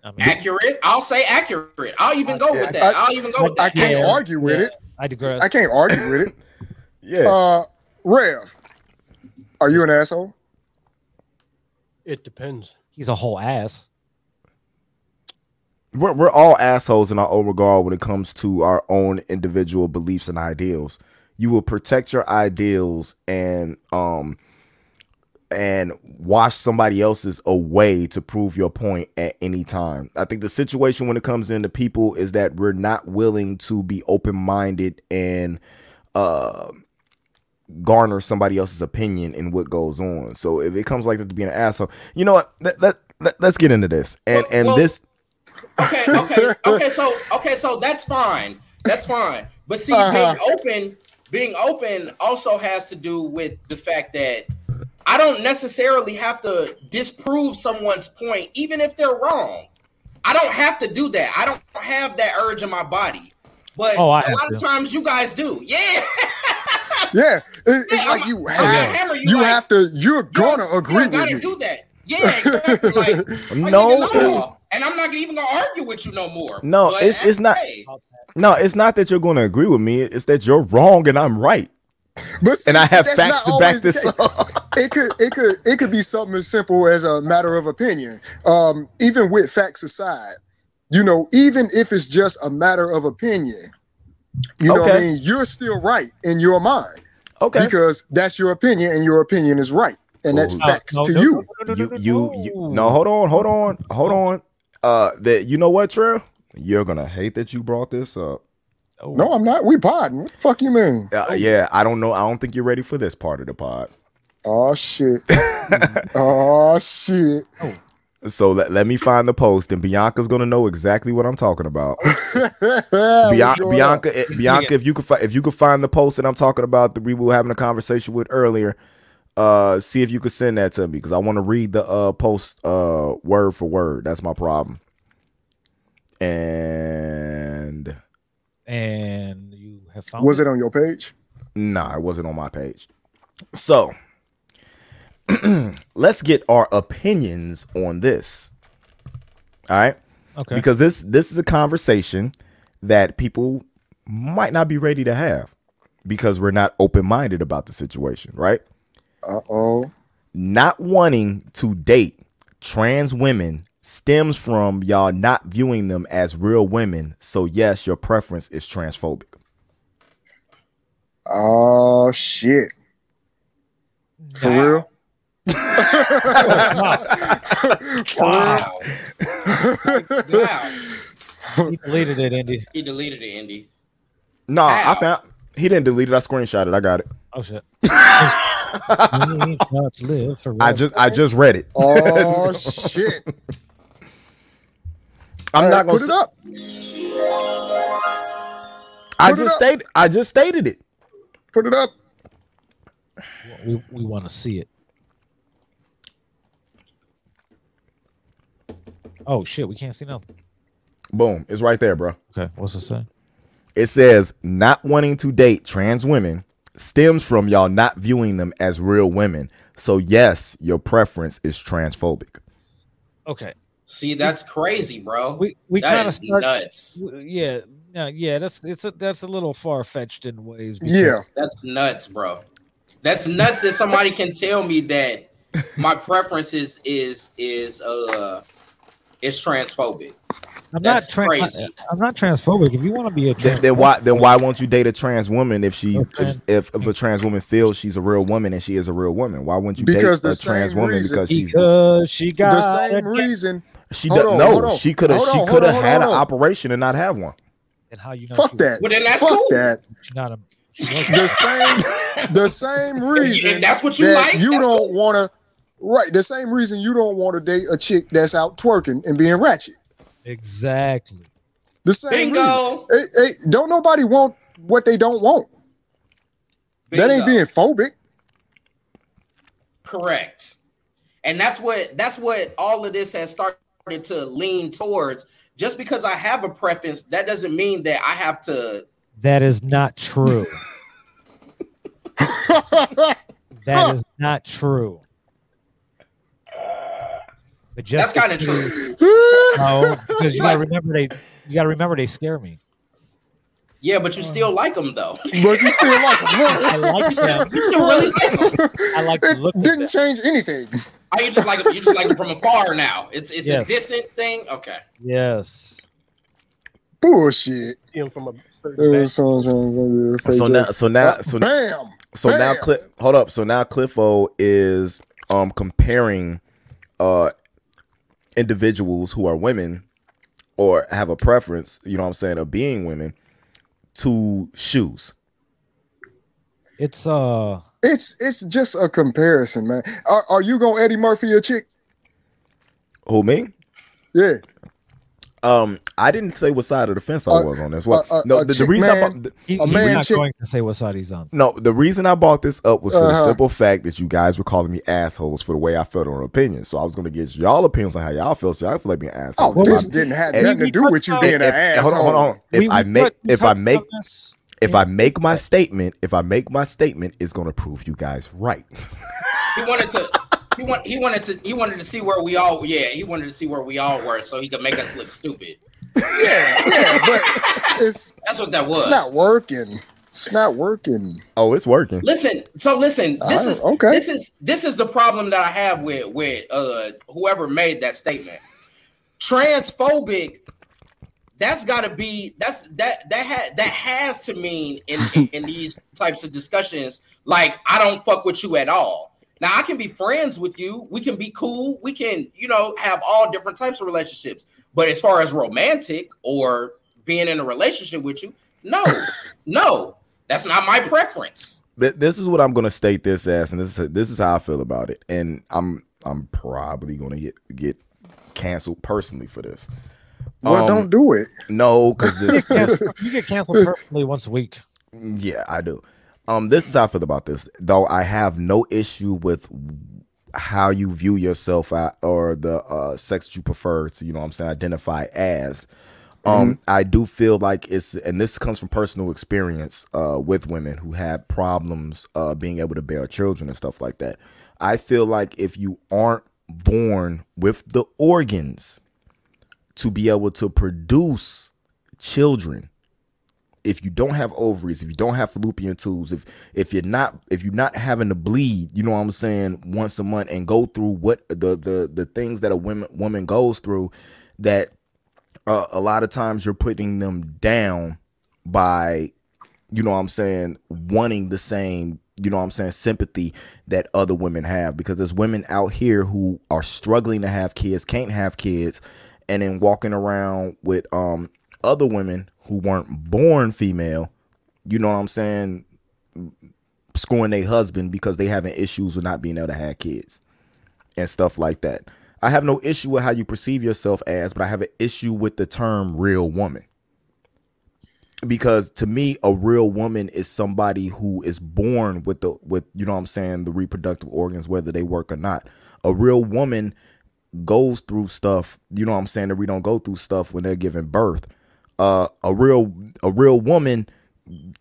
Speaker 1: I mean,
Speaker 3: accurate. I'll say accurate. I'll even go with that.
Speaker 4: I-
Speaker 3: I'll even go with
Speaker 4: I
Speaker 3: that.
Speaker 4: can't
Speaker 8: Yeah.
Speaker 4: argue with it.
Speaker 1: I digress.
Speaker 4: I can't argue with it.
Speaker 2: [laughs] Yeah.
Speaker 4: Uh, Rev, are you an asshole?
Speaker 8: It depends.
Speaker 1: He's a whole ass.
Speaker 2: we're, we're all assholes in our own regard when it comes to our own individual beliefs and ideals. You will protect your ideals and um and wash somebody else's away to prove your point at any time. I think the situation when it comes into people is that we're not willing to be open minded and uh garner somebody else's opinion in what goes on. So if it comes like that to being an asshole, you know what? Let, let, let, us get into this. And and
Speaker 3: Well-
Speaker 2: this
Speaker 3: Okay, okay, okay. So, okay, so that's fine. That's fine. But see,
Speaker 4: Uh-huh.
Speaker 3: being open, being open also has to do with the fact that I don't necessarily have to disprove someone's point, even if they're wrong. I don't have to do that. I don't have that urge in my body. But
Speaker 1: Oh, I
Speaker 3: a
Speaker 1: have
Speaker 3: lot of
Speaker 1: to.
Speaker 3: times you guys do. Yeah.
Speaker 4: Yeah, it, it's
Speaker 3: Yeah,
Speaker 4: like
Speaker 3: I'm-
Speaker 4: you
Speaker 1: Oh,
Speaker 3: I
Speaker 4: have
Speaker 3: hammer you,
Speaker 4: you
Speaker 3: like,
Speaker 4: have to. You're
Speaker 3: you don't-
Speaker 4: gonna agree
Speaker 3: you don't gotta
Speaker 4: with me.
Speaker 3: do
Speaker 4: [laughs]
Speaker 3: that. Yeah, exactly. Like, I
Speaker 2: No.
Speaker 3: need to know. And I'm not even gonna argue with you no more.
Speaker 2: No,
Speaker 3: But
Speaker 2: it's- it's not-
Speaker 3: hey,
Speaker 2: No, it's not that you're going to agree with me. It's that you're wrong and I'm right,
Speaker 4: But see,
Speaker 2: and I have
Speaker 4: that's
Speaker 2: facts
Speaker 4: not
Speaker 2: to back
Speaker 4: always the
Speaker 2: this
Speaker 4: case.
Speaker 2: up.
Speaker 4: It could it could it could be something as simple as a matter of opinion. Um, even with facts aside, you know, even if it's just a matter of opinion, you know what I
Speaker 2: Okay.
Speaker 4: mean, you're still right in your mind
Speaker 2: Okay, Oh,
Speaker 4: because that's your opinion and your opinion is right. And that's
Speaker 2: Ooh.
Speaker 1: No,
Speaker 4: facts
Speaker 1: no,
Speaker 4: to
Speaker 1: no,
Speaker 4: you.
Speaker 1: no, no, no,
Speaker 2: you,
Speaker 1: no,
Speaker 2: you, you. No, hold on, hold on, hold on. Uh, that you know what, Trail? You're gonna hate that you brought this up.
Speaker 1: Oh,
Speaker 4: No, I'm not. We podding. What the fuck you mean?
Speaker 2: Uh, yeah, I don't know. I don't think you're ready for [laughs] this part of the pod.
Speaker 4: Oh shit. [laughs] oh shit.
Speaker 2: So let, let me find the post, and Bianca's gonna know exactly what I'm talking about. Bian- Bianca, eh, Bianca, if you could fi- if you could find the post that I'm talking about that we were having a conversation with earlier, uh, see if you could send that to me because I want to read the uh post uh word for word. That's my problem. And
Speaker 1: and you have found
Speaker 4: Was it on your page?
Speaker 2: Nah, it wasn't on my page. So [clears throat] let's get our opinions on this. All right.
Speaker 1: Okay.
Speaker 2: Because this this is a conversation that people might not be ready to have because we're not open minded about the situation, right?
Speaker 4: Uh oh.
Speaker 2: Not wanting to date trans women stems from y'all not viewing them as real women. So yes, your preference is transphobic.
Speaker 4: [laughs] Oh shit. For
Speaker 1: Nah.
Speaker 4: real?
Speaker 3: Wow. wow.
Speaker 1: he deleted it, Indy.
Speaker 3: [laughs] He deleted it, Indy.
Speaker 2: No, I
Speaker 3: How?
Speaker 2: found he didn't delete it. I screenshot it. I got it.
Speaker 1: Oh [laughs] shit. We must live forever.
Speaker 2: I just I just read it.
Speaker 3: [laughs]
Speaker 4: Oh shit.
Speaker 2: I'm not gonna.
Speaker 4: put
Speaker 2: s-
Speaker 4: it up.
Speaker 2: I
Speaker 4: Put it
Speaker 2: just
Speaker 4: up.
Speaker 2: stated. I just stated it.
Speaker 4: Put it up.
Speaker 1: we, we want to see it. Oh shit, we can't see nothing.
Speaker 2: Boom. It's right there, bro.
Speaker 1: Okay, what's it say?
Speaker 2: It says not wanting to date trans women stems from y'all not viewing them as real women. So yes, your preference is transphobic.
Speaker 1: Okay,
Speaker 3: See, that's crazy, bro.
Speaker 1: we we
Speaker 3: That
Speaker 1: kind of
Speaker 3: is
Speaker 1: start.
Speaker 3: nuts.
Speaker 1: w- Yeah, no, yeah, that's it's a, that's a little far fetched in ways. because-
Speaker 4: Yeah.
Speaker 3: That's nuts, bro. That's nuts that somebody can tell me that my preference is is is uh is transphobic.
Speaker 1: I'm
Speaker 3: That's
Speaker 1: not trans.
Speaker 3: crazy.
Speaker 1: I'm not transphobic. If you want to be a
Speaker 2: Then,
Speaker 1: trans,
Speaker 2: then why then why won't you date a trans woman if she
Speaker 1: Okay.
Speaker 2: if, if a trans woman feels she's a real woman and she is a real woman? Why wouldn't you
Speaker 4: Because
Speaker 2: date
Speaker 4: the
Speaker 2: a trans
Speaker 4: same
Speaker 2: woman
Speaker 4: reason.
Speaker 2: because she's
Speaker 1: because she got
Speaker 4: the same
Speaker 1: a dick.
Speaker 4: reason.
Speaker 2: she
Speaker 4: Hold
Speaker 2: does,
Speaker 4: on, hold
Speaker 2: no
Speaker 4: on.
Speaker 2: she could have
Speaker 4: Hold on,
Speaker 2: she
Speaker 4: hold
Speaker 2: could have
Speaker 4: on,
Speaker 2: had an
Speaker 4: hold on.
Speaker 2: operation and not have one.
Speaker 1: And how you know?
Speaker 4: Fuck
Speaker 1: she-
Speaker 4: that.
Speaker 3: Well, then that's
Speaker 4: Fuck
Speaker 3: cool.
Speaker 4: that.
Speaker 1: She not a. She
Speaker 4: The
Speaker 1: wasn't.
Speaker 3: [laughs]
Speaker 4: same. The same reason.
Speaker 3: If that's what you
Speaker 4: that
Speaker 3: like,
Speaker 4: You
Speaker 3: that's
Speaker 4: don't
Speaker 3: cool.
Speaker 4: want to. Right. The same reason you don't want to date a chick that's out twerking and being ratchet.
Speaker 1: exactly.
Speaker 4: The same reason.
Speaker 3: bingo.
Speaker 4: Hey, hey, don't nobody want what they don't want. That ain't
Speaker 3: Bingo.
Speaker 4: being
Speaker 3: [laughs]
Speaker 4: phobic.
Speaker 3: Correct. And that's what that's what all of this has started to lean towards. Just because I have a preference, that doesn't mean that I have to
Speaker 1: That is not true. That is not true. But
Speaker 3: that's
Speaker 1: just
Speaker 3: kind of
Speaker 1: because-
Speaker 3: true.
Speaker 1: No, because
Speaker 3: [laughs]
Speaker 1: you gotta remember they you gotta remember they scare me.
Speaker 3: Yeah, but you still like them though.
Speaker 4: but you still like
Speaker 3: [laughs]
Speaker 1: I
Speaker 4: them.
Speaker 1: like them.
Speaker 3: You still
Speaker 4: [laughs]
Speaker 3: really like them.
Speaker 1: I like to look
Speaker 4: It
Speaker 1: at
Speaker 4: didn't
Speaker 1: them.
Speaker 4: change anything.
Speaker 3: Are you just like 'em- you just like 'em from afar now? It's it's a
Speaker 1: Yes.
Speaker 3: distant thing. Okay.
Speaker 1: Yes.
Speaker 4: Bullshit.
Speaker 8: Him from a certain
Speaker 4: Uh,
Speaker 8: back-
Speaker 4: so- so- so- so-
Speaker 2: So now so now
Speaker 4: Uh,
Speaker 2: so
Speaker 4: bam.
Speaker 2: So now,
Speaker 4: Bam.
Speaker 2: Cliff, hold up. So now Cliffo is um comparing uh individuals who are women or have a preference, you know what I'm saying, of being women to shoes.
Speaker 1: It's uh
Speaker 4: It's it's just a comparison, man. Are, are you gonna Eddie Murphy a chick?
Speaker 2: Who me?
Speaker 4: Yeah.
Speaker 2: Um, I didn't say what side of the fence I
Speaker 4: Uh,
Speaker 2: was on this. Well,
Speaker 4: uh, uh,
Speaker 2: no,
Speaker 4: uh,
Speaker 2: the, the
Speaker 4: chick
Speaker 2: reason I
Speaker 4: man.
Speaker 2: bought, the,
Speaker 1: he,
Speaker 4: A
Speaker 1: he's
Speaker 4: man
Speaker 1: not
Speaker 4: chick-
Speaker 1: going to say what side he's on.
Speaker 2: no, the reason I bought this up was for the
Speaker 4: Uh-huh.
Speaker 2: simple fact that you guys were calling me assholes for the way I felt on opinions. So I was gonna get y'all opinions on how y'all feel. So I feel like being assholes.
Speaker 4: Oh,
Speaker 2: If I-
Speaker 4: this didn't have
Speaker 2: and-
Speaker 4: nothing to do with you
Speaker 1: and-
Speaker 4: being
Speaker 2: if,
Speaker 4: an
Speaker 2: if-
Speaker 4: asshole.
Speaker 2: hold on, hold on. If
Speaker 1: We-
Speaker 2: I
Speaker 1: we
Speaker 2: make
Speaker 1: talked- we
Speaker 2: if I
Speaker 1: talked
Speaker 2: make
Speaker 1: about this.
Speaker 2: if I make my statement, if I make my statement, it's gonna prove you guys right. [laughs]
Speaker 3: He wanted to. He want, he wanted to he wanted to see where we all yeah he wanted to see where we all were so he could make us look stupid.
Speaker 4: Yeah, yeah, but it's
Speaker 3: That's what that was.
Speaker 4: it's not working. It's not working.
Speaker 2: oh, it's working.
Speaker 3: Listen, so listen, this
Speaker 4: Oh,
Speaker 3: is
Speaker 4: okay.
Speaker 3: this is this is the problem that I have with with uh whoever made that statement. Transphobic that's got to be that's that that ha, that has to mean in, in in these types of discussions like I don't fuck with you at all. Now I can be friends with you, we can be cool, we can, you know, have all different types of relationships. But as far as romantic or being in a relationship with you, no. no. That's not my preference.
Speaker 2: Th- this is what I'm gonna state this as, and this is this is how I feel about it. And I'm I'm probably gonna get get canceled personally for this.
Speaker 4: Well,
Speaker 2: Um,
Speaker 4: don't do it.
Speaker 2: No, because this, this
Speaker 1: you get
Speaker 2: [laughs]
Speaker 1: canceled perfectly once a week.
Speaker 2: Yeah, I do. Um, this is how I feel about this, though. I have no issue with how you view yourself at, or the uh, sex that you prefer to, you know, what I'm saying, identify as. Um, I do feel like it's, and this comes from personal experience uh, with women who had problems uh, being able to bear children and stuff like that. I feel like if you aren't born with the organs to be able to produce children, if you don't have ovaries, if you don't have fallopian tubes, if if you're not if you're not having to bleed, you know what I'm saying, once a month and go through what the the the things that a woman woman goes through that uh, a lot of times you're putting them down by you know what I'm saying, wanting the same, you know what I'm saying, sympathy that other women have because there's women out here who are struggling to have kids, can't have kids, and then walking around with um other women who weren't born female, you know what I'm saying, scoring their husband because they having issues with not being able to have kids and stuff like that. I have no issue with how you perceive yourself as, but I have an issue with the term real woman because to me a real woman is somebody who is born with the with you know what i'm saying the reproductive organs whether they work or not a real woman goes through stuff you know what i'm saying that we don't go through stuff when they're giving birth uh a real a real woman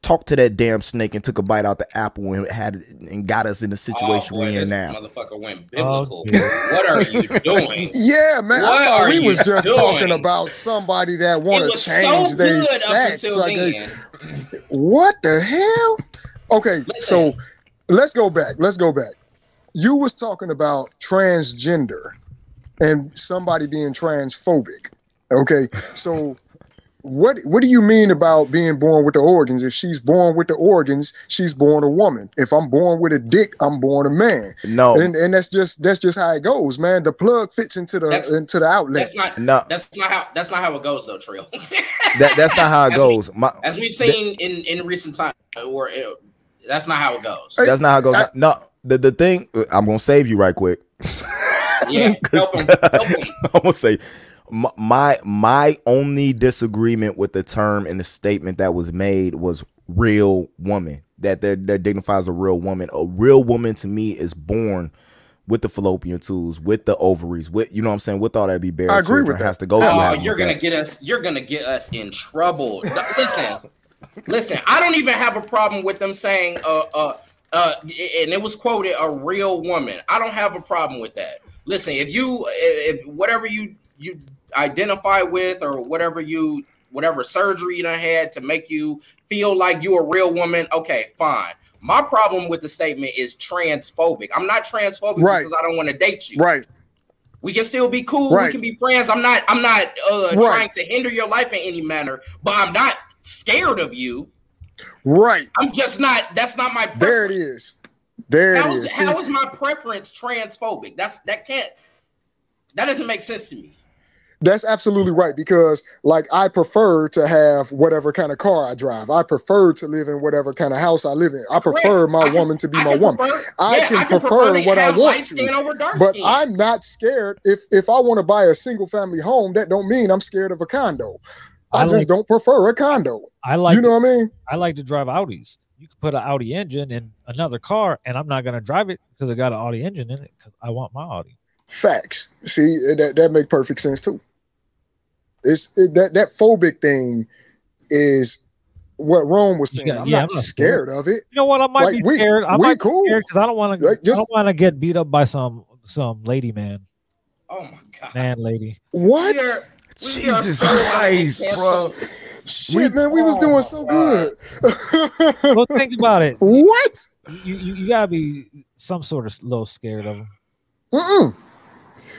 Speaker 2: talked to that damn snake and took a bite out the apple and had and got us in the situation
Speaker 3: oh, boy,
Speaker 2: we're in
Speaker 3: this
Speaker 2: now
Speaker 3: Motherfucker went
Speaker 4: Oh,
Speaker 3: biblical. what are you
Speaker 4: [laughs]
Speaker 3: doing?
Speaker 4: Yeah, man.
Speaker 3: What
Speaker 4: I thought
Speaker 3: are
Speaker 4: we
Speaker 3: you
Speaker 4: was just
Speaker 3: doing?
Speaker 4: talking about somebody that
Speaker 3: It
Speaker 4: want to
Speaker 3: was so
Speaker 4: change their
Speaker 3: good up
Speaker 4: sex.
Speaker 3: until
Speaker 4: Like,
Speaker 3: then.
Speaker 4: they- what the hell? Okay, so let's go back. Let's go back. You was talking about transgender and somebody being transphobic. Okay, so what what do you mean about being born with the organs? If she's born with the organs, she's born a woman. If I'm born with a dick, I'm born a man.
Speaker 2: no
Speaker 3: Oh.
Speaker 4: And and that's just that's just how it goes, man. The plug fits into the
Speaker 3: That's-
Speaker 4: into the outlet.
Speaker 3: That's not.
Speaker 2: no
Speaker 3: That's not how. That's not how it goes, though, Trill. [laughs]
Speaker 2: that, that's not how it
Speaker 3: As we-
Speaker 2: goes my
Speaker 3: As we've seen in in recent time, or uh, that's not how it goes.
Speaker 4: Hey,
Speaker 2: that's not how it goes
Speaker 4: I-
Speaker 2: no the, the thing i'm gonna save you right quick [laughs]
Speaker 3: Yeah, help him. Help him.
Speaker 2: I'm gonna say my, my my only disagreement with the term and the statement that was made was real woman that that, that dignifies a real woman. A real woman to me is born with the fallopian tubes, with the ovaries, with you know what I'm saying, with all that be buried.
Speaker 4: I agree
Speaker 2: children
Speaker 4: with that.
Speaker 2: Has to go. through
Speaker 3: Oh,
Speaker 2: having
Speaker 3: you're
Speaker 2: with
Speaker 3: gonna
Speaker 2: that.
Speaker 3: get us. You're gonna get us in trouble. No, Listen, listen. I don't even have a problem with them saying, uh, uh, uh, and it was quoted a real woman. I don't have a problem with that. Listen, if you, if whatever you you identify with or whatever you whatever surgery you done had to make you feel like you a real woman, okay, fine. My problem with the statement is transphobic. I'm not transphobic
Speaker 4: Right.
Speaker 3: because I don't want to date you.
Speaker 4: right.
Speaker 3: We can still be cool.
Speaker 4: Right.
Speaker 3: We can be friends. I'm not. I'm not uh,
Speaker 4: Right.
Speaker 3: trying to hinder your life in any manner. But I'm not scared of you.
Speaker 4: Right.
Speaker 3: I'm just not. That's not my. Preference.
Speaker 4: There it is. There it
Speaker 3: How
Speaker 4: is.
Speaker 3: is,
Speaker 4: See,
Speaker 3: how is my preference transphobic? That's that can't. That doesn't make sense to me.
Speaker 4: that's absolutely right because, like, I prefer to have whatever kind of car I drive. I prefer to live in whatever kind of house I live in. I prefer
Speaker 3: Correct.
Speaker 4: my
Speaker 3: I can-
Speaker 4: woman to be
Speaker 3: I
Speaker 4: my
Speaker 3: can
Speaker 4: woman.
Speaker 3: prefer-
Speaker 4: I
Speaker 3: yeah,
Speaker 4: can
Speaker 3: prefer
Speaker 4: prefer
Speaker 3: to
Speaker 4: what I
Speaker 3: have
Speaker 4: want
Speaker 3: light
Speaker 4: to,
Speaker 3: skin over dark
Speaker 4: But
Speaker 3: skin.
Speaker 4: I'm not scared. If if I want to buy a single family home, that don't mean I'm scared of a condo. I,
Speaker 1: I
Speaker 4: just
Speaker 1: like-
Speaker 4: don't prefer a condo.
Speaker 1: I like
Speaker 4: you know what I mean?
Speaker 1: I like to drive Audis. You could put an Audi engine in another car, and I'm not gonna drive it because I got an Audi engine in it because I want my Audi.
Speaker 4: Facts. See, that that make perfect sense too. It's it, that that phobic thing is what Rome was saying.
Speaker 1: Yeah,
Speaker 4: I'm
Speaker 1: yeah,
Speaker 4: not
Speaker 1: I'm not
Speaker 4: scared
Speaker 1: scared.
Speaker 4: of it.
Speaker 1: You know what? I might
Speaker 4: Like,
Speaker 1: be
Speaker 4: we-
Speaker 1: scared. I
Speaker 4: we
Speaker 1: might
Speaker 4: cool.
Speaker 1: be scared because I don't want
Speaker 4: Like,
Speaker 1: to. I
Speaker 4: just-
Speaker 1: don't want to get beat up by some some lady man,
Speaker 3: oh my god.
Speaker 1: man,
Speaker 4: [laughs]
Speaker 1: lady.
Speaker 4: What?
Speaker 2: [laughs]
Speaker 3: We are- we are
Speaker 2: Jesus
Speaker 3: so-
Speaker 2: Christ, bro.
Speaker 4: Shit, man, we was
Speaker 3: oh
Speaker 4: doing
Speaker 3: my
Speaker 4: so
Speaker 3: God.
Speaker 4: good.
Speaker 1: Well, think about it.
Speaker 4: [laughs] what?
Speaker 1: You, you you gotta be some sort of little scared of them.
Speaker 4: Mm-mm.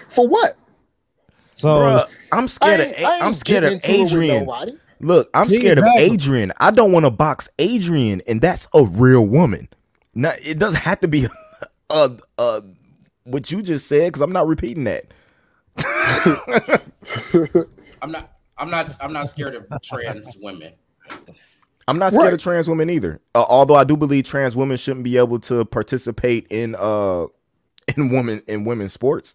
Speaker 4: For what?
Speaker 1: So
Speaker 2: Bruh, I'm scared
Speaker 4: I
Speaker 2: of
Speaker 4: ain't-
Speaker 2: A-
Speaker 4: I ain't
Speaker 2: I'm scared
Speaker 4: getting
Speaker 2: of
Speaker 4: into it with
Speaker 2: Adrian.
Speaker 4: nobody. [laughs]
Speaker 2: Look, I'm
Speaker 1: See,
Speaker 2: scared of
Speaker 1: exactly.
Speaker 2: Adrian. I don't want to box Adrian, and that's a real woman. Now, it doesn't have to be [laughs] uh, uh, what you just said because I'm not repeating that. Oh,
Speaker 3: I'm not. I'm not. I'm not scared of trans women.
Speaker 2: I'm not scared
Speaker 4: Right.
Speaker 2: of trans women either. Uh, although I do believe trans
Speaker 1: [laughs]
Speaker 2: women shouldn't be able to participate in uh in women in women's sports.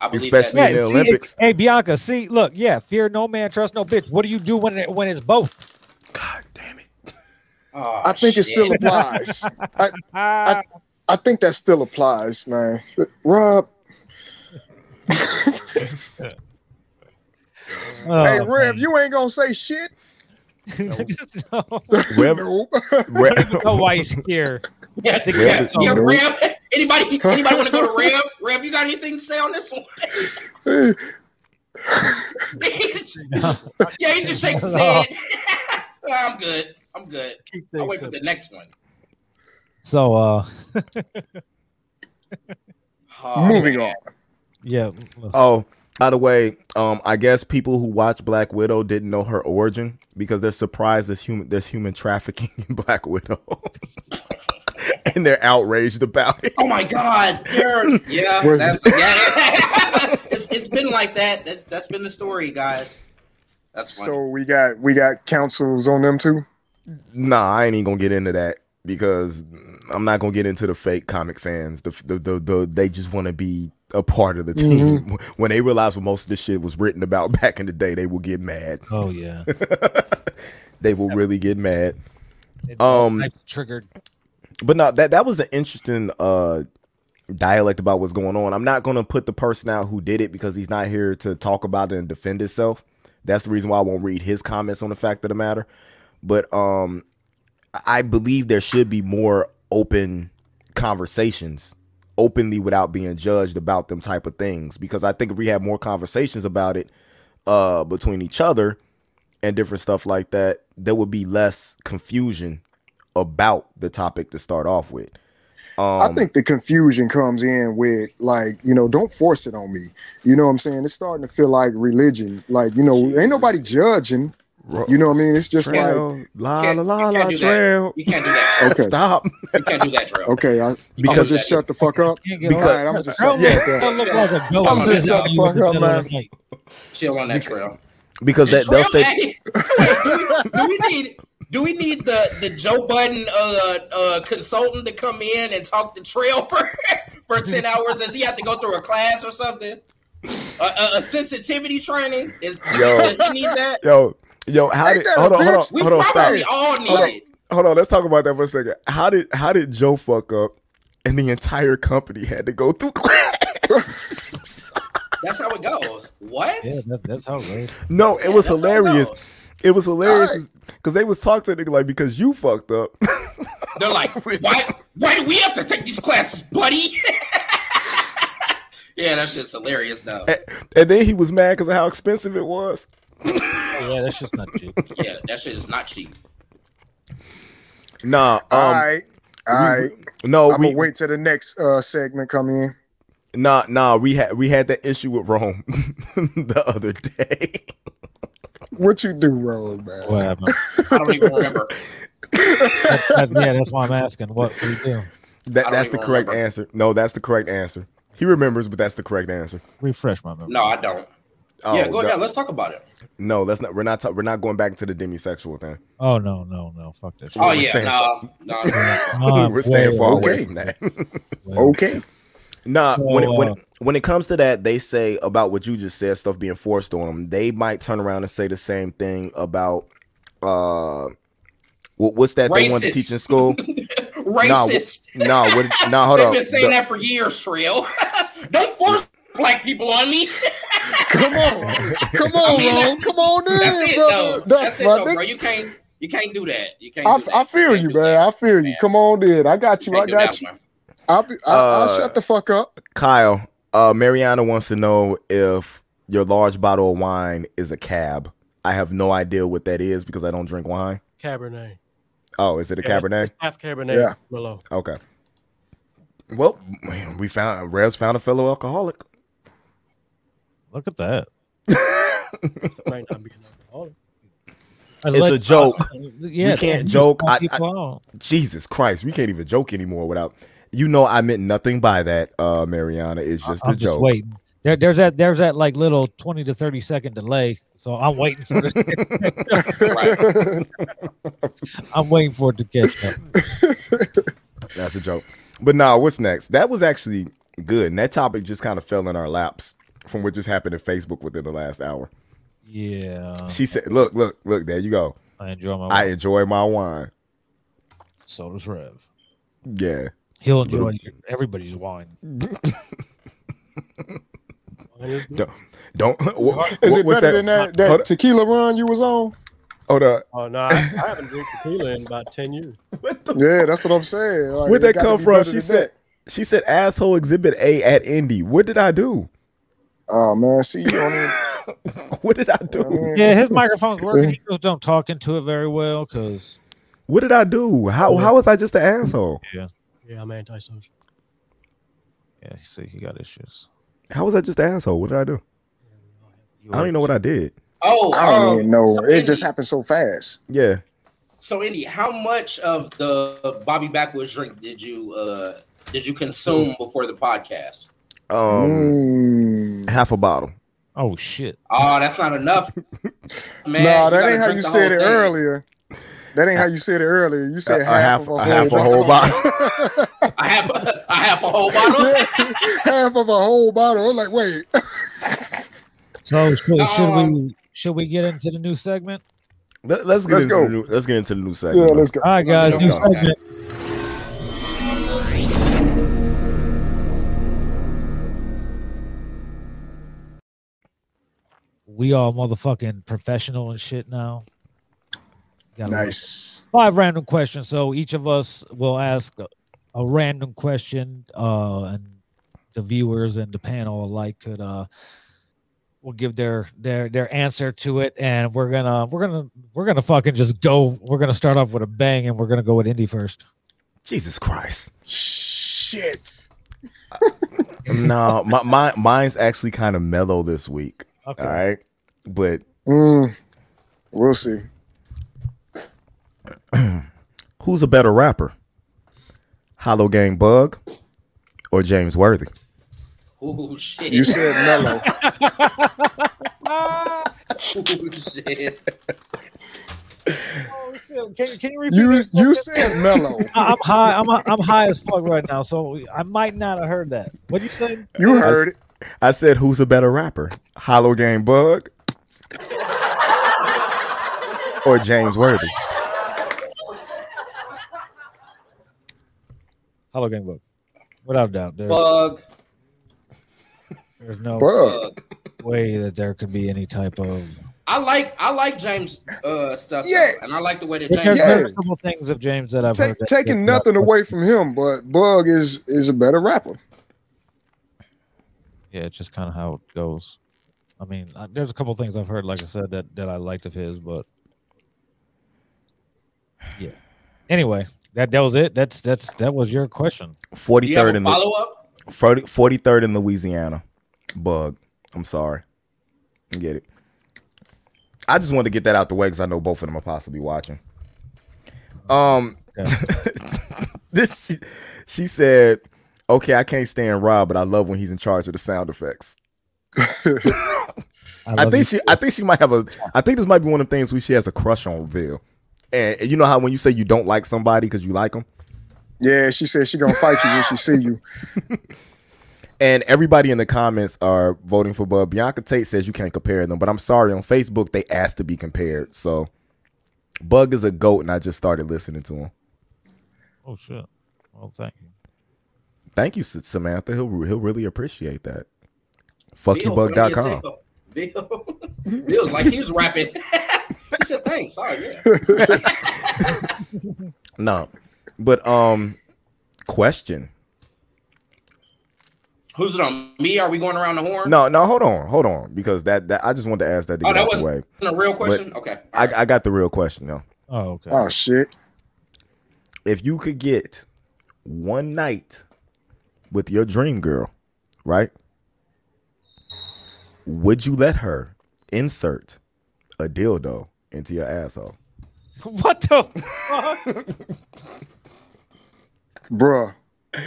Speaker 3: I believe
Speaker 2: Especially
Speaker 3: that.
Speaker 2: in the
Speaker 1: see,
Speaker 2: Olympics.
Speaker 1: Hey Bianca, see, look, yeah, fear no man, trust no bitch. What do you do when it, when it's both?
Speaker 2: God damn it.
Speaker 3: Oh,
Speaker 4: I think
Speaker 2: [laughs]
Speaker 4: it still
Speaker 3: shit.
Speaker 4: applies.
Speaker 1: Ah,
Speaker 4: I think that still applies, man. Rob,
Speaker 2: Ah.
Speaker 1: Oh,
Speaker 4: hey, Rev, you [laughs] ain't gonna say shit.
Speaker 1: [laughs] no, [laughs]
Speaker 2: Rev,
Speaker 4: [laughs] Nope.
Speaker 2: [laughs] Rev,
Speaker 1: no, why he's here?
Speaker 3: [laughs] Yeah, yeah,
Speaker 2: Reb-
Speaker 3: yeah,
Speaker 4: Nope.
Speaker 3: Reb. [laughs] Anybody, anybody want to
Speaker 4: [laughs]
Speaker 3: go to Reb? Reb, you got anything to say on this one?
Speaker 2: Oh,
Speaker 3: yeah, he just shakes his head. [laughs] I'm good. I'm good.
Speaker 8: Keep
Speaker 3: I'll
Speaker 8: things
Speaker 3: wait for the
Speaker 8: simple.
Speaker 3: next one.
Speaker 1: So, uh,
Speaker 3: Oh,
Speaker 4: Moving
Speaker 3: man.
Speaker 4: on.
Speaker 1: yeah.
Speaker 2: oh, by the way, um, I guess people who watch Black Widow didn't know her origin because they're surprised there's human there's human trafficking in [laughs] Black Widow, and they're outraged about it.
Speaker 3: Oh my God! There- Yeah,
Speaker 4: Where's-
Speaker 3: that's, yeah. [laughs] it's, it's been like that. That's that's been the story, guys. That's funny.
Speaker 4: So we got we got councils on them too.
Speaker 2: Nah, I ain't even gonna get into that because I'm not gonna get into the fake comic fans. The the the, the they just want to be a part of the team. When they realize what most of this shit was written about [laughs] back in the day, they will get mad.
Speaker 1: Oh yeah.
Speaker 2: they will really get mad.
Speaker 1: It- all
Speaker 2: Um,
Speaker 1: types of triggered.
Speaker 2: But no, that that was an interesting uh dialect about what's going on. I'm not gonna put the person out who did it because he's not here to talk about it and defend itself. That's the reason why I won't read his comments on the fact of the matter. But um I believe there should be more open conversations openly without being judged about them type of things. Because I think if we had more conversations about it uh between each other and different stuff like that, there would be less confusion about the topic to start off with. Um,
Speaker 4: I think the confusion comes in with like, you know, don't force it on me. You know what I'm saying? It's starting to feel like religion. Like, you know, ain't nobody judging. You know what I mean? It's just like
Speaker 2: trail, la la
Speaker 3: Can't-
Speaker 2: la
Speaker 3: you
Speaker 2: la
Speaker 3: can't do that.
Speaker 2: trail.
Speaker 3: You can't do that.
Speaker 4: Okay.
Speaker 2: Stop.
Speaker 3: You can't do that, [laughs] Dre.
Speaker 4: Okay, I, I'ma
Speaker 2: [laughs] Because
Speaker 4: just shut the fuck up.
Speaker 1: Can't get
Speaker 4: All
Speaker 1: over
Speaker 2: [laughs]
Speaker 4: right, I'ma just
Speaker 1: Bro,
Speaker 4: shut the fuck
Speaker 1: I
Speaker 4: up.
Speaker 1: look like a ghost.
Speaker 3: I'm just
Speaker 1: staring at
Speaker 3: shut
Speaker 4: the
Speaker 1: you in
Speaker 4: fuck up,
Speaker 1: middle of
Speaker 4: man.
Speaker 1: the night.
Speaker 3: Chill on that trail.
Speaker 2: Because that
Speaker 3: It's
Speaker 2: they'll
Speaker 3: trail,
Speaker 2: say
Speaker 3: hey. [laughs] do we need do we need the the Joe Budden uh uh consultant to come in and talk to trail [laughs] for for ten hours? Does he have to go through a class or something? A, a, a sensitivity training? Is
Speaker 2: [laughs] Yo.
Speaker 3: does he need that?
Speaker 2: yo yo how
Speaker 4: Ain't
Speaker 2: did
Speaker 4: that a
Speaker 2: hold on hold on
Speaker 4: bitch?
Speaker 3: We
Speaker 2: hold on stop
Speaker 3: probably all need
Speaker 2: Hold on.
Speaker 3: it.
Speaker 2: hold on let's talk about that for a second. How did how did Joe fuck up and the entire company had to go through [laughs] class?
Speaker 3: That's how it goes. What?
Speaker 1: Yeah, that, that's how it is.
Speaker 2: no, it
Speaker 3: Yeah,
Speaker 2: was
Speaker 3: that's how
Speaker 2: hilarious.
Speaker 3: goes.
Speaker 2: It was hilarious because they was talking to the nigga like because you fucked up. [laughs]
Speaker 3: They're like, why? Why do we have to take these classes, buddy? [laughs] yeah, that shit's hilarious, though.
Speaker 2: Eh. and then he was mad because of how expensive it was.
Speaker 1: Yeah, that's just not cheap.
Speaker 3: Yeah, that shit is not cheap.
Speaker 2: Nah, um,
Speaker 4: All right.
Speaker 2: we-
Speaker 4: All right.
Speaker 2: no,
Speaker 4: I'm
Speaker 2: we,
Speaker 4: gonna wait till the next uh, segment come in.
Speaker 2: Nah, nah, we had we had that issue with Rome [laughs] the other day.
Speaker 4: What you do wrong, man?
Speaker 1: [laughs] What happened?
Speaker 3: I don't even remember.
Speaker 1: That- yeah, that's why I'm asking. What we do?
Speaker 2: That
Speaker 3: don't
Speaker 2: that's the
Speaker 3: even
Speaker 2: correct
Speaker 3: remember.
Speaker 2: answer. No, that's the correct answer. He remembers, but that's the correct answer.
Speaker 1: Refresh my memory.
Speaker 3: No, I don't.
Speaker 2: Oh,
Speaker 3: yeah, go
Speaker 2: the-
Speaker 3: down. Let's talk about it.
Speaker 2: No, that's not. We're not. Ta- we're not going back into the demisexual thing.
Speaker 1: Oh no, no, no. Fuck that.
Speaker 3: Oh
Speaker 2: we're
Speaker 3: yeah,
Speaker 2: staying-
Speaker 3: no, no, no, no.
Speaker 1: Uh,
Speaker 2: [laughs] we're staying
Speaker 1: wait,
Speaker 2: Oh. far
Speaker 1: wait,
Speaker 2: away
Speaker 4: okay.
Speaker 2: from that. [laughs]
Speaker 1: wait.
Speaker 4: Okay. [laughs]
Speaker 2: Nah, when it,
Speaker 1: So,
Speaker 2: when
Speaker 1: uh,
Speaker 2: it, when it comes to that, they say about what you just said, stuff being forced on them. They might turn around and say the same thing about uh, what, what's that they want to
Speaker 3: Racist.
Speaker 2: teach in
Speaker 3: [laughs]
Speaker 2: school?
Speaker 3: Racist.
Speaker 2: Nah, nah, what, nah hold
Speaker 3: They've
Speaker 2: on.
Speaker 3: been saying
Speaker 2: The-
Speaker 3: that for years, Trill. [laughs] don't force black people on me.
Speaker 4: Come on. Come
Speaker 3: I
Speaker 4: on,
Speaker 3: mean,
Speaker 4: Ron.
Speaker 3: that's-
Speaker 4: Come on in,
Speaker 3: That's it,
Speaker 4: brother.
Speaker 3: though. That's,
Speaker 4: That's,
Speaker 3: it,
Speaker 4: my
Speaker 3: though,
Speaker 4: nigga.
Speaker 3: bro. You can't, you can't do that. You can't.
Speaker 4: I,
Speaker 3: do that.
Speaker 4: I feel
Speaker 3: can't
Speaker 4: you,
Speaker 3: do
Speaker 4: man.
Speaker 3: that.
Speaker 4: I feel you.
Speaker 3: Yeah.
Speaker 4: Come on in. I got you. I
Speaker 3: Can't do that
Speaker 4: got you.
Speaker 3: one.
Speaker 4: I'll, be, I, I'll
Speaker 2: Uh,
Speaker 4: shut the fuck up.
Speaker 2: Kyle, uh, Mariana wants to know if your large bottle of wine is a cab. I have no idea what that is because I don't drink wine.
Speaker 8: Cabernet.
Speaker 2: Oh, is it a
Speaker 8: Yeah,
Speaker 2: Cabernet?
Speaker 8: it's Half Cabernet.
Speaker 4: Yeah.
Speaker 8: Merlot.
Speaker 2: Okay. Well, man, we found Rez found a fellow alcoholic. [laughs]
Speaker 1: Look at that.
Speaker 8: Might not be an alcoholic.
Speaker 2: It's a joke.
Speaker 1: Yeah,
Speaker 2: You can't
Speaker 1: just
Speaker 2: joke.
Speaker 1: cut
Speaker 2: I-
Speaker 1: people off.
Speaker 2: Jesus Christ, we can't even joke anymore without. You know, I meant nothing by that, uh, Mariana. It's just a
Speaker 1: I'm just
Speaker 2: joke.
Speaker 1: waiting. There, there's that. There's that like little twenty to thirty second delay. So I'm waiting for this.
Speaker 2: [laughs]
Speaker 3: Right.
Speaker 4: [laughs]
Speaker 1: I'm waiting for it to catch up.
Speaker 2: That's a joke. But nah, what's next? That was actually good, and that topic just kind of fell in our laps from what just happened to Facebook within the last hour.
Speaker 1: Yeah,
Speaker 2: She said, "Look, look, look. There you go.
Speaker 1: I enjoy my.
Speaker 2: I
Speaker 1: wine.
Speaker 2: enjoy my wine.
Speaker 1: so does Rev.
Speaker 2: Yeah,
Speaker 1: He'll enjoy your, everybody's wine.
Speaker 2: don't don't. [laughs] What,
Speaker 4: Is
Speaker 2: what-
Speaker 4: it
Speaker 2: what's
Speaker 4: better than that,
Speaker 2: Hold
Speaker 4: that
Speaker 2: up.
Speaker 4: tequila run you was on?
Speaker 2: Hold up.
Speaker 8: Oh no, I, I haven't drank tequila in about ten years.
Speaker 4: Yeah, that's what I'm saying. Like,
Speaker 2: Where'd
Speaker 4: it
Speaker 2: that
Speaker 4: gotta
Speaker 2: come
Speaker 4: be
Speaker 2: from?
Speaker 4: better
Speaker 2: She
Speaker 4: than
Speaker 2: said,
Speaker 4: that.
Speaker 2: she said, asshole exhibit A at Indy. What did I
Speaker 4: [laughs]
Speaker 2: do?
Speaker 4: "Oh man, see you on it."
Speaker 2: What did I
Speaker 4: You know what I
Speaker 2: do?
Speaker 4: mean?
Speaker 1: Yeah, his microphone's working. He just don't talk into it very well because
Speaker 2: What did I do? How how was I just an asshole?
Speaker 8: Yeah, I'm antisocial.
Speaker 1: yeah, you see, he got issues.
Speaker 2: How was I just an asshole? What did I do? I don't even know what I did.
Speaker 3: Oh,
Speaker 4: I don't
Speaker 3: um,
Speaker 4: even know.
Speaker 3: so
Speaker 4: It just
Speaker 3: Indy-
Speaker 4: happened so fast.
Speaker 2: Yeah.
Speaker 3: So, Indy, how much of the Bobby Backwoods drink did you uh did you consume before the podcast?
Speaker 2: Um
Speaker 4: Mm.
Speaker 2: half a bottle.
Speaker 1: Oh shit!
Speaker 3: Oh, that's not enough, man.
Speaker 4: nah, that
Speaker 3: gotta
Speaker 4: ain't how
Speaker 3: drink
Speaker 4: you
Speaker 3: the
Speaker 4: said it
Speaker 3: whole thing.
Speaker 4: earlier. That ain't how you said it earlier. You
Speaker 2: A,
Speaker 4: said
Speaker 2: a
Speaker 4: half,
Speaker 2: half,
Speaker 4: of a,
Speaker 2: a half a
Speaker 4: bottle.
Speaker 2: whole bottle.
Speaker 4: [laughs]
Speaker 2: [laughs]
Speaker 3: I have a, I have a whole bottle.
Speaker 4: yeah, half of a whole bottle. I'm like, wait,
Speaker 1: So should, should
Speaker 3: Um,
Speaker 1: we Oh. should we get into the new segment?
Speaker 2: Let, us get
Speaker 4: Let's
Speaker 2: into
Speaker 4: go.
Speaker 2: The new, let's get into the new
Speaker 4: yeah,
Speaker 2: segment.
Speaker 4: let's go.
Speaker 1: All right, guys,
Speaker 3: no,
Speaker 1: new
Speaker 3: no, no.
Speaker 1: segment. We all motherfucking professional and shit now. Got a little
Speaker 4: Nice.
Speaker 1: five random questions. So each of us will ask a, a random question, uh, and the viewers and the panel alike could uh will give their their their answer to it. And we're gonna we're gonna we're gonna fucking just go. We're gonna start off with a bang, and we're gonna go with Indy first.
Speaker 2: Jesus Christ.
Speaker 4: Shit.
Speaker 2: no, my, my mine's actually kind of mellow this week.
Speaker 1: Okay.
Speaker 2: All right. But
Speaker 4: Mm. We'll see.
Speaker 2: who's a better rapper? Hollow Gang Bug or James Worthy?
Speaker 3: Oh shit!
Speaker 4: You said mellow.
Speaker 3: [laughs] Ooh, shit.
Speaker 1: Oh shit! Can, can you repeat?
Speaker 4: you you said mellow.
Speaker 1: I'm high. I'm I'm high as fuck right now, so I might not have heard that. What you say?
Speaker 4: You heard it.
Speaker 2: I said who's a better rapper? Hollow Gang
Speaker 3: [laughs]
Speaker 2: Bug or James Worthy?
Speaker 1: Hello, Gang Book. Without a doubt, there-
Speaker 3: Bug,
Speaker 1: there's no
Speaker 4: Bug.
Speaker 3: bug.
Speaker 1: way that there could be any type of
Speaker 3: I like I like James uh stuff.
Speaker 4: Yeah.
Speaker 3: though, and I like the way that
Speaker 1: But there's
Speaker 3: James.
Speaker 4: Yeah.
Speaker 1: been a couple things of James that I've
Speaker 4: Take,
Speaker 1: heard that-
Speaker 4: taking
Speaker 1: that-
Speaker 4: nothing away from him, but Bug is is a better rapper.
Speaker 1: Yeah, it's just kind of how it goes. I mean, I, there's a couple things I've heard, like I said, that that I liked of his, but yeah. Anyway, that that was it. That's that's that was your question.
Speaker 2: 43rd
Speaker 3: Do you have a
Speaker 2: in the
Speaker 3: follow up?
Speaker 2: 40, 43rd in Louisiana. Bug. I'm sorry. Get it. I just wanted to get that out the way because I know both of them are possibly watching. Um,
Speaker 1: Yeah.
Speaker 2: [laughs] this she, she said, "Okay, I can't stand Rob, but I love when he's in charge of the sound effects." I,
Speaker 1: love
Speaker 2: think
Speaker 1: you.
Speaker 2: she, I think she might have a, I think this might be one of the things where she has a crush on Ville. And, and you know how when you say you don't like somebody because you like them,
Speaker 4: Yeah, she said she gonna fight you when she see
Speaker 1: [laughs]
Speaker 4: you.
Speaker 2: And everybody in the comments are voting for Bud. Bianca Tate says you can't compare them, but I'm sorry, on Facebook they asked to be compared. So Bug is a goat, and I just started listening to him.
Speaker 1: Oh shit! Well, thank you.
Speaker 2: Thank you, S- Samantha. He'll he'll really appreciate that.
Speaker 3: Bill funny as
Speaker 2: FuckyouBug.com.
Speaker 3: hell. Bill, [laughs] Bill's like he was rapping. [laughs] he said, "Thanks, oh yeah."
Speaker 2: No. But um question.
Speaker 3: Who's it on? Me? Are we going around the horn?
Speaker 2: No, no, hold on, hold on. Because that, that I just wanted to ask that to
Speaker 3: Oh,
Speaker 2: get
Speaker 3: that
Speaker 2: out the
Speaker 3: wasn't-
Speaker 2: way.
Speaker 3: Isn't a real question? okay.
Speaker 2: I, I got the real question though.
Speaker 1: Oh okay.
Speaker 4: Oh shit.
Speaker 2: if you could get one night with your dream girl, right? Would you let her insert a dildo into your asshole?
Speaker 1: [laughs] what the fuck,
Speaker 4: Bruh.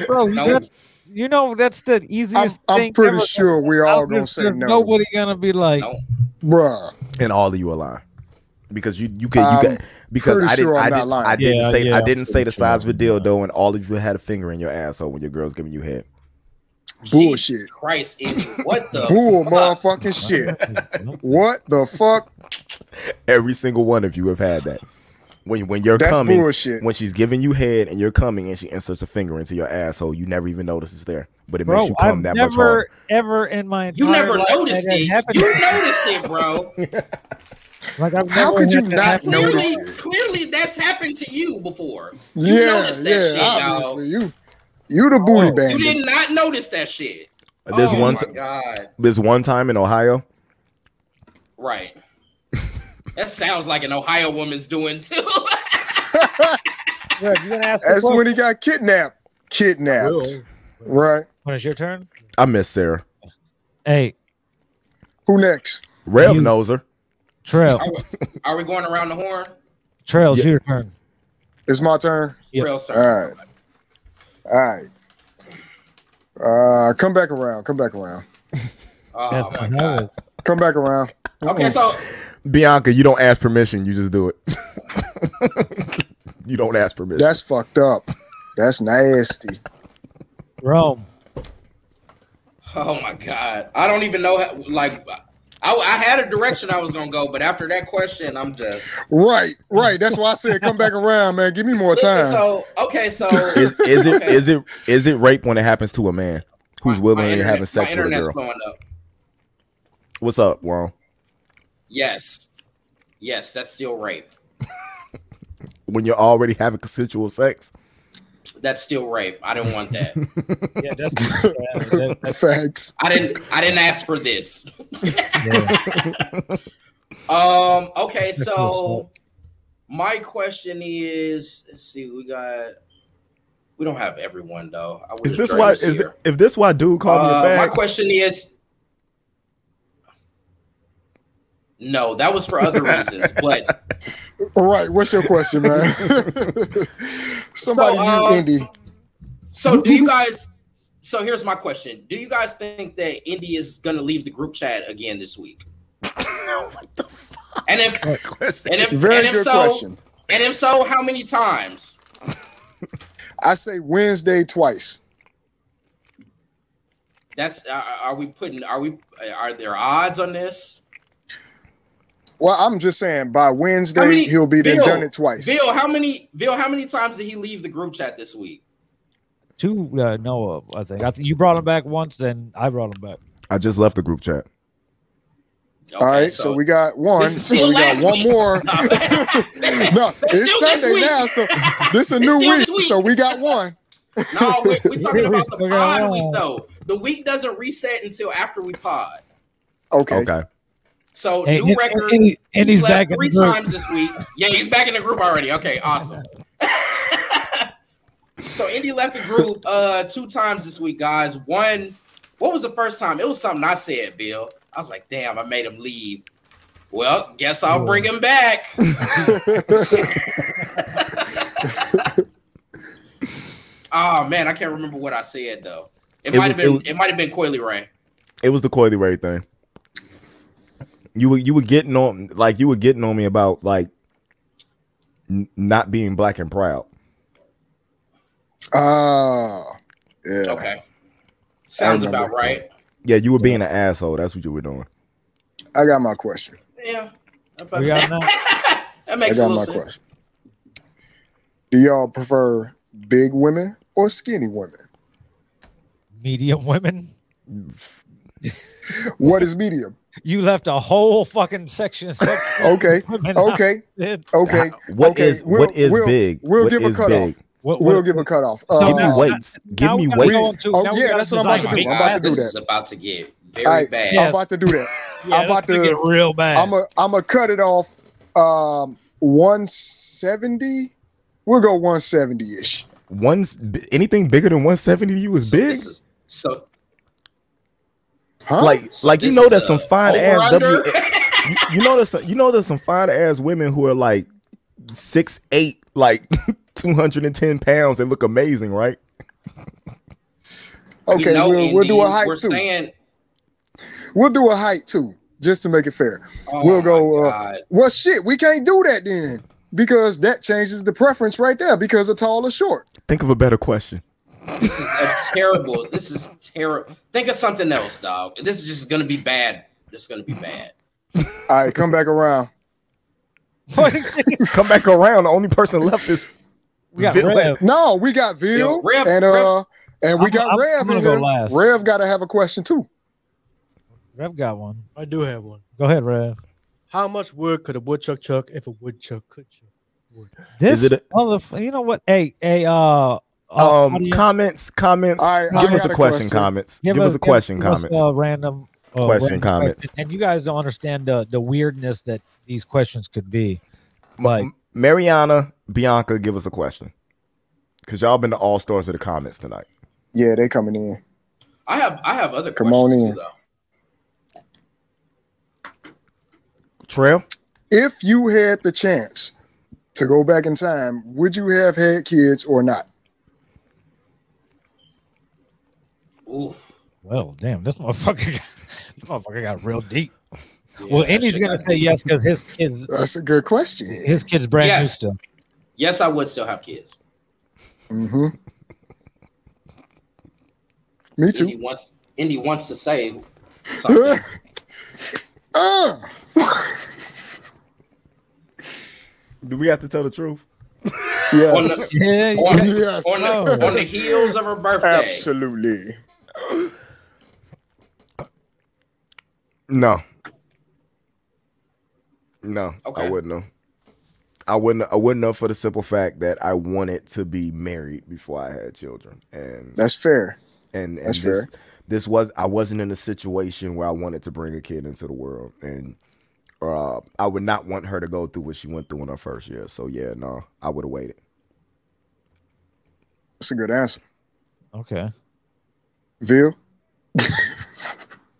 Speaker 1: bro?
Speaker 3: No.
Speaker 1: that's- you know that's the easiest.
Speaker 4: I'm
Speaker 1: thing
Speaker 4: pretty
Speaker 1: ever.
Speaker 4: sure we're all gonna
Speaker 1: There's-
Speaker 4: say
Speaker 1: there's
Speaker 4: no.
Speaker 1: Nobody gonna be like.
Speaker 3: No.
Speaker 4: Bruh.
Speaker 2: And all of you are lying. Because you you could you
Speaker 4: I'm
Speaker 2: could because
Speaker 4: Um, pretty
Speaker 2: I didn't
Speaker 4: sure I'm
Speaker 2: I
Speaker 4: not
Speaker 2: didn't,
Speaker 4: lying.
Speaker 2: I didn't
Speaker 1: Yeah,
Speaker 2: say
Speaker 1: yeah,
Speaker 2: I
Speaker 1: I'm
Speaker 2: didn't say the
Speaker 1: pretty sure
Speaker 2: size of a
Speaker 1: I'm not.
Speaker 2: dildo and all of you had a finger in your asshole when your girl's giving you head.
Speaker 4: Bullshit.
Speaker 3: Jesus Christ, Eddie, what the [laughs]
Speaker 4: Bull
Speaker 3: fuck?
Speaker 4: motherfucking shit.
Speaker 1: [laughs]
Speaker 4: What the fuck?
Speaker 2: Every single one of you have had that. When when you're
Speaker 4: That's
Speaker 2: coming,
Speaker 4: bullshit.
Speaker 2: when she's giving you head and you're coming and she inserts a finger into your asshole, you never even notice it's there, but it
Speaker 1: Bro,
Speaker 2: makes you come
Speaker 1: I've
Speaker 2: that much
Speaker 1: never
Speaker 2: harder.
Speaker 1: ever in my entire
Speaker 3: You never
Speaker 1: life
Speaker 3: noticed
Speaker 1: had that
Speaker 3: it.
Speaker 1: happen.
Speaker 3: You noticed it, bro.
Speaker 1: [laughs] Like I've
Speaker 4: How
Speaker 1: never
Speaker 4: could you
Speaker 1: had that
Speaker 4: not
Speaker 1: happen.
Speaker 4: know
Speaker 3: clearly,
Speaker 4: noticed it.
Speaker 3: clearly, that's happened to you before. You
Speaker 4: Yeah,
Speaker 3: noticed that
Speaker 4: yeah,
Speaker 3: shit, dog.
Speaker 4: obviously. You you the booty
Speaker 3: You
Speaker 4: bandit.
Speaker 3: did not notice that shit.
Speaker 2: There's
Speaker 3: oh
Speaker 2: one
Speaker 3: my
Speaker 2: t-
Speaker 3: god,
Speaker 2: there's one time in Ohio,
Speaker 3: right? that sounds like an Ohio woman's doing too. [laughs]
Speaker 1: Brad, you gonna ask the
Speaker 4: That's
Speaker 1: question?
Speaker 4: when he got kidnapped.
Speaker 9: Will.
Speaker 4: Kidnapped. Right.
Speaker 1: When it's your turn?
Speaker 2: I miss Sarah.
Speaker 1: Hey,
Speaker 4: Who next?
Speaker 2: Rev
Speaker 1: You-
Speaker 2: knows her.
Speaker 1: Trail,
Speaker 3: are, we, are we going around the horn?
Speaker 1: Trail, it's
Speaker 2: Yeah.
Speaker 1: your turn.
Speaker 4: It's my turn.
Speaker 1: Yeah.
Speaker 3: Real sir.
Speaker 2: Uh,
Speaker 4: All right. All right. Uh, come back around. Come back around.
Speaker 3: Oh
Speaker 1: That's
Speaker 3: my
Speaker 1: another-
Speaker 3: god.
Speaker 4: Come back around.
Speaker 3: Okay, so
Speaker 2: Bianca, you don't ask permission, you just do it. [laughs] you don't ask permission.
Speaker 4: That's fucked up. That's nasty.
Speaker 1: Rome.
Speaker 3: Oh my god, I don't even know how. Like, I, I had a direction I was gonna go, but after that question, I'm just.
Speaker 4: Right, right. That's why I said come back around, man. Give me more
Speaker 3: Listen,
Speaker 4: time.
Speaker 3: so okay,
Speaker 2: [laughs]
Speaker 3: so
Speaker 2: is, is it
Speaker 3: Okay.
Speaker 2: is it is it rape when it happens to a man who's
Speaker 3: My
Speaker 2: willingly
Speaker 3: internet-
Speaker 2: having sex
Speaker 3: my
Speaker 2: with a
Speaker 3: internet's
Speaker 2: girl?
Speaker 3: Blowing up.
Speaker 2: What's up, Ron?
Speaker 3: Yes, yes, that's still rape.
Speaker 2: When you're already having consensual sex,
Speaker 3: That's still rape. I didn't want
Speaker 2: [laughs]
Speaker 3: that.
Speaker 1: Yeah,
Speaker 4: [laughs]
Speaker 1: that's, yeah, that- that's
Speaker 4: Facts.
Speaker 3: I didn't. I didn't ask for this.
Speaker 1: yeah.
Speaker 3: Um. Okay. So my question is: Let's see, we got. We don't have everyone though. I
Speaker 2: is
Speaker 3: wish
Speaker 2: this
Speaker 3: Dre
Speaker 2: why?
Speaker 3: was
Speaker 2: Is thi-
Speaker 3: here.
Speaker 2: if this why dude called
Speaker 3: Uh,
Speaker 2: me a
Speaker 3: my
Speaker 2: fag?
Speaker 3: question is no that was for other reasons but
Speaker 4: Right. What's your
Speaker 3: [laughs]
Speaker 4: question, man? Somebody
Speaker 3: So,
Speaker 4: knew
Speaker 3: um,
Speaker 4: Indy.
Speaker 3: so
Speaker 2: [laughs]
Speaker 3: do you guys so here's my question do you guys think that indy is gonna leave the group chat again
Speaker 2: [laughs]
Speaker 3: this week and if
Speaker 2: [laughs]
Speaker 3: and if,
Speaker 4: Very
Speaker 3: and if
Speaker 4: good
Speaker 3: so
Speaker 4: question.
Speaker 3: and if so how many times
Speaker 4: I say Wednesday twice.
Speaker 3: that's are, are we putting are we uh, are there odds on this
Speaker 4: Well, I'm just saying by Wednesday
Speaker 3: How many-
Speaker 4: he'll be there
Speaker 3: Bill,
Speaker 4: done it twice.
Speaker 3: bill how many bill how many times did he leave the group chat this week
Speaker 1: [laughs] Two uh, know of, I think. I think you brought him back once, then I brought him back.
Speaker 2: I just left the group chat.
Speaker 4: All right,
Speaker 3: [laughs]
Speaker 4: so, we got one.
Speaker 3: This is
Speaker 4: So
Speaker 3: still
Speaker 4: we got
Speaker 3: last
Speaker 4: one
Speaker 3: week. [laughs]
Speaker 4: more. no,
Speaker 3: still
Speaker 4: it's
Speaker 3: this
Speaker 4: Sunday
Speaker 3: week.
Speaker 4: now, so this is a
Speaker 3: It's
Speaker 4: new
Speaker 3: still
Speaker 4: week,
Speaker 3: this week.
Speaker 4: So we got one.
Speaker 3: No, we're, we're
Speaker 4: [laughs]
Speaker 3: talking about the
Speaker 1: We're gonna
Speaker 3: pod week
Speaker 1: roll.
Speaker 3: though. The week doesn't reset until after we pod.
Speaker 4: Okay.
Speaker 2: Okay,
Speaker 3: So
Speaker 1: Hey,
Speaker 3: Oh, new
Speaker 1: and-
Speaker 3: record.
Speaker 1: and- and
Speaker 3: he
Speaker 1: he's
Speaker 3: slept
Speaker 1: back in
Speaker 3: three
Speaker 1: the group.
Speaker 3: times this week. Yeah, he's back in the group already. Okay, awesome. [laughs] so Indy left the group uh two times this week, guys. One, what was the first time? It was something I said, Bill. I was like, damn, I made him leave. Well, guess I'll bring him back. oh man, I can't remember what I said though. It,
Speaker 2: It
Speaker 3: might
Speaker 2: was-
Speaker 3: have
Speaker 2: it
Speaker 3: been it,
Speaker 2: was-
Speaker 3: might have been Coily Ray.
Speaker 2: it was the coily ray thing. You were you were getting on like you were getting on me about like n- not being black and proud.
Speaker 4: Ah, yeah.
Speaker 3: Okay. Sounds
Speaker 4: remember.
Speaker 3: about right.
Speaker 2: Yeah, you were being an asshole. That's what you were doing.
Speaker 4: I got my question.
Speaker 3: Yeah.
Speaker 1: We got
Speaker 3: [laughs]
Speaker 1: him now.
Speaker 3: that
Speaker 4: I
Speaker 3: makes a
Speaker 4: got
Speaker 3: little
Speaker 4: my
Speaker 3: sense.
Speaker 4: question. Do y'all prefer big women or skinny women?
Speaker 1: Medium women.
Speaker 4: What is medium?
Speaker 1: You left a whole fucking section.
Speaker 4: Okay.
Speaker 1: Women [laughs] out.
Speaker 4: Okay.
Speaker 1: What,
Speaker 4: Okay.
Speaker 2: What
Speaker 4: Okay,
Speaker 2: is-
Speaker 4: we'll-
Speaker 2: what is
Speaker 4: we'll-
Speaker 2: big?
Speaker 4: we'll
Speaker 2: What
Speaker 4: give a
Speaker 2: is
Speaker 4: cutoff. Uh,
Speaker 1: what-
Speaker 4: We'll give a cutoff.
Speaker 1: So
Speaker 2: Give me
Speaker 1: now-
Speaker 2: weights. Give
Speaker 1: now
Speaker 2: me
Speaker 1: we gotta
Speaker 2: weights.
Speaker 1: go into-
Speaker 4: Oh,
Speaker 1: now we
Speaker 4: yeah,
Speaker 1: gotta
Speaker 4: that's what I'm about
Speaker 1: design
Speaker 4: to do.
Speaker 1: it.
Speaker 4: I'm about to do
Speaker 3: this is
Speaker 4: that.
Speaker 3: about to get very
Speaker 4: All right.
Speaker 3: bad.
Speaker 4: I'm about to do that.
Speaker 1: Yeah,
Speaker 4: I'm about
Speaker 1: that's gonna
Speaker 4: to-
Speaker 1: get real bad. [laughs]
Speaker 4: I'm a I'm a cut it off. Um, one seventy. We'll go one seventy ish.
Speaker 2: One anything bigger than 170 to you is
Speaker 3: So
Speaker 2: big.
Speaker 3: this is so
Speaker 4: Huh?
Speaker 2: like
Speaker 3: so
Speaker 2: like you
Speaker 3: this
Speaker 2: know
Speaker 3: is
Speaker 2: that's
Speaker 3: a
Speaker 2: some fine ass
Speaker 3: over-under?
Speaker 2: W. eh, you- you know that's you know there's some fine ass women who are like six eight like [laughs] 210 pounds. They look amazing, right?
Speaker 3: we
Speaker 4: okay,
Speaker 3: know
Speaker 4: we'll, we'll do a
Speaker 3: Indy,
Speaker 4: height
Speaker 3: We're
Speaker 4: too.
Speaker 3: saying
Speaker 4: We'll do a height too, just to make it fair.
Speaker 3: oh
Speaker 4: We'll
Speaker 3: my
Speaker 4: go, uh,
Speaker 3: God.
Speaker 4: Well, shit, we can't do that then because that changes the preference right there because of tall or short.
Speaker 2: Think of a better question.
Speaker 3: This is a terrible. This is terrible. Think of something else, dog. This is just gonna be bad. This is gonna be bad.
Speaker 4: All right, come back around.
Speaker 2: Come back around. The only person left is
Speaker 1: We got
Speaker 2: Vil-
Speaker 1: Rev.
Speaker 4: No, we got Ville
Speaker 3: Rev-
Speaker 4: and uh and we
Speaker 1: I'm-
Speaker 4: got
Speaker 1: I'm- I'm
Speaker 4: Rev
Speaker 1: gonna
Speaker 4: in
Speaker 1: go
Speaker 4: here.
Speaker 1: last.
Speaker 4: Rev got to have a question too.
Speaker 1: Rev got one.
Speaker 8: I do have one.
Speaker 1: Go ahead, Rev.
Speaker 8: How much wood could a woodchuck chuck if a woodchuck could chuck?
Speaker 1: This
Speaker 10: it a-
Speaker 1: motherf- you know what? Hey, hey, uh, uh,
Speaker 2: um
Speaker 1: audience,
Speaker 2: comments. Comments.
Speaker 4: All right, I
Speaker 2: give us a question.
Speaker 4: got a question.
Speaker 2: Comments. Give, us a question.
Speaker 1: give us
Speaker 2: comments.
Speaker 1: a random uh,
Speaker 2: Question,
Speaker 1: random
Speaker 2: comments.
Speaker 1: question. And you guys don't understand the the weirdness that these questions could be.
Speaker 2: Ma-
Speaker 1: Like-
Speaker 2: M- Mariana, Bianca, give us a question. Cause y'all been the all stars of the comments tonight.
Speaker 4: Yeah, they coming in.
Speaker 3: I have I have other
Speaker 4: Come on
Speaker 3: questions
Speaker 4: in.
Speaker 3: too, though.
Speaker 2: Trail,
Speaker 4: If you had the chance to go back in time, would you have had kids or not?
Speaker 3: Ooh,
Speaker 1: Well, damn, this motherfucker, [laughs] got, this motherfucker got real deep.
Speaker 3: yeah,
Speaker 1: well,
Speaker 3: that
Speaker 1: Andy's
Speaker 3: shit
Speaker 1: gonna
Speaker 3: got-
Speaker 1: say yes because his kids,
Speaker 4: That's a good question.
Speaker 1: his kids, brand new
Speaker 3: Yes.
Speaker 1: still.
Speaker 3: yes, I would still have kids.
Speaker 4: hmm Me
Speaker 3: Indy
Speaker 4: too. [laughs]
Speaker 3: wants Indy wants to say something.
Speaker 4: Uh,
Speaker 2: do we have to tell the truth?
Speaker 1: [laughs]
Speaker 4: yes.
Speaker 1: Yeah,
Speaker 3: on, the,
Speaker 4: Yes.
Speaker 3: on, the, on the heels of her birthday.
Speaker 4: Absolutely.
Speaker 2: No. No, I
Speaker 3: Okay.
Speaker 2: wouldn't have. I wouldn't. I wouldn't have for the simple fact that I wanted to be married before I had children, and
Speaker 4: That's fair.
Speaker 2: and, and
Speaker 4: That's
Speaker 2: this,
Speaker 4: fair.
Speaker 2: this was I wasn't in a situation where I wanted to bring a kid into the world, and uh, I would not want her to go through what she went through in her first year. So yeah, no, I would have waited.
Speaker 4: That's a good answer.
Speaker 1: okay.
Speaker 4: Ville?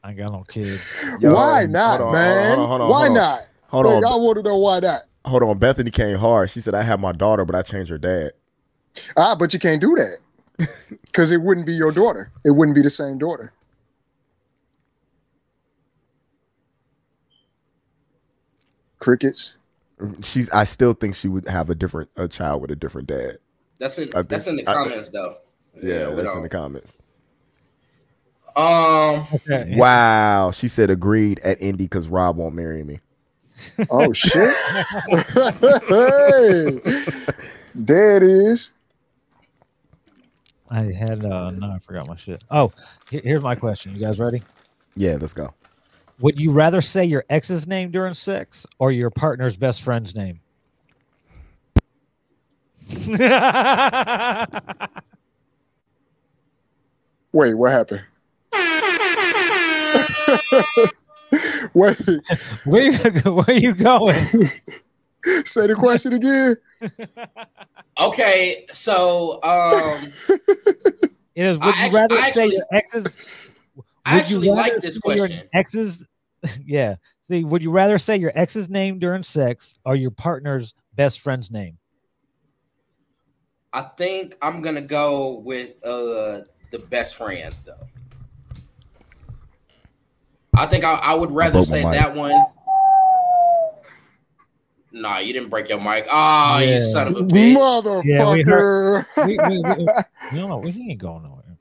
Speaker 1: I ain't got no kids.
Speaker 2: Yo,
Speaker 4: why
Speaker 2: hold
Speaker 4: not,
Speaker 2: on, hold
Speaker 4: man?
Speaker 2: on, hold on,
Speaker 4: why
Speaker 2: hold on.
Speaker 4: not?
Speaker 2: Hold
Speaker 4: Like,
Speaker 2: on,
Speaker 4: I want to know why not.
Speaker 2: hold on. Bethany came hard. She said I have my daughter, but I changed her dad.
Speaker 4: Ah, but you can't do that
Speaker 2: [laughs]
Speaker 4: because it wouldn't be your daughter. It wouldn't be the same daughter. Crickets.
Speaker 2: She's. I still think she would have a different a child with a different dad.
Speaker 3: That's in
Speaker 2: I
Speaker 3: that's in
Speaker 2: think-
Speaker 3: the
Speaker 2: I-
Speaker 3: comments though.
Speaker 2: Yeah,
Speaker 3: we
Speaker 2: that's
Speaker 3: don't-
Speaker 2: in the comments.
Speaker 3: Um,
Speaker 1: Okay.
Speaker 2: Wow, she said agreed at Indy because Rob won't marry me.
Speaker 4: Oh
Speaker 2: [laughs]
Speaker 4: shit! hey, there it is.
Speaker 1: I had uh no, I forgot my shit. Oh, here- here's my question. You guys ready?
Speaker 2: Yeah, let's go.
Speaker 1: Would you rather say your ex's name during sex or your partner's best friend's name? [laughs]
Speaker 4: Wait, what happened? [laughs] Wait,
Speaker 1: where you where you going?
Speaker 4: say the question again.
Speaker 3: okay, so um,
Speaker 1: It is
Speaker 3: I
Speaker 1: would you
Speaker 3: actu-
Speaker 1: rather
Speaker 3: I
Speaker 1: say
Speaker 3: actually-
Speaker 1: your ex's would
Speaker 3: [laughs] I actually
Speaker 1: you rather
Speaker 3: like this
Speaker 1: say your
Speaker 3: question.
Speaker 1: Ex's [laughs] yeah. See, would you rather say your ex's name during sex or your partner's best friend's name?
Speaker 3: I think I'm gonna go with uh the best friend though. I think I, I would rather
Speaker 2: broke my
Speaker 3: say
Speaker 2: mic.
Speaker 3: that one. Nah, you didn't break your mic. Oh,
Speaker 1: Yeah.
Speaker 3: you son of a bitch.
Speaker 1: Yeah, we
Speaker 4: Motherfucker.
Speaker 1: We- we- we- [laughs] No, we- he ain't going nowhere.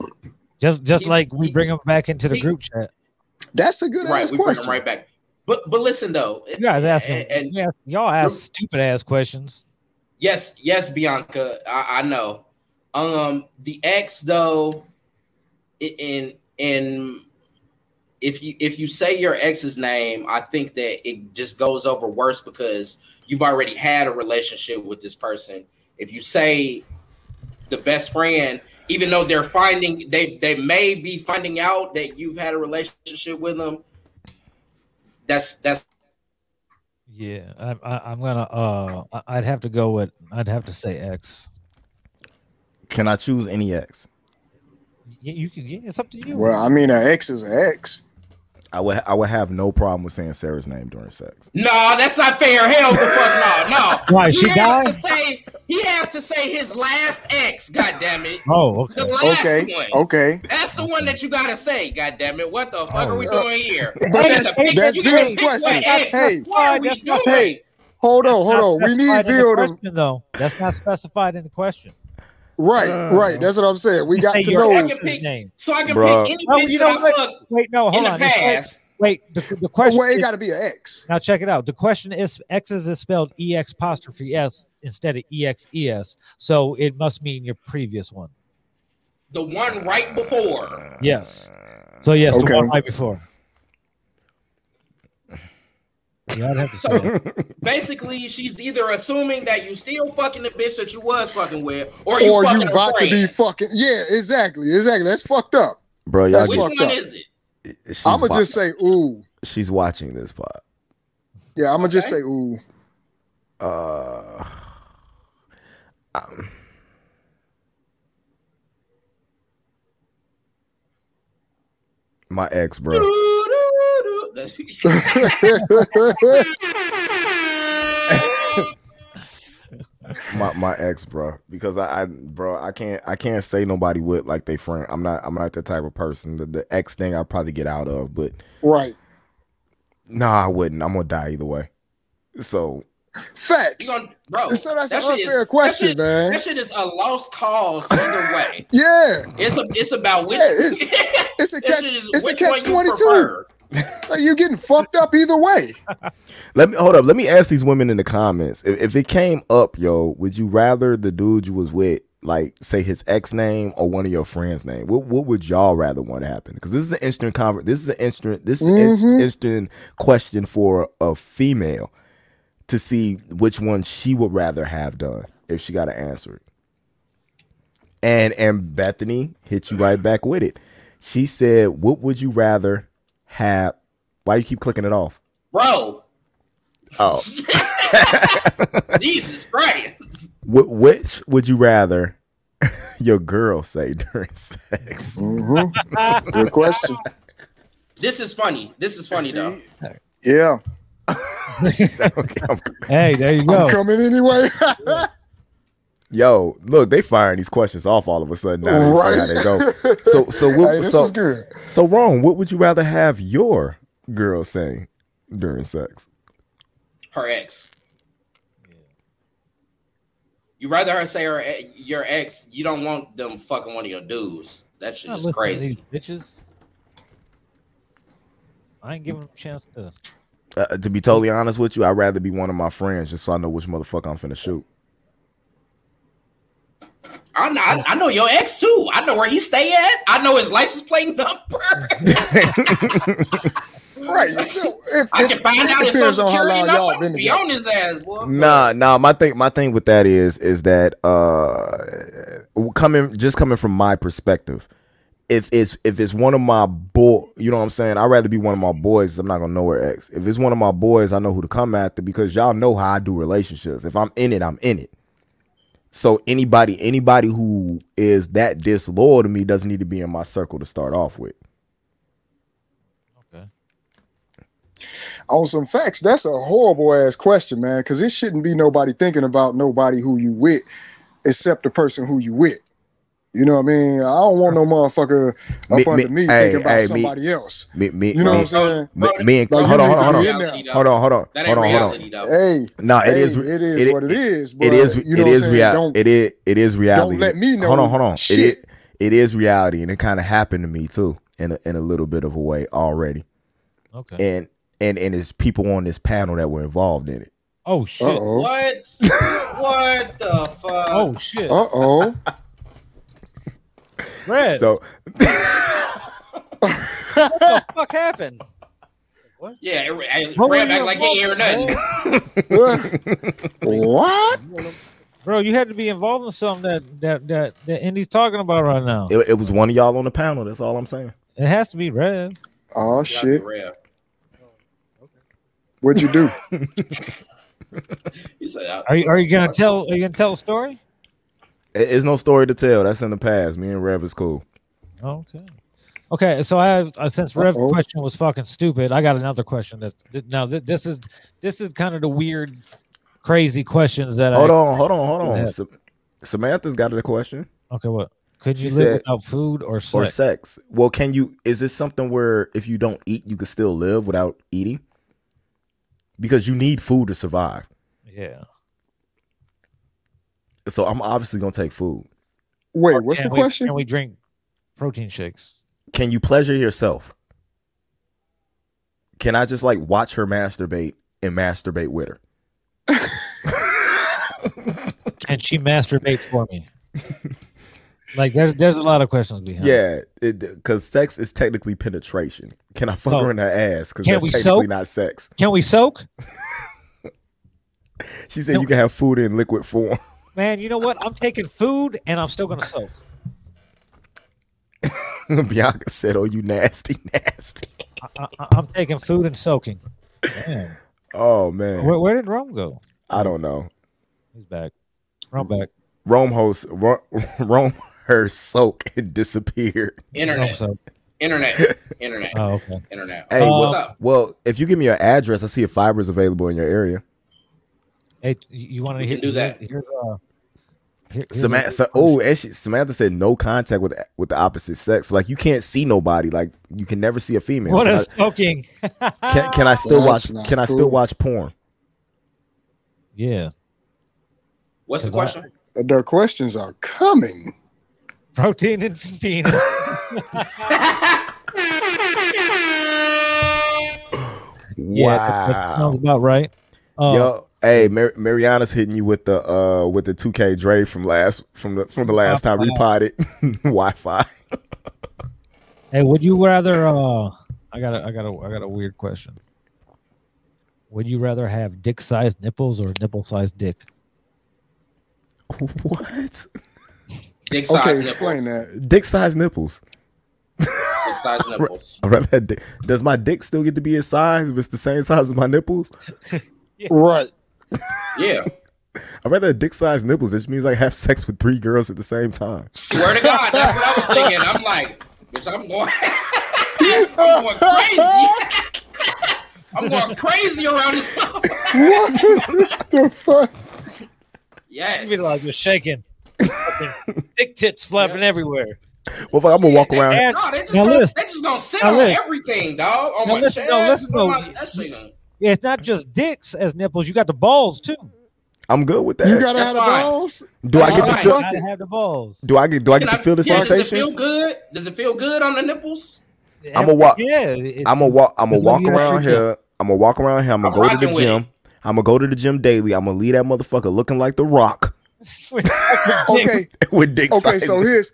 Speaker 1: Just just
Speaker 3: He's-
Speaker 1: like we
Speaker 3: he-
Speaker 1: bring him back into the
Speaker 3: he-
Speaker 1: group chat.
Speaker 4: That's a good
Speaker 3: right,
Speaker 4: ass
Speaker 3: we bring
Speaker 4: question.
Speaker 3: him right back. But but listen though,
Speaker 1: You guys ask him.
Speaker 3: and, and
Speaker 1: you ask, y'all ask stupid ass questions.
Speaker 3: yes, yes, Bianca, I, I know. Um, the ex though, i- in in if you if you say your ex's name, I think that it just goes over worse because you've already had a relationship with this person. If you say the best friend, even though they're finding they they may be finding out that you've had a relationship with them, that's that's
Speaker 1: Yeah, I, I, I'm gonna. Uh, I- I'd have to go with. I'd have to say X.
Speaker 2: Can I choose any ex?
Speaker 1: Yeah, you can. Yeah, it's up to you.
Speaker 4: Well, I mean, an X is an X.
Speaker 2: I would. I would have no problem with saying Sarah's name during sex.
Speaker 3: No, that's not fair. Hell the fuck no, no.
Speaker 1: Why, she
Speaker 3: he has
Speaker 1: died?
Speaker 3: to say he has to say his last ex, god damn it.
Speaker 1: oh,
Speaker 3: The
Speaker 1: okay.
Speaker 3: last
Speaker 4: Okay,
Speaker 3: one.
Speaker 4: okay.
Speaker 3: That's the one that you gotta say, god damn it. What the fuck are we
Speaker 4: Uh,
Speaker 3: doing here?
Speaker 4: But
Speaker 3: You
Speaker 4: that's,
Speaker 3: gotta pick-
Speaker 4: that's
Speaker 3: you gotta
Speaker 4: Bill's
Speaker 3: pick what
Speaker 4: question.
Speaker 3: ex.
Speaker 4: Hey,
Speaker 3: what are we
Speaker 1: That's
Speaker 3: doing?
Speaker 1: not-
Speaker 4: hey, hold on,
Speaker 1: Not
Speaker 4: hold on. We
Speaker 1: specified
Speaker 4: need
Speaker 1: in the
Speaker 4: Bill to
Speaker 1: question, though. That's not specified in the question.
Speaker 4: Right, right. That's what I'm saying. We got
Speaker 1: Say
Speaker 4: to
Speaker 1: your
Speaker 4: know.
Speaker 3: ex's
Speaker 1: ex's
Speaker 3: pick.
Speaker 1: name.
Speaker 3: So I can
Speaker 11: Bruh.
Speaker 3: pick any
Speaker 1: Oh,
Speaker 3: bitch
Speaker 1: you know
Speaker 3: that I
Speaker 1: what?
Speaker 3: fuck
Speaker 1: Wait, no, hold
Speaker 3: in the
Speaker 1: on. It's like-
Speaker 3: past.
Speaker 1: Wait, the, the
Speaker 4: Oh,
Speaker 1: question.
Speaker 4: well, it
Speaker 1: is-
Speaker 4: got to be an X.
Speaker 1: now check it out. The question is X's is spelled E X apostrophe S instead of E X E S. So it must mean your previous one.
Speaker 3: The one right before.
Speaker 1: Yes. So yes,
Speaker 4: Okay.
Speaker 1: the one right before. Yeah, I'd have to say that.
Speaker 3: Basically, she's either assuming that you still fucking the bitch that you was fucking with, or you
Speaker 4: Or you
Speaker 3: fucking
Speaker 4: about to
Speaker 3: afraid.
Speaker 4: be fucking. Yeah, exactly. Exactly. That's fucked up.
Speaker 2: bro. Y'all,
Speaker 4: That's
Speaker 3: Which
Speaker 2: get,
Speaker 4: fucked
Speaker 3: one
Speaker 4: up.
Speaker 3: is it?
Speaker 2: she's,
Speaker 4: I'm
Speaker 2: wa-
Speaker 4: going to just say, ooh.
Speaker 2: she's watching this pod.
Speaker 4: Yeah, I'm going to just say,
Speaker 3: Okay.
Speaker 4: ooh. [laughs]
Speaker 2: Uh, um, my ex, bro.
Speaker 3: [laughs]
Speaker 4: [laughs]
Speaker 2: my my ex, bro, because I, I bro, I can't I can't say nobody with like they friend. I'm not I'm not that type of person. The, the ex thing I probably get out of, but
Speaker 4: right.
Speaker 2: nah, I wouldn't. I'm gonna die either way. So
Speaker 4: Facts.
Speaker 3: You gonna- bro,
Speaker 4: So that's
Speaker 3: that
Speaker 4: an
Speaker 3: shit is-
Speaker 4: unfair
Speaker 3: that
Speaker 4: question,
Speaker 3: shit is-
Speaker 4: man.
Speaker 3: That shit is a lost cause either way.
Speaker 4: Yeah.
Speaker 3: It's a, it's about which.
Speaker 4: Yeah, it's- It's
Speaker 3: [laughs]
Speaker 4: a
Speaker 3: that
Speaker 4: catch.
Speaker 3: shit is
Speaker 4: It's a
Speaker 3: which
Speaker 4: catch
Speaker 3: one you
Speaker 4: 22.
Speaker 3: prefer.
Speaker 4: Like, you're getting fucked up either way.
Speaker 2: let me hold up. Let me ask these women in the comments. If, if it came up, yo, would you rather the dude you was with, like, say his ex name or one of your friends' name? What what would y'all rather want to happen? Because this is an interesting conver- This is an interesting. This is an in-
Speaker 4: Mhm.
Speaker 2: interesting question for a female to see which one she would rather have done if she got to answer it. And and Bethany hit you right back with it. She said, "What would you rather have?" Why do you keep clicking it off?
Speaker 3: Bro,
Speaker 2: Oh.
Speaker 3: Jesus Christ.
Speaker 2: Wh- which would you rather [laughs] your girl say during sex? [laughs]
Speaker 4: Mm-hmm. Good question.
Speaker 3: This is funny. This is [laughs] funny, though.
Speaker 4: Yeah.
Speaker 3: [laughs]
Speaker 2: Okay, I'm-
Speaker 1: Hey, there you
Speaker 4: I'm
Speaker 1: go.
Speaker 4: coming
Speaker 2: [laughs]
Speaker 4: anyway.
Speaker 2: yo, look, they firing these questions off all of a sudden. Now they right. how they go. So, so what?
Speaker 4: hey, this
Speaker 2: so,
Speaker 4: is good.
Speaker 2: so wrong. What would you rather have your girl saying during sex?
Speaker 3: Her ex. You rather her say her e- your ex, you don't want them fucking one of your dudes. That shit
Speaker 1: Not
Speaker 3: is
Speaker 1: listening to
Speaker 3: crazy.
Speaker 1: these bitches. I ain't giving them a chance to.
Speaker 2: Uh, to be totally honest with you, I'd rather be one of my friends just so I know which motherfucker I'm finna shoot.
Speaker 3: I know, I, I know your ex too. I know where he stay at. I know his license plate number.
Speaker 4: Right. So if,
Speaker 3: I
Speaker 4: if,
Speaker 3: can find out
Speaker 4: it
Speaker 3: his
Speaker 4: depends
Speaker 3: social
Speaker 4: on how
Speaker 3: security number.
Speaker 4: long y'all
Speaker 3: Been
Speaker 4: been
Speaker 3: be
Speaker 4: together.
Speaker 3: on his ass, boy.
Speaker 2: Nah, nah. My thing, my thing with that is, is that uh, coming just coming from my perspective, if it's if it's one of my boy, you know what I'm saying. I'd rather be one of my boys. 'cause I'm not gonna know her ex. If it's one of my boys, I know who to come after because y'all know how I do relationships. If I'm in it, I'm in it. So anybody, anybody who is that disloyal to me doesn't need to be in my circle to start off with.
Speaker 4: On some facts, that's a horrible ass question, man. Because it shouldn't be nobody thinking about nobody who you with, except the person who you with. You know what I mean? I don't want no motherfucker up
Speaker 2: Me-
Speaker 4: under
Speaker 2: me-
Speaker 4: me
Speaker 2: hey,
Speaker 4: thinking about
Speaker 2: hey, me-
Speaker 4: somebody else.
Speaker 2: Me, me,
Speaker 4: You know what
Speaker 2: me,
Speaker 4: I'm saying?
Speaker 2: me, me and
Speaker 4: Like, you
Speaker 2: hold on,
Speaker 4: need
Speaker 2: hold on, hold
Speaker 4: to be
Speaker 2: on,
Speaker 4: in
Speaker 2: hold on, hold on,
Speaker 3: That
Speaker 2: hold
Speaker 3: ain't
Speaker 2: on, hold on.
Speaker 3: reality, though.
Speaker 4: Hey,
Speaker 2: No, it
Speaker 4: hey,
Speaker 2: is.
Speaker 4: it is what it is,
Speaker 2: It
Speaker 4: bro.
Speaker 2: is.
Speaker 4: You
Speaker 2: it
Speaker 4: know what I'm
Speaker 2: is
Speaker 4: saying? Don't-
Speaker 2: reality. It is. It is reality.
Speaker 4: let me
Speaker 2: Hold
Speaker 4: know
Speaker 2: on. Hold on. It is.
Speaker 4: shit.
Speaker 2: It is reality, and it kind of happened to me too, in a, in a little bit of a way already.
Speaker 1: Okay.
Speaker 2: And and and it's people on this panel that were involved in it.
Speaker 1: Oh shit.
Speaker 4: Uh oh.
Speaker 3: What? what the fuck?
Speaker 1: Oh shit.
Speaker 4: Uh
Speaker 2: [laughs]
Speaker 4: oh.
Speaker 1: Red.
Speaker 2: So
Speaker 1: what
Speaker 4: [laughs]
Speaker 1: the fuck happened?
Speaker 3: Yeah, it, it
Speaker 1: What
Speaker 3: ran
Speaker 1: were
Speaker 3: back
Speaker 1: you
Speaker 3: like he ain't hear
Speaker 1: involved [laughs] in?
Speaker 3: nothing.
Speaker 4: what?
Speaker 1: Bro, you had to be involved in something that that that, that Indy's talking about right now.
Speaker 2: it, it was one of y'all on the panel. That's all I'm saying.
Speaker 1: It has to be Rev.
Speaker 4: Oh
Speaker 3: Y'all
Speaker 4: shit!
Speaker 3: real.
Speaker 2: [laughs]
Speaker 4: What'd you do?
Speaker 3: He said, uh, I-
Speaker 1: Are you are you
Speaker 4: Uh,
Speaker 1: gonna tell are you gonna tell a story?
Speaker 2: It- it's no story to tell. That's in the past. Me and Rev is cool.
Speaker 1: Okay. Okay, so I have uh, since Rev's
Speaker 4: Uh-oh.
Speaker 1: question was fucking stupid, I got another question that th- now th- this is this is kind of the weird crazy questions that
Speaker 2: Hold
Speaker 1: I
Speaker 2: on. Hold on. Hold on.
Speaker 1: ahead.
Speaker 2: Sa- Samantha's got a question.
Speaker 1: Okay, what? Could you
Speaker 2: She
Speaker 1: live
Speaker 2: said-
Speaker 1: without food or
Speaker 2: or
Speaker 1: sex?
Speaker 2: sex. Well, can you? Is this something where if you don't eat, you can still live without eating? Because you need food to survive.
Speaker 1: Yeah.
Speaker 2: So I'm obviously gonna take food.
Speaker 4: Wait, what's the
Speaker 1: Can we-
Speaker 4: question?
Speaker 1: Can we drink protein shakes?
Speaker 2: Can you pleasure yourself? Can I just like watch her masturbate and masturbate with her?
Speaker 1: And she masturbates for
Speaker 2: [laughs]
Speaker 1: me. like there, there's a lot of questions behind. it.
Speaker 2: Yeah, because sex is technically penetration. Can I fuck
Speaker 1: Oh.
Speaker 2: her in her ass? Because
Speaker 1: Can
Speaker 2: that's
Speaker 1: we
Speaker 2: technically
Speaker 1: soak?
Speaker 2: not sex.
Speaker 1: Can we soak?
Speaker 2: She said
Speaker 1: No.
Speaker 2: you can have food in liquid form. [laughs]
Speaker 1: Man, you know what? I'm taking food and I'm still gonna soak.
Speaker 2: Bianca said, "Oh, you nasty, [laughs] nasty."
Speaker 1: I, I, I'm taking food and soaking. Man,
Speaker 2: Oh man,
Speaker 1: where, where did Rome go?
Speaker 2: I don't know.
Speaker 1: He's back. Rome back.
Speaker 2: Rome host Ro- [laughs] Rome her soak and disappeared.
Speaker 1: Rome
Speaker 3: Internet,
Speaker 1: soak. [laughs]
Speaker 3: internet, internet,
Speaker 1: Oh, okay.
Speaker 3: internet.
Speaker 2: Hey,
Speaker 1: Uh,
Speaker 3: What's up?
Speaker 2: Well, if you give me your address, I see if fiber's available in your area.
Speaker 1: Hey, you, want to
Speaker 3: We
Speaker 1: hear?
Speaker 3: can do that.
Speaker 1: Here's uh. here- here's a-
Speaker 2: Samantha, oh, and she, Samantha said no contact with with the opposite sex. Like you can't see nobody. Like you can never see a female.
Speaker 1: What
Speaker 2: can,
Speaker 1: a Uh,
Speaker 2: I,
Speaker 1: soaking.
Speaker 2: can, can I still
Speaker 4: That's
Speaker 2: watch?
Speaker 4: not
Speaker 2: Can I
Speaker 4: cool.
Speaker 2: still watch porn?
Speaker 1: [laughs] yeah.
Speaker 3: What's the
Speaker 1: Cause I-
Speaker 3: question?
Speaker 4: The questions are coming.
Speaker 1: Protein and penis. [laughs] Yeah, that- that
Speaker 2: wow.
Speaker 1: sounds about right. Uh,
Speaker 2: Yo, hey, Mar- Mariana's hitting you with the uh with the 2K Dre from last from the from the last time we potted [laughs] Wi-Fi.
Speaker 1: Hey, would you rather? Uh, I got a, I got a, I got a weird question. Would you rather have dick-sized nipples or nipple-sized dick?
Speaker 2: What?
Speaker 3: Dick size
Speaker 4: Okay,
Speaker 3: nipples.
Speaker 4: explain that.
Speaker 2: Dick size nipples.
Speaker 3: Dick size nipples.
Speaker 2: I'd rather have dick- Does my dick still get to be its size if it's the same size as my nipples?
Speaker 4: Right.
Speaker 3: Yeah.
Speaker 2: I'd rather have dick size nipples. It just means I have sex with three girls at the same time.
Speaker 3: Swear to God, that's what I was thinking. I'm like, bitch, I'm going, [laughs] I'm going crazy. [laughs] I'm going crazy around this.
Speaker 1: [laughs]
Speaker 3: motherfucker.
Speaker 4: What [laughs] the fuck?
Speaker 3: yes.
Speaker 1: Be like just shaking, [laughs] Fucking dick tits flapping everywhere.
Speaker 2: Well, if I'm gonna walk around.
Speaker 1: And-
Speaker 3: No, they just,
Speaker 1: Now
Speaker 3: gonna,
Speaker 1: listen.
Speaker 3: they just gonna sit
Speaker 1: Now
Speaker 3: on
Speaker 1: listen.
Speaker 3: everything, dog. On
Speaker 1: Now
Speaker 3: my
Speaker 1: listen, now
Speaker 3: chest.
Speaker 1: listen,
Speaker 3: on
Speaker 1: though.
Speaker 3: my, that shit gonna-
Speaker 1: Yeah, it's not just dicks as nipples. You got the balls too.
Speaker 2: I'm good with that.
Speaker 4: You gotta
Speaker 3: That's
Speaker 4: have the
Speaker 1: [laughs]
Speaker 3: fine.
Speaker 4: balls?
Speaker 2: do I
Speaker 3: that's
Speaker 2: get to
Speaker 3: fine.
Speaker 2: feel?
Speaker 1: Got to have the balls.
Speaker 2: Do I get? Do I get
Speaker 3: Can
Speaker 2: to
Speaker 3: I-
Speaker 2: feel the
Speaker 3: yeah, Does it feel
Speaker 2: sensations?
Speaker 3: good? Does it feel good on the nipples?
Speaker 2: I'm a walk.
Speaker 1: Yeah, it's,
Speaker 2: I'm
Speaker 1: [laughs]
Speaker 2: gonna walk. I'm gonna
Speaker 1: It's gonna
Speaker 2: walk
Speaker 1: be
Speaker 2: around
Speaker 1: like-
Speaker 2: here. I'm gonna walk around here. I'm
Speaker 3: I'm
Speaker 2: gonna go to
Speaker 3: rocking
Speaker 2: the
Speaker 3: with
Speaker 2: gym. I'm gonna go to the gym daily. I'm gonna leave that motherfucker looking like the Rock [laughs]
Speaker 4: Okay,
Speaker 2: with dick
Speaker 4: okay,
Speaker 2: size.
Speaker 4: so here's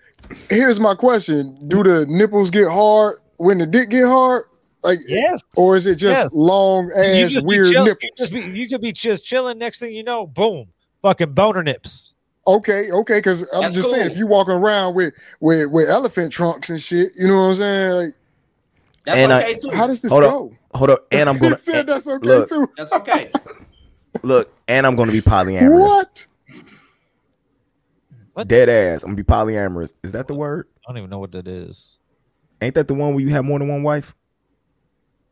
Speaker 4: here's my question. Do the nipples get hard when the dick get hard? Like
Speaker 1: Yes.
Speaker 4: or is it just
Speaker 1: Yes.
Speaker 4: long ass
Speaker 1: just be
Speaker 4: weird
Speaker 1: chill-
Speaker 4: nipples?
Speaker 1: just be- you could be just chilling. Next thing you know, boom, fucking boner nips.
Speaker 4: Okay, okay, because I'm
Speaker 3: That's
Speaker 4: just saying
Speaker 3: cool.
Speaker 4: if you walking around with, with with elephant trunks and shit, you know what I'm saying? Like,
Speaker 3: That's
Speaker 2: And I-
Speaker 3: okay too.
Speaker 4: how does this
Speaker 2: Hold up.
Speaker 4: go?
Speaker 2: Hold up, and
Speaker 4: [laughs]
Speaker 2: I'm
Speaker 4: he
Speaker 2: gonna
Speaker 4: said that's okay
Speaker 2: look.
Speaker 4: too.
Speaker 3: That's
Speaker 2: [laughs]
Speaker 3: okay.
Speaker 2: look, and I'm gonna be polyamorous.
Speaker 4: What?
Speaker 1: What?
Speaker 2: Dead ass. I'm gonna be polyamorous. Is that the word?
Speaker 1: I don't even know what that is.
Speaker 2: Ain't that the one where you have more than one wife?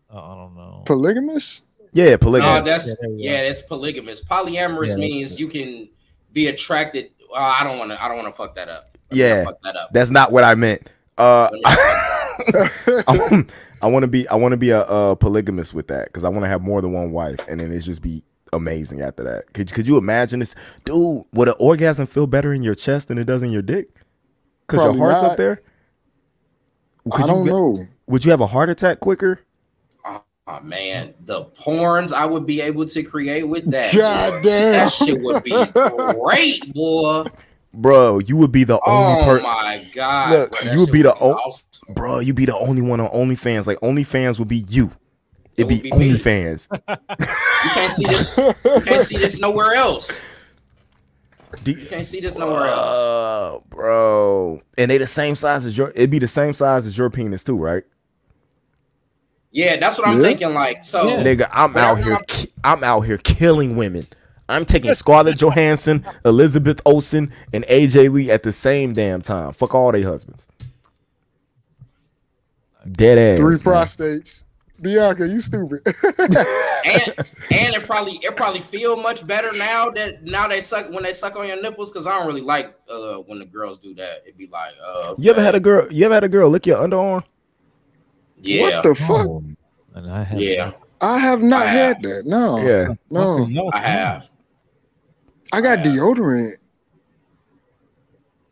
Speaker 1: I I don't know.
Speaker 4: Polygamous?
Speaker 2: Yeah,
Speaker 3: No,
Speaker 2: polygamy.
Speaker 3: that's
Speaker 1: Yeah, there we
Speaker 3: yeah, that's polygamous. Polyamorous
Speaker 1: Yeah.
Speaker 3: means you can be attracted. Uh, I don't want to. I don't want to fuck that up. I'm
Speaker 2: Yeah.
Speaker 3: gonna fuck that up.
Speaker 2: That's not what I meant.
Speaker 3: [laughs]
Speaker 2: Uh,
Speaker 3: Let me-
Speaker 2: [laughs] I want to be I want to be a, uh polygamist with that because I want to have more than one wife, and then it's just be amazing after that. Could could you imagine this, dude? Would an orgasm feel better in your chest than it does in your dick? Because your
Speaker 4: Probably
Speaker 2: heart's up
Speaker 4: not.
Speaker 2: there. Could
Speaker 4: I
Speaker 2: you
Speaker 4: don't
Speaker 2: get-
Speaker 4: know.
Speaker 2: Would you have a heart attack quicker?
Speaker 3: Oh man, the porns I would be able to create with that.
Speaker 4: God damn.
Speaker 3: That shit would
Speaker 1: [laughs]
Speaker 3: be great, boy.
Speaker 2: Bro, you would be the only
Speaker 3: Oh
Speaker 2: person.
Speaker 3: my god.
Speaker 2: Look,
Speaker 3: bro, that
Speaker 2: you
Speaker 3: shit
Speaker 2: would be the o-
Speaker 3: awesome.
Speaker 2: Bro, you'd be the only one on OnlyFans. Like OnlyFans would be you. It'd
Speaker 3: would
Speaker 2: be,
Speaker 3: be me.
Speaker 2: OnlyFans.
Speaker 3: [laughs] You can't see this. You can't see this nowhere else.
Speaker 2: Do-
Speaker 3: You can't see this nowhere else.
Speaker 2: Uh, bro. And they the same size as your it'd be the same size as your penis too, right?
Speaker 3: Yeah, that's what I'm
Speaker 4: Yeah.
Speaker 3: thinking. Like, so
Speaker 2: Nigga, I'm out here ki- I'm out here killing women. I'm taking Scarlett Johansson, Elizabeth Olsen, and AJ Lee at the same damn time. Fuck all they husbands. Dead ass.
Speaker 4: Three
Speaker 2: man. [laughs]
Speaker 4: prostates. Bianca, you stupid. [laughs]
Speaker 3: and and it probably it probably feel much better now that now they suck when they suck on your nipples because I don't really like uh when the girls do that. It'd be like, uh,
Speaker 2: You ever
Speaker 3: okay.
Speaker 2: had a girl you ever had a girl lick your underarm?
Speaker 3: yeah,
Speaker 4: What the fuck?
Speaker 1: Oh, and I have
Speaker 3: yeah,
Speaker 4: I have not
Speaker 3: I
Speaker 4: had that. No.
Speaker 2: Yeah.
Speaker 4: No.
Speaker 3: I have.
Speaker 4: I got
Speaker 3: I have.
Speaker 4: deodorant.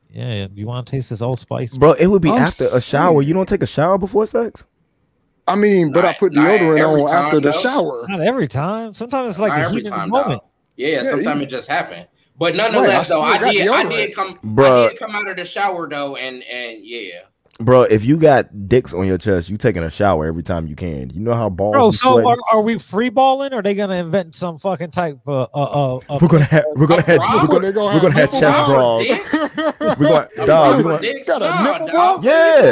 Speaker 1: Yeah, you want to taste this old spice?
Speaker 2: Bro, it would be
Speaker 4: I'm
Speaker 2: after a shower. You don't take a shower before sex?
Speaker 4: I mean, but I
Speaker 3: Not-
Speaker 4: put
Speaker 3: not
Speaker 4: deodorant
Speaker 3: every
Speaker 4: on
Speaker 3: time,
Speaker 4: after
Speaker 3: though.
Speaker 4: the shower.
Speaker 1: Not every time. Sometimes it's like
Speaker 3: Not
Speaker 1: a
Speaker 3: every
Speaker 1: heat of the
Speaker 3: time,
Speaker 1: moment.
Speaker 3: dog. Yeah,
Speaker 4: Yeah,
Speaker 3: sometimes
Speaker 4: you-
Speaker 3: it just happened. But nonetheless,
Speaker 4: Right,
Speaker 3: though,
Speaker 4: I
Speaker 3: I
Speaker 4: still
Speaker 3: did,
Speaker 4: got
Speaker 3: I
Speaker 4: deodorant.
Speaker 3: did come, I
Speaker 2: Bruh.
Speaker 3: did come out of the shower though, and and yeah,
Speaker 2: Bro, if you got dicks on your chest, you taking a shower every time you can. You know how balls
Speaker 1: Bro,
Speaker 2: be
Speaker 1: so
Speaker 2: sweating?
Speaker 1: are, are we free balling? Or are they gonna invent some fucking type of uh, uh, uh,
Speaker 2: we're gonna have we're gonna
Speaker 3: A
Speaker 2: have
Speaker 3: bra?
Speaker 2: we're gonna,
Speaker 4: They gonna
Speaker 2: we're
Speaker 4: have
Speaker 2: gonna have
Speaker 4: nipple
Speaker 2: chest
Speaker 4: bra?
Speaker 2: bras.
Speaker 4: Dicks?
Speaker 2: We're going dog, we're
Speaker 4: bra?
Speaker 2: gonna,
Speaker 3: Dicks,
Speaker 4: got a
Speaker 3: nah,
Speaker 4: nipple
Speaker 3: dog.
Speaker 2: bra?
Speaker 3: What are you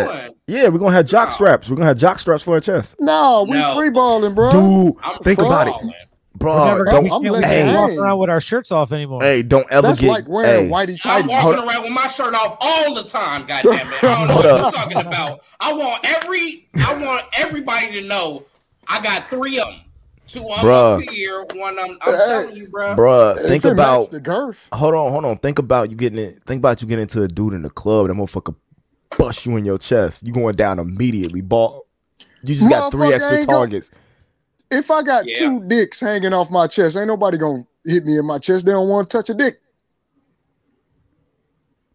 Speaker 2: Yeah.
Speaker 3: doing?
Speaker 2: yeah, we're gonna have jock
Speaker 3: Nah.
Speaker 2: straps. We're gonna have jock straps for our chest.
Speaker 4: [laughs] No, we
Speaker 3: No.
Speaker 4: free balling, bro.
Speaker 2: Dude,
Speaker 3: I'm
Speaker 2: think
Speaker 4: free
Speaker 2: about
Speaker 3: balling.
Speaker 2: it. Bro,
Speaker 1: Remember,
Speaker 4: don't-
Speaker 1: we
Speaker 4: I'm
Speaker 1: can't, we
Speaker 4: letting
Speaker 1: can't
Speaker 4: it
Speaker 1: walk
Speaker 4: hang.
Speaker 1: around with our shirts off anymore.
Speaker 2: uh, hey, don't ever
Speaker 4: That's
Speaker 2: get
Speaker 4: like wearing
Speaker 2: hey,
Speaker 4: whitey
Speaker 3: I'm
Speaker 4: tighties.
Speaker 2: Hold
Speaker 3: walking around with my shirt off all the
Speaker 4: [laughs]
Speaker 3: time. Goddamn it! I don't know
Speaker 2: Hold
Speaker 3: what
Speaker 2: up.
Speaker 3: you're talking about. I want every, I want everybody to know I got three of them. Two of them
Speaker 2: Bruh.
Speaker 3: up here, one of them. I'm
Speaker 4: Hey.
Speaker 3: telling you, bro.
Speaker 2: Bruh,
Speaker 4: If
Speaker 2: think
Speaker 4: it match
Speaker 2: about
Speaker 4: the girth.
Speaker 2: hold on, hold on. Think about you getting it. Think about you getting into a dude in the club. That motherfucker bust you in your chest. You going down immediately. Ball. You just got three
Speaker 4: Motherfucker
Speaker 2: extra
Speaker 4: ain't go-
Speaker 2: targets.
Speaker 4: If I got
Speaker 3: Yeah.
Speaker 4: two dicks hanging off my chest, ain't nobody gonna hit me in my chest. They don't want to touch a dick.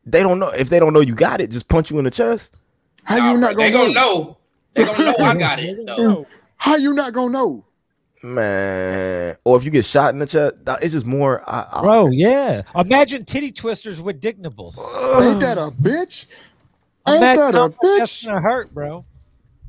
Speaker 2: They don't know if they don't know you got it. Just punch you in the chest.
Speaker 4: How
Speaker 3: Nah,
Speaker 4: you
Speaker 3: bro,
Speaker 4: not
Speaker 3: they
Speaker 4: gonna,
Speaker 3: gonna
Speaker 4: know?
Speaker 3: know. They gonna know I got it.
Speaker 1: [laughs]
Speaker 3: Though.
Speaker 4: How you not gonna know?
Speaker 2: Man, or if you get shot in the chest, nah, it's just more. I, I,
Speaker 1: Bro, yeah. Imagine titty twisters with dick nipples.
Speaker 4: Ain't that a bitch? Ain't
Speaker 1: Imagine
Speaker 4: that
Speaker 1: how
Speaker 4: a
Speaker 1: much that's
Speaker 4: bitch?
Speaker 1: gonna hurt, bro.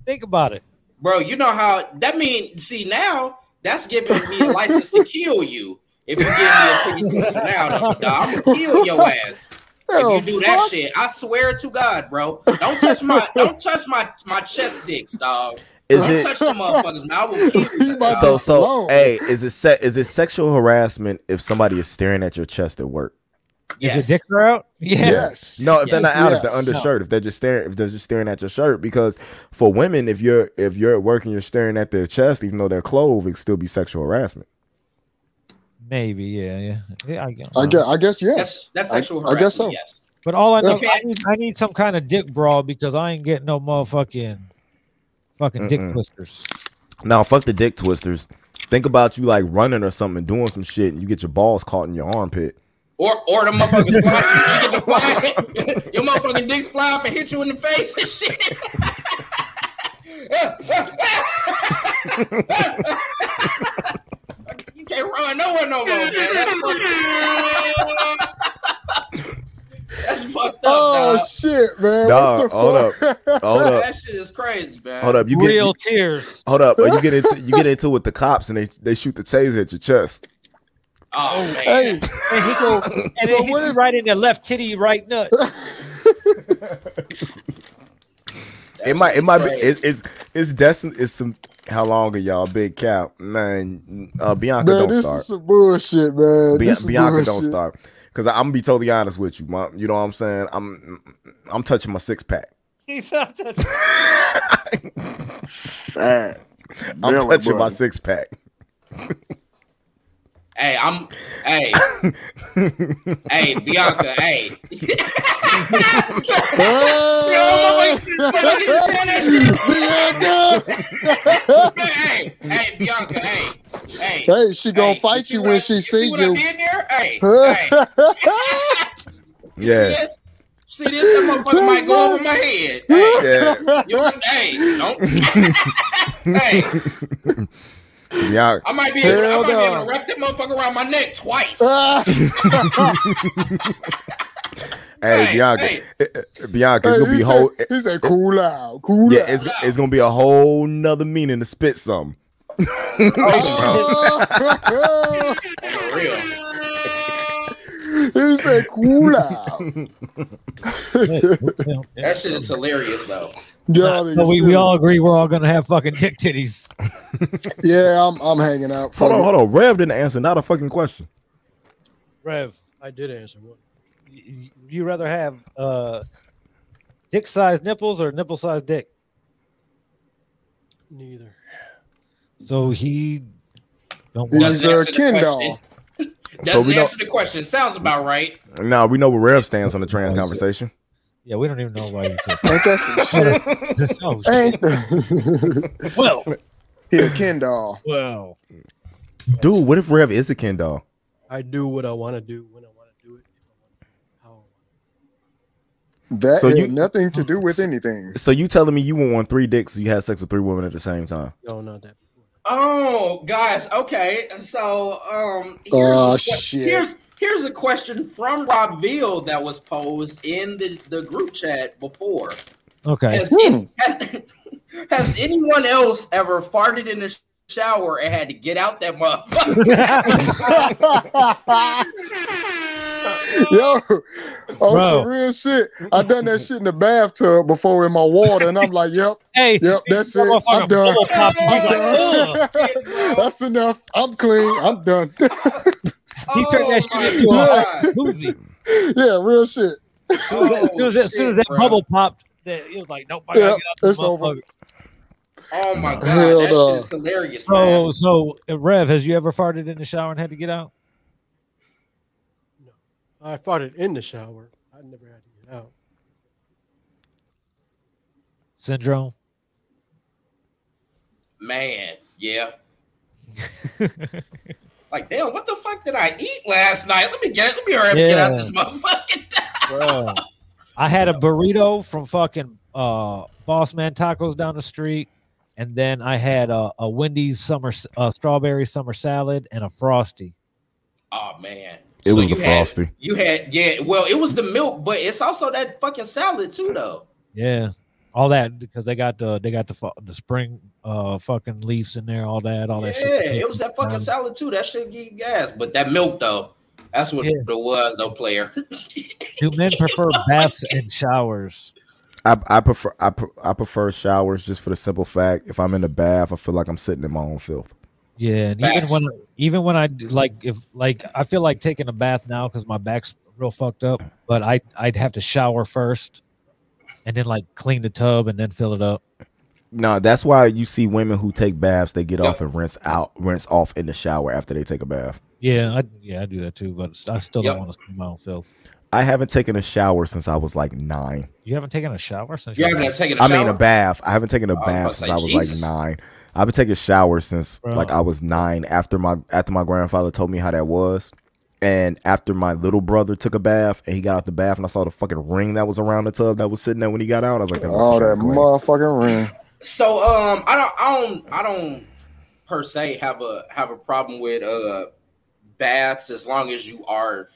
Speaker 1: Think about it.
Speaker 3: bro. You know how that mean? See now, that's giving me a license to kill you. If you give me a ticket twister now, dog, I'm gonna kill your ass.
Speaker 4: Hell,
Speaker 3: If you do that
Speaker 4: fuck.
Speaker 3: shit, I swear to God, bro. Don't touch my, don't touch my, my chest dicks, dog.
Speaker 2: is
Speaker 3: don't
Speaker 2: it
Speaker 3: touch the motherfuckers, man. I
Speaker 2: [laughs]
Speaker 3: will kill
Speaker 4: He
Speaker 3: you.
Speaker 4: about
Speaker 2: so
Speaker 3: dog.
Speaker 4: to-
Speaker 2: so?
Speaker 4: Alone.
Speaker 2: Hey, is it se- is it sexual harassment if somebody is staring at your chest at work?
Speaker 1: If
Speaker 3: yes.
Speaker 1: your dicks are out, yeah.
Speaker 4: Yes.
Speaker 2: No, if they're not out, if they're
Speaker 4: Yes.
Speaker 2: undershirt, if they're just staring, if they're just staring at your shirt, because for women, if you're if you're at work and you're staring at their chest, even though they're clothed, it could still be sexual harassment.
Speaker 1: Maybe, yeah, yeah. yeah I,
Speaker 4: I guess. I guess yes.
Speaker 3: That's that's
Speaker 4: I-
Speaker 3: sexual
Speaker 4: I
Speaker 3: harassment.
Speaker 4: guess so.
Speaker 3: Yes.
Speaker 1: But all I know,
Speaker 3: Okay.
Speaker 1: I, need, I need some kind of dick brawl because I ain't getting no motherfucking fucking dick
Speaker 2: Mm-mm.
Speaker 1: twisters.
Speaker 2: Now, fuck the dick twisters. Think about you like running or something, and doing some shit, and you get your balls caught in your armpit.
Speaker 3: Or or the motherfuckers fly, you get the fly, [laughs] your motherfucking dicks fly up and hit you in the face and shit. [laughs] you can't run nowhere no more, man. That's fucked up. That's fucked up.
Speaker 4: Oh
Speaker 3: dog.
Speaker 4: shit, man!
Speaker 2: Dog,
Speaker 4: what
Speaker 2: hold
Speaker 4: the fuck?
Speaker 2: Hold up,
Speaker 3: that shit is crazy, man.
Speaker 2: hold up. You get
Speaker 1: Real
Speaker 2: you, [laughs]
Speaker 1: tears.
Speaker 2: hold up. Or you get into [laughs] you get into with the cops, and they they shoot the taser at your chest.
Speaker 3: Oh man.
Speaker 4: [laughs] hey,
Speaker 1: And
Speaker 4: so so
Speaker 1: it hit
Speaker 3: [laughs]
Speaker 4: what
Speaker 1: you
Speaker 4: if
Speaker 1: right in the left titty, right nut. [laughs]
Speaker 2: It might it might be it, it's it's destined. It's some. How long are y'all big cow man? Uh, Bianca
Speaker 4: man?
Speaker 2: don't
Speaker 4: This
Speaker 2: start.
Speaker 4: is some bullshit, man.
Speaker 2: Bi-
Speaker 4: this is
Speaker 2: Bianca
Speaker 4: bullshit.
Speaker 2: don't start. Cause I, am gonna be totally honest with you, mom. You know what I'm saying? I'm I'm touching my six pack.
Speaker 1: He's not touching-
Speaker 4: Fat.
Speaker 2: I'm
Speaker 4: Really,
Speaker 2: touching
Speaker 4: bro.
Speaker 2: my six pack. [laughs]
Speaker 3: Hey, I'm. Hey. hey, Bianca. Hey. [laughs]
Speaker 4: Hey! [laughs] Bianca!
Speaker 3: hey, hey, Bianca. Hey, hey.
Speaker 4: Hey, she gonna
Speaker 3: Hey,
Speaker 4: fight
Speaker 3: see
Speaker 4: you
Speaker 3: what I-
Speaker 4: when she see
Speaker 3: what I
Speaker 4: you. [laughs]
Speaker 3: did there? Hey, hey.
Speaker 4: That's
Speaker 3: You See
Speaker 2: Yeah,
Speaker 3: this? See this? That motherfucker
Speaker 4: That's
Speaker 3: might go over
Speaker 4: right.
Speaker 3: my head. Hey,
Speaker 4: [laughs]
Speaker 2: yeah.
Speaker 3: you, hey,
Speaker 2: [laughs]
Speaker 3: don't. hey,
Speaker 2: Bianca,
Speaker 3: I might be able, I
Speaker 4: Hell
Speaker 3: might be able
Speaker 4: no.
Speaker 3: to wrap that motherfucker around my neck
Speaker 4: [laughs]
Speaker 3: twice.
Speaker 2: hey,
Speaker 3: Hey,
Speaker 2: Bianca,
Speaker 3: hey.
Speaker 2: eh, eh, Bianca, it's gonna be
Speaker 4: he,
Speaker 2: whole.
Speaker 4: said, he said, cool out, cool
Speaker 2: Yeah,
Speaker 4: out.
Speaker 2: it's it's gonna be a whole nother meaning to spit something.
Speaker 4: Oh,
Speaker 3: For real.
Speaker 4: [laughs] he said, cool
Speaker 2: [laughs]
Speaker 4: out.
Speaker 3: That shit is hilarious, though.
Speaker 4: Y'all
Speaker 1: So
Speaker 4: niggas
Speaker 1: we,
Speaker 4: silly.
Speaker 1: we all agree we're all gonna have fucking dick titties.
Speaker 4: yeah, I'm, I'm hanging out.
Speaker 2: Hold on,
Speaker 4: Fuck
Speaker 2: hold on. Rev didn't answer not a fucking question.
Speaker 1: Rev,
Speaker 8: I did answer one.
Speaker 1: y- y- you rather have uh, dick sized nipples or nipple sized dick?
Speaker 8: Neither.
Speaker 1: So he don't
Speaker 4: it.
Speaker 1: want
Speaker 3: Does
Speaker 4: He's a
Speaker 3: answer the
Speaker 4: Ken doll.
Speaker 3: question. Doesn't
Speaker 2: we don't-
Speaker 3: answer the question. Sounds about right.
Speaker 2: Now we know where Rev stands [laughs] on the trans conversation.
Speaker 1: Yeah, we don't even know why you
Speaker 4: [laughs]
Speaker 1: said
Speaker 4: Ain't that some shit?
Speaker 1: that. Oh, shit.
Speaker 2: [laughs]
Speaker 4: Ain't [laughs] that?
Speaker 1: Well,
Speaker 4: he a Ken doll.
Speaker 1: well.
Speaker 2: Dude, what if Rev is a Ken doll?
Speaker 8: I do what I want to do when I want to do it. If I wanna, how I wanna.
Speaker 4: That
Speaker 2: So
Speaker 4: had
Speaker 2: you-
Speaker 4: nothing to do with anything.
Speaker 2: So you telling me you went on three dicks? You had sex with three women at the same time?
Speaker 8: No, not that.
Speaker 3: Oh, guys. Okay. So, um, here's,
Speaker 4: Oh,
Speaker 3: the que-
Speaker 4: shit.
Speaker 3: here's here's a question from Rob Veal that was posed in the, the group chat before.
Speaker 1: Okay.
Speaker 4: Hmm.
Speaker 3: Has, any- has, has anyone else ever farted in the sh- shower and had to get out that motherfucker?
Speaker 1: [laughs]
Speaker 4: Yo, on
Speaker 1: Bro.
Speaker 4: some real shit. I done that shit in the bathtub before in my water, and I'm like, yep,
Speaker 5: Hey,
Speaker 4: yep, that's it.
Speaker 5: motherfucker
Speaker 4: I'm done.
Speaker 5: full of pop-
Speaker 3: Hey,
Speaker 4: I'm
Speaker 5: he's like, "Ugh."
Speaker 4: done. [laughs] that's enough. I'm clean. I'm done. [laughs]
Speaker 1: He turned that
Speaker 3: my
Speaker 1: shit into a
Speaker 3: God.
Speaker 1: Boozy.
Speaker 4: yeah, real shit.
Speaker 3: Oh,
Speaker 1: As soon as, as soon as that
Speaker 3: shit, bro.
Speaker 1: bubble popped, that it was like, nope, I gotta
Speaker 4: Yeah,
Speaker 1: get out this
Speaker 4: it's over.
Speaker 1: motherfucker.
Speaker 3: Oh my god,
Speaker 4: Hell
Speaker 3: that
Speaker 4: no.
Speaker 3: shit is hilarious.
Speaker 1: So, so uh, Rev, has you ever farted in the shower and had to get out?
Speaker 8: I farted in the shower. I never had to get out.
Speaker 3: [laughs]
Speaker 1: Syndrome.
Speaker 3: man. man, yeah. Like, damn, what the fuck did I eat last night? Let me get let me hurry up and get out
Speaker 1: Yeah.
Speaker 3: this motherfucking
Speaker 1: Bro, I had a burrito from fucking uh, Boss Man Tacos down the street, and then I had a, a Wendy's summer s- uh, strawberry summer salad and a frosty.
Speaker 3: [laughs] Oh man.
Speaker 2: It was
Speaker 3: you
Speaker 2: the
Speaker 3: had-
Speaker 2: frosty.
Speaker 3: you had yeah, well, it was the milk, but it's also that fucking salad too, though.
Speaker 1: Yeah, all that because they got the they got the fu- the spring uh fucking leaves in there, all that, all
Speaker 3: yeah,
Speaker 1: that shit.
Speaker 3: it was that fucking
Speaker 1: Um,
Speaker 3: salad too. That shit give you gas. But that milk though, that's what
Speaker 1: Yeah.
Speaker 3: it was, though, player.
Speaker 1: Do men
Speaker 3: [laughs]
Speaker 1: prefer baths and showers?
Speaker 2: I, I prefer I, pre- I prefer showers just for the simple fact if I'm in the bath I feel like I'm sitting in my own filth.
Speaker 1: Yeah, and even when
Speaker 3: Facts.
Speaker 1: even when I do- like if like I feel like taking a bath now because my back's real fucked up, but I I'd have to shower first, and then like clean the tub and then fill it up.
Speaker 2: No, that's why you see women who take baths they get off and rinse out rinse off in the shower after they take a bath.
Speaker 1: Yeah, I yeah I do that too, but I still
Speaker 3: Yep.
Speaker 1: don't want to smell my own filth.
Speaker 2: I haven't taken a shower since I was like nine.
Speaker 1: You haven't taken a shower since
Speaker 3: You
Speaker 1: you were-
Speaker 3: haven't taken a
Speaker 2: I
Speaker 3: shower.
Speaker 2: mean a bath. I haven't taken a
Speaker 3: was
Speaker 2: bath
Speaker 3: about to
Speaker 2: since
Speaker 3: say,
Speaker 2: I was
Speaker 3: Jesus.
Speaker 2: like nine. I've been taking showers since
Speaker 1: Bro.
Speaker 2: like I was nine. After my after my grandfather told me how that was, and after my little brother took a bath and he got out the bath and I saw the fucking ring that was around the tub that was sitting there when he got out. I was like,
Speaker 4: Oh, that
Speaker 2: motherfucker.
Speaker 4: motherfucking ring.
Speaker 3: So um, I don't, I don't, I don't per se have a have a problem with uh baths as long as you are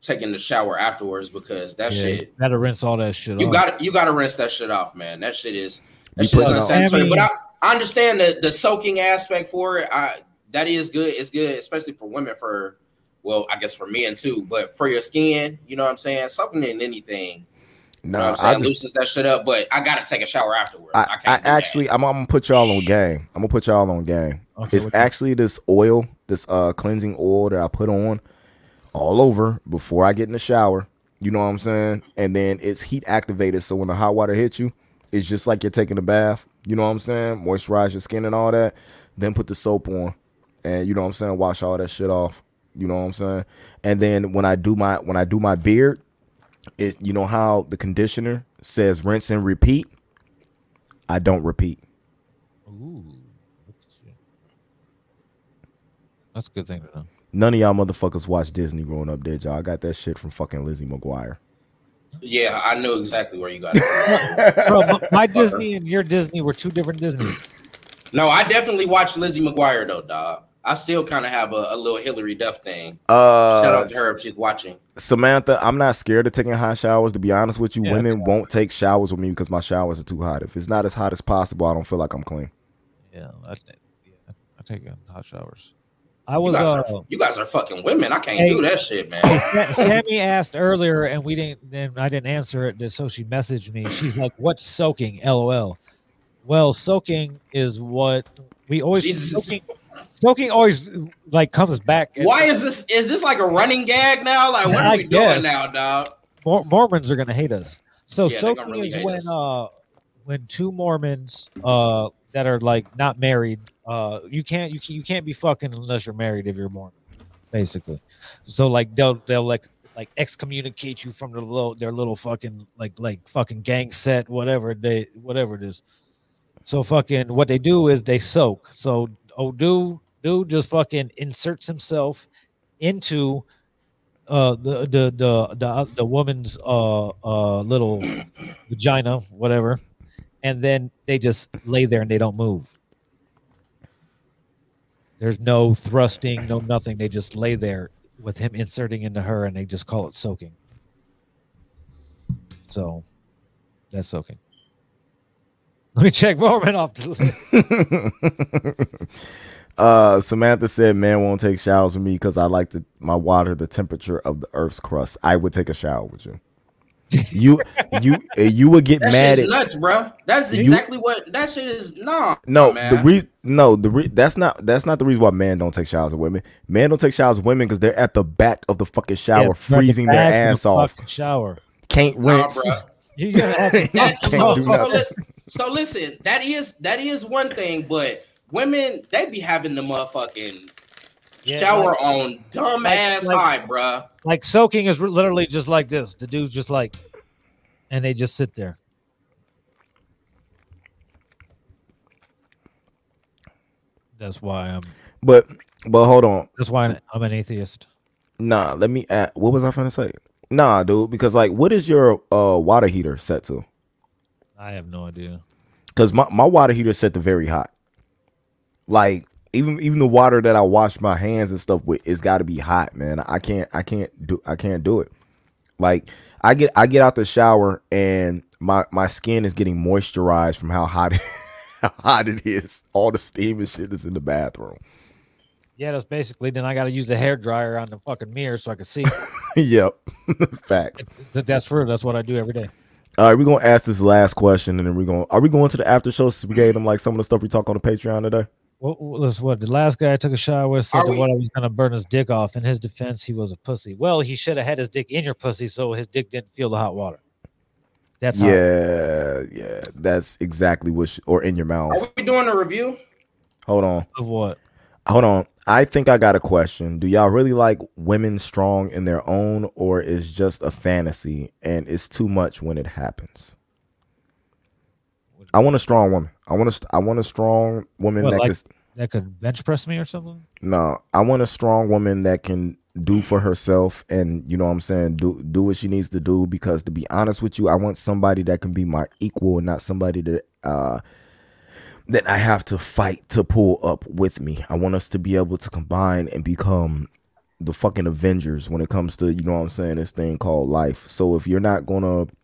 Speaker 3: taking the shower afterwards because that
Speaker 1: yeah,
Speaker 3: shit
Speaker 1: you gotta rinse all that shit.
Speaker 3: you
Speaker 1: off.
Speaker 3: got to you got to rinse that shit off, man. That shit is
Speaker 2: You
Speaker 3: that shit is
Speaker 2: put it on-
Speaker 3: unsanitary.
Speaker 1: I
Speaker 3: But I,
Speaker 1: mean-
Speaker 3: I understand the the soaking aspect for it. I that is good. It's good, especially for women. For well, I guess for men too. But for your skin, you know what I'm saying. Soaking in anything, you
Speaker 2: No,
Speaker 3: know what I'm
Speaker 2: I
Speaker 3: saying,
Speaker 2: just
Speaker 3: loosens that shit up. But I gotta take a shower afterwards.
Speaker 2: I, I
Speaker 3: can't do that.
Speaker 2: actually I'm, I'm gonna put y'all on game. I'm gonna put y'all on game.
Speaker 1: Okay,
Speaker 2: it's
Speaker 1: what you-
Speaker 2: actually this oil, this uh cleansing oil that I put on all over before I get in the shower. You know what I'm saying? And then it's heat activated, so when the hot water hits you, it's just like you're taking a bath. You know what I'm saying? Moisturize your skin and all that. Then put the soap on, and you know what I'm saying? Wash all that shit off. You know what I'm saying? And then when I do my when I do my beard, it's you know how the conditioner says rinse and repeat. I don't repeat.
Speaker 1: Ooh, look at you. That's a good thing to
Speaker 3: [laughs]
Speaker 1: know.
Speaker 2: None of y'all motherfuckers watched Disney growing up, did y'all? I got that shit from fucking Lizzie McGuire.
Speaker 3: Yeah, I know exactly where you got it. from.
Speaker 1: [laughs] Bro, my, my Disney and your Disney were two different Disneys.
Speaker 3: [laughs] no, I definitely watched Lizzie McGuire though, dog. I still kind of have a, a little Hillary Duff thing. Shout
Speaker 2: Uh,
Speaker 3: out to her if she's watching.
Speaker 2: Samantha, I'm not scared of taking hot showers. To be honest with you,
Speaker 1: Yeah,
Speaker 2: women won't take showers with me because my showers are too hot. If it's not as hot as possible, I don't feel like I'm clean. [laughs]
Speaker 1: Yeah, I, yeah, I take hot showers. I
Speaker 3: You
Speaker 1: was
Speaker 3: guys,
Speaker 1: uh,
Speaker 3: are, you guys are fucking women. I can't
Speaker 1: Hey.
Speaker 3: do that shit, man.
Speaker 1: [laughs] Hey, Sa- Sammy asked earlier, and we didn't. Then I didn't answer it. So she messaged me. She's like, "What's soaking?" LOL. Well, soaking is what we always
Speaker 3: Jesus.
Speaker 1: soaking. Soaking always like comes back. and-
Speaker 3: Why is this? Is this like a running gag now? Like, what
Speaker 1: I
Speaker 3: are we
Speaker 1: guess.
Speaker 3: doing now, dog?
Speaker 1: Mor- Mormons are gonna hate us. So
Speaker 3: Yeah, they're gonna
Speaker 1: soaking
Speaker 3: really
Speaker 1: is
Speaker 3: hate
Speaker 1: when
Speaker 3: us.
Speaker 1: uh when two Mormons uh that are like not married uh you can't you can, you can't be fucking unless you're married if you're Mormon basically. So like they'll they'll like like excommunicate you from their little their little fucking like like fucking gang set whatever they whatever it is. So fucking what they do is they soak. So oh dude dude just fucking inserts himself into uh the the the the, the woman's uh uh little vagina whatever and then they just lay there and they don't move there's no thrusting no nothing they just lay there with him inserting into her and they just call it soaking so that's soaking let me check Mormon off the list.
Speaker 2: uh, Samantha said, "Man won't take showers with me because I like the, my water the temperature of the Earth's crust. I would take a shower with you. You, you, uh, you would get
Speaker 3: That
Speaker 2: mad
Speaker 3: shit's
Speaker 2: at
Speaker 3: nuts, bro. That's
Speaker 2: You-
Speaker 3: exactly what that shit is. Nah,
Speaker 2: no
Speaker 3: man.
Speaker 2: the reason no the re- that's not that's not the reason why men don't take showers with women. Men don't take showers with women because they're at the back of the fucking shower,
Speaker 1: Yeah, right, the
Speaker 2: freezing their
Speaker 1: back in the
Speaker 2: ass off.
Speaker 1: fucking Shower.
Speaker 2: Can't
Speaker 3: nah,
Speaker 2: rinse.
Speaker 3: bro.
Speaker 1: You're gonna have
Speaker 2: [laughs]
Speaker 1: to
Speaker 3: [laughs] That-
Speaker 2: Can't
Speaker 3: so,
Speaker 2: do
Speaker 3: so
Speaker 2: nothing.
Speaker 3: listen, so listen, that is that is one thing, but women they be having the motherfucking
Speaker 1: Yeah,
Speaker 3: shower on dumb
Speaker 1: like-
Speaker 3: ass
Speaker 1: like-
Speaker 3: high, bro.
Speaker 1: like soaking is literally just like this. The dude's just like, and they just sit there. That's why I'm.
Speaker 2: But but hold on,
Speaker 1: That's why I'm an atheist.
Speaker 2: nah. Let me. Add, what was I finna say? Nah, dude. Because like, what is your uh water heater set to?
Speaker 1: I have no idea.
Speaker 2: because my, my water heater set to very hot. Like even even the water that I wash my hands and stuff with, it's got to be hot, man. I can't I can't do I can't do it. Like I get I get out the shower and my my skin is getting moisturized from how hot [laughs] how hot it is. All the steam and shit is in the bathroom. [laughs]
Speaker 1: Yeah, that's basically. Then I got to use the hair dryer on the fucking mirror so I can [laughs] see.
Speaker 2: yep, [laughs] facts.
Speaker 1: that that's true. That's what I do every day.
Speaker 2: All right, we're gonna ask this last question and then we're gonna are we going to the after show? So we gave them like some of the stuff we talk on the Patreon today.
Speaker 1: What what was what the last guy I took a shower with said
Speaker 3: Are
Speaker 1: that
Speaker 3: we-
Speaker 1: what I was gonna burn his dick off. In his defense, he was a pussy. Well, he should have had his dick in your pussy so his dick didn't feel the hot water. That's how
Speaker 2: Yeah, yeah, that's exactly what sh- or in your mouth.
Speaker 3: Are we doing a review?
Speaker 2: Hold on.
Speaker 1: of what
Speaker 2: Hold on. I think I got a question. Do y'all really like women strong in their own or is just a fantasy and it's too much when it happens? I want a strong woman. I want a st- I want a strong woman
Speaker 1: What,
Speaker 2: that
Speaker 1: like-
Speaker 2: can
Speaker 1: that could bench press me or something.
Speaker 2: No, I want a strong woman that can do for herself and you know what I'm saying, do do what she needs to do because to be honest with you, I want somebody that can be my equal and not somebody that uh that I have to fight to pull up with me. I want us to be able to combine and become the fucking Avengers when it comes to, you know what I'm saying, this thing called life. So if you're not going to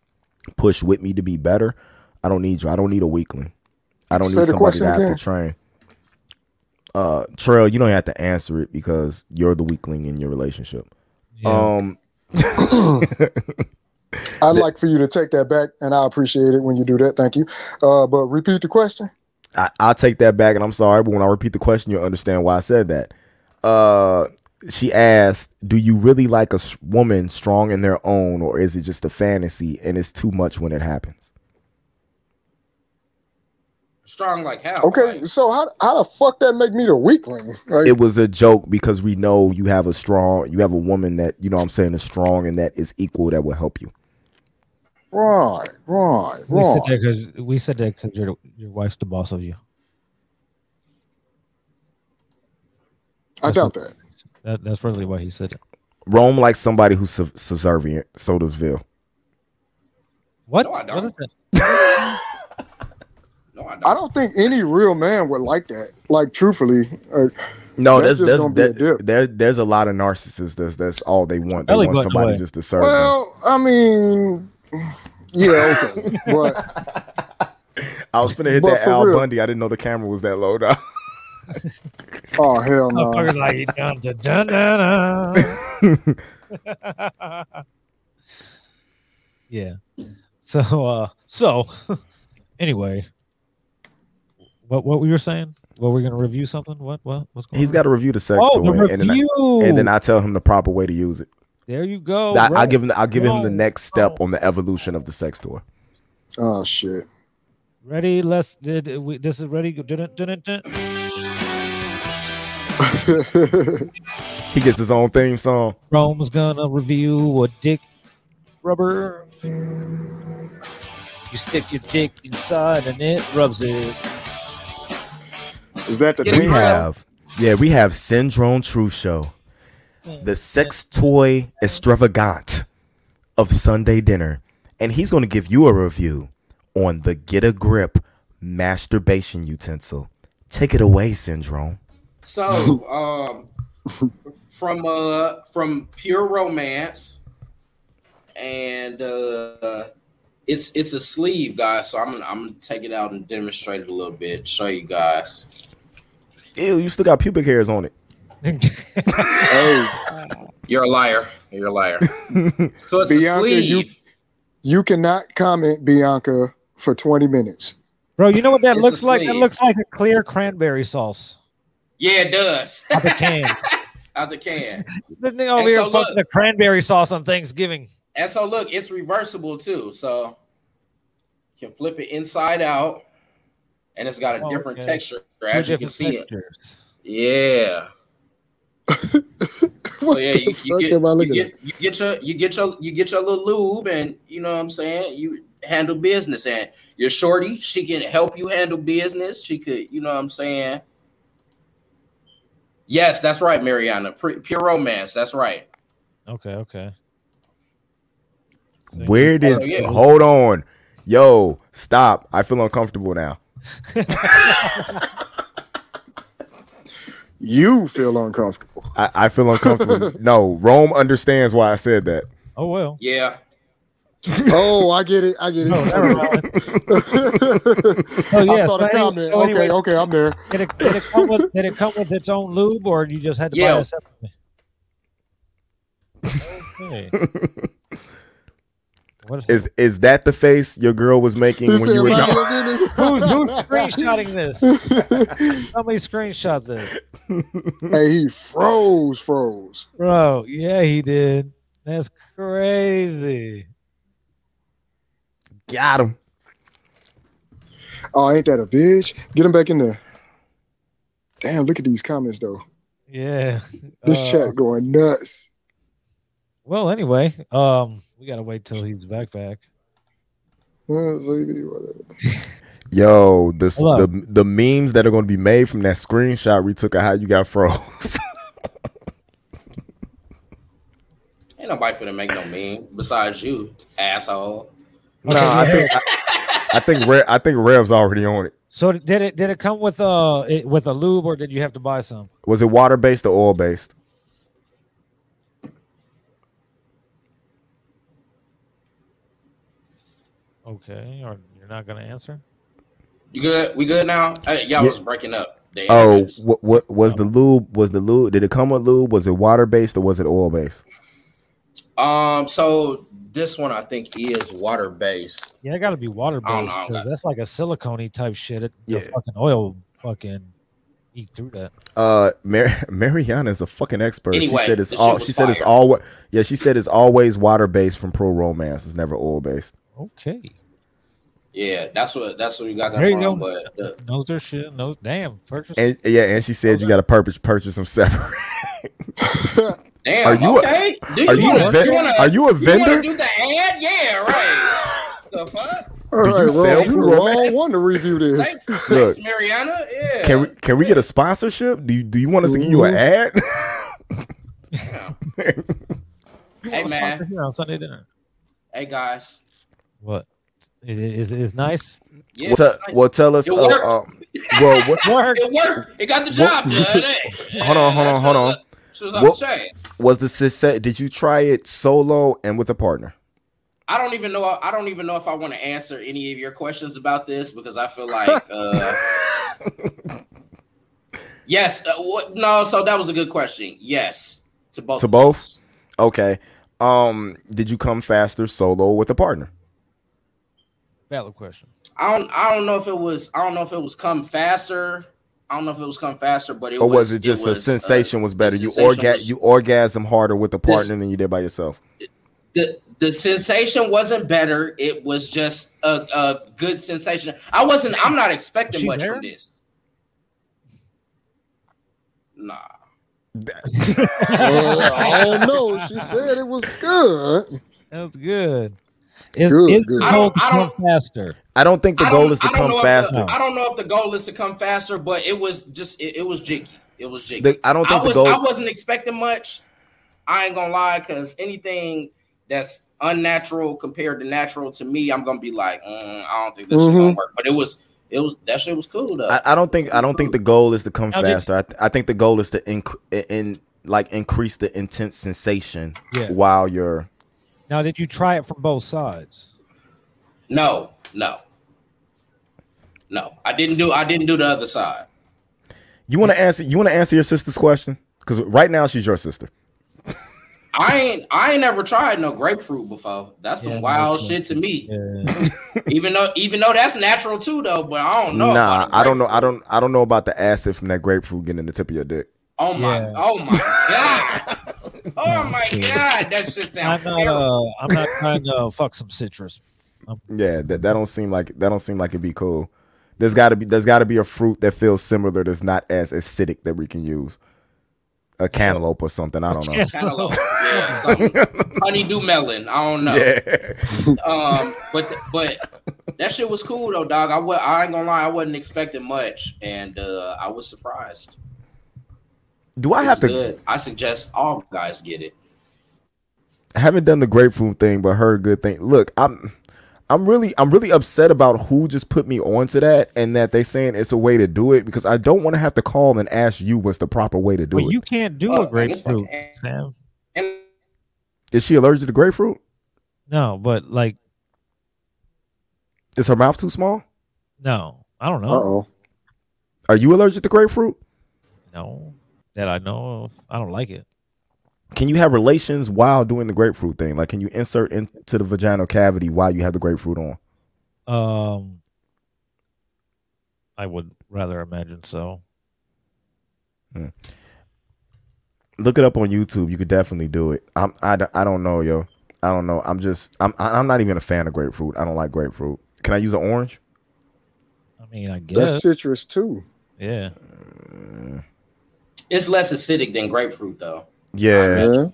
Speaker 2: push with me to be better, I don't need you. I don't need a weakling. I don't
Speaker 4: Say
Speaker 2: need
Speaker 4: the
Speaker 2: somebody
Speaker 4: question
Speaker 2: that I have
Speaker 4: again.
Speaker 2: to train. Uh, Trail, you don't have to answer it because you're the weakling in your relationship.
Speaker 1: Yeah.
Speaker 2: Um,
Speaker 5: [laughs]
Speaker 4: I'd like for you to take that back, and I appreciate it when you do that. Thank you. Uh, but repeat the question.
Speaker 2: I, I'll take that back, and I'm sorry, but when I repeat the question, you'll understand why I said that. Uh, she asked, "Do you really like a s- woman strong in their own, or is it just a fantasy and it's too much when it happens?"
Speaker 3: Strong like hell.
Speaker 4: Okay,
Speaker 3: Like,
Speaker 4: so how how the fuck that make me the weakling? Like,
Speaker 2: It was a joke because we know you have a strong, you have a woman that you know what I'm saying is strong and that is equal that will help you.
Speaker 4: right, right,
Speaker 1: we said
Speaker 4: right.
Speaker 1: that 'cause- we said that because your your wife's the boss of you.
Speaker 4: I doubt that.
Speaker 1: That, that's really why he said it.
Speaker 2: Rome likes somebody who's sub- subservient. So does Ville.
Speaker 1: What?
Speaker 3: No, I
Speaker 1: what
Speaker 3: don't.
Speaker 1: is that?
Speaker 3: no, I don't.
Speaker 4: I don't think any real man would like that. Like, truthfully, uh,
Speaker 2: No, that's,
Speaker 4: That's just
Speaker 2: that's,
Speaker 4: gonna be a
Speaker 2: that-
Speaker 4: dip.
Speaker 2: there, there's a lot of narcissists. That's that's all they want. They
Speaker 1: Belly
Speaker 2: want
Speaker 1: button
Speaker 2: somebody
Speaker 1: away.
Speaker 2: just to serve. them.
Speaker 4: well, I mean, yeah, okay,
Speaker 1: [laughs]
Speaker 4: but
Speaker 2: I was finna hit
Speaker 4: But
Speaker 2: that
Speaker 4: for
Speaker 2: Al
Speaker 4: real.
Speaker 2: Bundy. I didn't know the camera was that low. Though.
Speaker 4: oh hell no.
Speaker 1: Motherfucker's like, dun, dun, dun, dun, dun.
Speaker 2: [laughs]
Speaker 1: [laughs] yeah. So uh so [laughs] anyway. What what we were saying? What we're gonna review something? What what what's going
Speaker 2: He's
Speaker 1: on?
Speaker 2: got to review the sex
Speaker 1: Oh, the
Speaker 2: toy, and then, I,
Speaker 1: review.
Speaker 2: and then I tell him the proper way to use it.
Speaker 1: there you go.
Speaker 2: I, I
Speaker 1: right. Oh.
Speaker 2: give him. I give him the
Speaker 1: Bro.
Speaker 2: next step on the evolution of the sex toy.
Speaker 4: Oh shit. [laughs]
Speaker 1: ready. Let's did we, this is ready. Go- dun- dun- dun- dun.
Speaker 2: He gets his own theme song.
Speaker 1: Rome's gonna review a dick rubber. You stick your dick inside and it rubs it.
Speaker 4: Is that the
Speaker 3: Get it
Speaker 2: We
Speaker 4: theme
Speaker 3: right.
Speaker 4: song?
Speaker 2: have, yeah, we have Syndrome Truth Show. the sex toy extravagant of Sunday dinner, and he's going to give you a review on the Get a Grip masturbation utensil. Take it away, Syndrome.
Speaker 4: [laughs]
Speaker 3: So, um, from uh, from pure romance, and uh, it's it's a sleeve, guys. So I'm gonna- I'm gonna take it out and demonstrate it a little bit, show you guys.
Speaker 2: Ew, you still got pubic hairs on it.
Speaker 4: Hey,
Speaker 3: You're a liar. You're a
Speaker 4: [laughs]
Speaker 3: liar. so it's a
Speaker 4: Bianca, you-
Speaker 3: sleeve.
Speaker 4: you cannot comment, Bianca, for 20 minutes. [laughs]
Speaker 1: Bro, you know what that
Speaker 3: It's a
Speaker 1: looks like? That
Speaker 3: sleeve.
Speaker 1: looks like a clear cranberry sauce
Speaker 3: Yeah, it does. [laughs]
Speaker 1: out the can.
Speaker 3: Out the can.
Speaker 1: the nigga over
Speaker 3: And
Speaker 1: here
Speaker 3: so
Speaker 1: fucking the cranberry sauce on Thanksgiving.
Speaker 3: And so look, it's reversible too. So you can flip it inside out, and it's got a
Speaker 1: Oh,
Speaker 3: different
Speaker 1: okay.
Speaker 3: texture
Speaker 1: Two
Speaker 3: as you can
Speaker 1: different
Speaker 3: see it.
Speaker 1: textures.
Speaker 3: Yeah.
Speaker 4: [laughs]
Speaker 3: so
Speaker 4: What
Speaker 3: Oh, yeah,
Speaker 4: the
Speaker 3: you, you
Speaker 4: fuck
Speaker 3: get,
Speaker 4: am I
Speaker 3: you,
Speaker 4: looking
Speaker 3: get, you get your you get your you get your little lube, and you know what I'm saying. You handle business, and your shorty, she can help you handle business. She could, you know what I'm saying. Yes, that's right, Mariana. Pre- pure romance. That's right.
Speaker 1: Okay, okay. So you-
Speaker 2: Where did?
Speaker 3: Oh, yeah.
Speaker 2: Hold on, yo, stop! I feel uncomfortable now.
Speaker 4: You feel uncomfortable.
Speaker 2: I, I feel uncomfortable. no, Rome understands why I said that.
Speaker 1: Oh
Speaker 3: [laughs]
Speaker 1: well.
Speaker 3: Yeah.
Speaker 4: oh, I get it. I get it.
Speaker 1: Oh, never
Speaker 4: [laughs]
Speaker 1: mind. Oh,
Speaker 4: I
Speaker 1: yeah,
Speaker 4: saw the
Speaker 1: so any-
Speaker 4: comment.
Speaker 1: so
Speaker 4: okay,
Speaker 1: anyway-
Speaker 4: okay, I'm there.
Speaker 1: Did it, did, it come with, did it come with its own lube, or you just had to buy
Speaker 3: Yeah.
Speaker 1: it separately? Okay. What [laughs] is,
Speaker 2: Is is that the face your girl was making
Speaker 4: He
Speaker 2: when
Speaker 4: said,
Speaker 2: you were?
Speaker 4: "Am I
Speaker 2: young?
Speaker 4: looking at this?"
Speaker 1: who's
Speaker 4: [laughs]
Speaker 1: who's screenshotting this? Somebody screenshot this,
Speaker 4: hey, he froze, froze.
Speaker 1: bro. Yeah, he did. That's crazy.
Speaker 2: Got him.
Speaker 4: Oh, ain't that a bitch? Get him back in there. Damn, look at these comments though.
Speaker 1: Yeah.
Speaker 4: This
Speaker 1: Uh,
Speaker 4: chat going nuts.
Speaker 1: Well, anyway, um, we gotta wait till he's back. Back.
Speaker 4: Whatever.
Speaker 2: Yo, the
Speaker 1: Hello.
Speaker 2: the the memes that are going to be made from that screenshot we took of how you got froze. [laughs]
Speaker 3: Ain't nobody finna make no meme besides you, asshole.
Speaker 2: no, I think I, I think Rev, I think Rev's already on it.
Speaker 1: So did it did it come with uh it, with a lube or did you have to buy some?
Speaker 2: Was it water based or oil based?
Speaker 1: Okay, or you're not gonna answer?
Speaker 3: You good? We good now? Hey, y'all
Speaker 2: Yeah.
Speaker 3: was breaking up. Damn,
Speaker 2: Oh,
Speaker 3: it's-
Speaker 2: what what was the lube? Was the lube? Did it come with lube? Was it water based or was it oil based?
Speaker 3: Um, so this one I think is water based.
Speaker 1: Yeah, it gotta be water
Speaker 3: I don't
Speaker 1: based
Speaker 3: know,
Speaker 1: because
Speaker 3: man.
Speaker 1: that's like a silicone type shit. It,
Speaker 2: Yeah.
Speaker 1: The fucking oil fucking eat through that.
Speaker 2: Uh, Mar- [laughs] Mariana is a fucking expert.
Speaker 3: Anyway,
Speaker 2: she said it's
Speaker 3: this
Speaker 2: all.
Speaker 3: shit was
Speaker 2: She said it's
Speaker 3: fire.
Speaker 2: all. Yeah, she said it's always water based from Pro Romance. It's never oil based.
Speaker 1: Okay.
Speaker 3: Yeah, that's what that's what we got
Speaker 1: There
Speaker 3: going
Speaker 1: you
Speaker 3: on.
Speaker 1: go.
Speaker 3: But the,
Speaker 1: Knows their shit, knows damn, purchase
Speaker 2: And yeah, and she said you got to purchase purchase them
Speaker 3: [laughs]
Speaker 2: separate.
Speaker 3: damn,
Speaker 2: Are you a-
Speaker 3: okay? do
Speaker 2: Are you a
Speaker 3: wanna,
Speaker 2: ven-
Speaker 3: wanna,
Speaker 2: Are you a vendor?
Speaker 3: wanna do the ad? Yeah, right.
Speaker 2: [laughs]
Speaker 3: the fuck?
Speaker 4: [laughs] All
Speaker 2: you
Speaker 4: right,
Speaker 2: sell
Speaker 4: Rome, you the
Speaker 2: Rome?
Speaker 4: wrong one to review this.
Speaker 3: Thanks, thanks, Mariana. Yeah.
Speaker 2: Can we can we get a sponsorship? Do you do you want us to give you an
Speaker 4: Ooh.
Speaker 2: ad?
Speaker 3: Yeah. hey man,
Speaker 1: here on Sunday dinner.
Speaker 3: hey guys.
Speaker 1: What? It is is nice.
Speaker 3: Yeah,
Speaker 2: well,
Speaker 3: it's
Speaker 2: te-
Speaker 3: nice.
Speaker 2: well, tell us.
Speaker 3: It
Speaker 2: Uh,
Speaker 3: worked.
Speaker 2: um, well, what,
Speaker 1: Work.
Speaker 3: it worked. It got
Speaker 2: [laughs]
Speaker 3: the job
Speaker 2: What-
Speaker 3: done. Hey.
Speaker 2: hold on, hold on, hold on.
Speaker 3: She was up
Speaker 2: What-
Speaker 3: the chain.
Speaker 2: Was the success? Did you try it solo and with a partner?
Speaker 3: I don't even know. I don't even know if I want to answer any of your questions about this because I
Speaker 2: [laughs]
Speaker 3: feel like. Uh, yes. Uh, what, no. So that was a good question. Yes to both.
Speaker 2: To
Speaker 3: of
Speaker 2: both?
Speaker 3: those.
Speaker 2: Okay. Um, did you come faster solo or with a partner?
Speaker 1: Valid question. [laughs]
Speaker 3: I don't. I don't know if it was. I don't know if it was come faster. I don't know if it was come faster, but it
Speaker 2: or was
Speaker 3: was.
Speaker 2: it just
Speaker 3: was,
Speaker 2: a
Speaker 3: uh,
Speaker 2: sensation was better?
Speaker 3: the
Speaker 2: You
Speaker 3: sensation
Speaker 2: orga-
Speaker 3: was-
Speaker 2: you orgasm harder with a partner
Speaker 3: This-
Speaker 2: than you did by yourself.
Speaker 3: the the sensation wasn't better. It was just a, a good sensation. I wasn't. I'm not expecting
Speaker 1: She
Speaker 3: much
Speaker 1: there?
Speaker 3: from this. Nah.
Speaker 4: Uh, I don't know. She said it was good.
Speaker 1: Oh, That's good. Is,
Speaker 4: Good,
Speaker 1: is
Speaker 4: good.
Speaker 1: the
Speaker 3: I
Speaker 1: goal
Speaker 3: don't-
Speaker 1: to
Speaker 3: I
Speaker 1: come faster?
Speaker 2: I don't think the
Speaker 3: I
Speaker 2: goal
Speaker 3: don't-
Speaker 2: is to
Speaker 3: I don't
Speaker 2: come
Speaker 3: know if
Speaker 2: faster.
Speaker 3: The, I don't know if the goal is to come faster, but it was just it, it was jiggy. It was jiggy.
Speaker 2: The- I don't
Speaker 3: I
Speaker 2: think the
Speaker 3: was
Speaker 2: goal.
Speaker 3: I wasn't expecting much. I ain't gonna lie, because anything that's unnatural compared to natural to me, I'm gonna be like, mm, I don't think this is gonna
Speaker 4: Mhm.
Speaker 3: work. But it was, it was that shit was cool though.
Speaker 2: Mm-hmm. I, I don't think I don't think the goal is to come
Speaker 1: Now, did-
Speaker 2: faster. I, th- I think the goal is to inc- in like increase the intense sensation
Speaker 1: Yeah.
Speaker 2: while you're.
Speaker 1: Now, did you try it from both sides?
Speaker 3: no, no, no. I didn't do. I didn't do the other side.
Speaker 2: You want to answer? You want to answer your sister's question? Because right now she's your sister.
Speaker 3: I ain't. I ain't never tried no grapefruit before. That's some
Speaker 1: Yeah,
Speaker 3: wild
Speaker 1: no
Speaker 3: shit to me.
Speaker 1: Yeah.
Speaker 3: Even though, even though that's natural too, though. But I don't know.
Speaker 2: nah,
Speaker 3: about a
Speaker 2: I don't know.
Speaker 3: grapefruit.
Speaker 2: I don't. I don't know about the acid from that grapefruit getting in the tip of your dick.
Speaker 3: Oh my!
Speaker 1: Yeah.
Speaker 3: Oh
Speaker 1: [laughs]
Speaker 3: my god! Oh my god! That shit
Speaker 1: I'm
Speaker 3: sounds
Speaker 1: not.
Speaker 3: terrible.
Speaker 1: Uh, I'm not trying to fuck some citrus.
Speaker 2: Yeah, that, that don't seem like that don't seem like it'd be cool. There's gotta be there's gotta be a fruit that feels similar that's not as acidic that we can use. A cantaloupe or something. I don't know.
Speaker 1: [laughs]
Speaker 3: Cantaloupe. yeah, something. honeydew melon. I don't know.
Speaker 2: [laughs] Yeah.
Speaker 3: Um, but but that shit was cool though, dog. I wa- I ain't gonna lie, I wasn't expecting much, and uh, I was surprised.
Speaker 2: Do I
Speaker 3: It
Speaker 2: have
Speaker 3: was
Speaker 2: to
Speaker 3: good. I suggest all guys get it.
Speaker 2: I haven't done the grapefruit thing, but heard good thing. Look, I'm I'm really I'm really upset about who just put me onto that and that they saying it's a way to do it because I don't want to have to call and ask you what's the proper way to do
Speaker 1: Well,
Speaker 2: it.
Speaker 1: you can't do
Speaker 3: Oh,
Speaker 1: a
Speaker 3: man, it's
Speaker 1: grapefruit,
Speaker 3: fucking-
Speaker 1: Sam.
Speaker 3: And
Speaker 2: Is she allergic to grapefruit?
Speaker 1: No, but like,
Speaker 2: Is her mouth too small?
Speaker 1: no, I don't know.
Speaker 4: Uh oh.
Speaker 2: Are you allergic to grapefruit?
Speaker 1: No, that I know of. I don't like it.
Speaker 2: can you have relations while doing the grapefruit thing? Like, can you insert into the vaginal cavity while you have the grapefruit on?
Speaker 1: Um, I would rather imagine so.
Speaker 2: Look it up on YouTube. You could definitely do it. I'm, I, d- I don't know, yo. I don't know. I'm just, I'm, I- I'm not even a fan of grapefruit. I don't like grapefruit. Can I use an orange?
Speaker 1: I mean, I
Speaker 4: That's
Speaker 1: guess.
Speaker 4: citrus too.
Speaker 1: Yeah.
Speaker 2: Mm,
Speaker 3: it's less acidic than grapefruit though.
Speaker 2: Yeah,
Speaker 4: Yeah.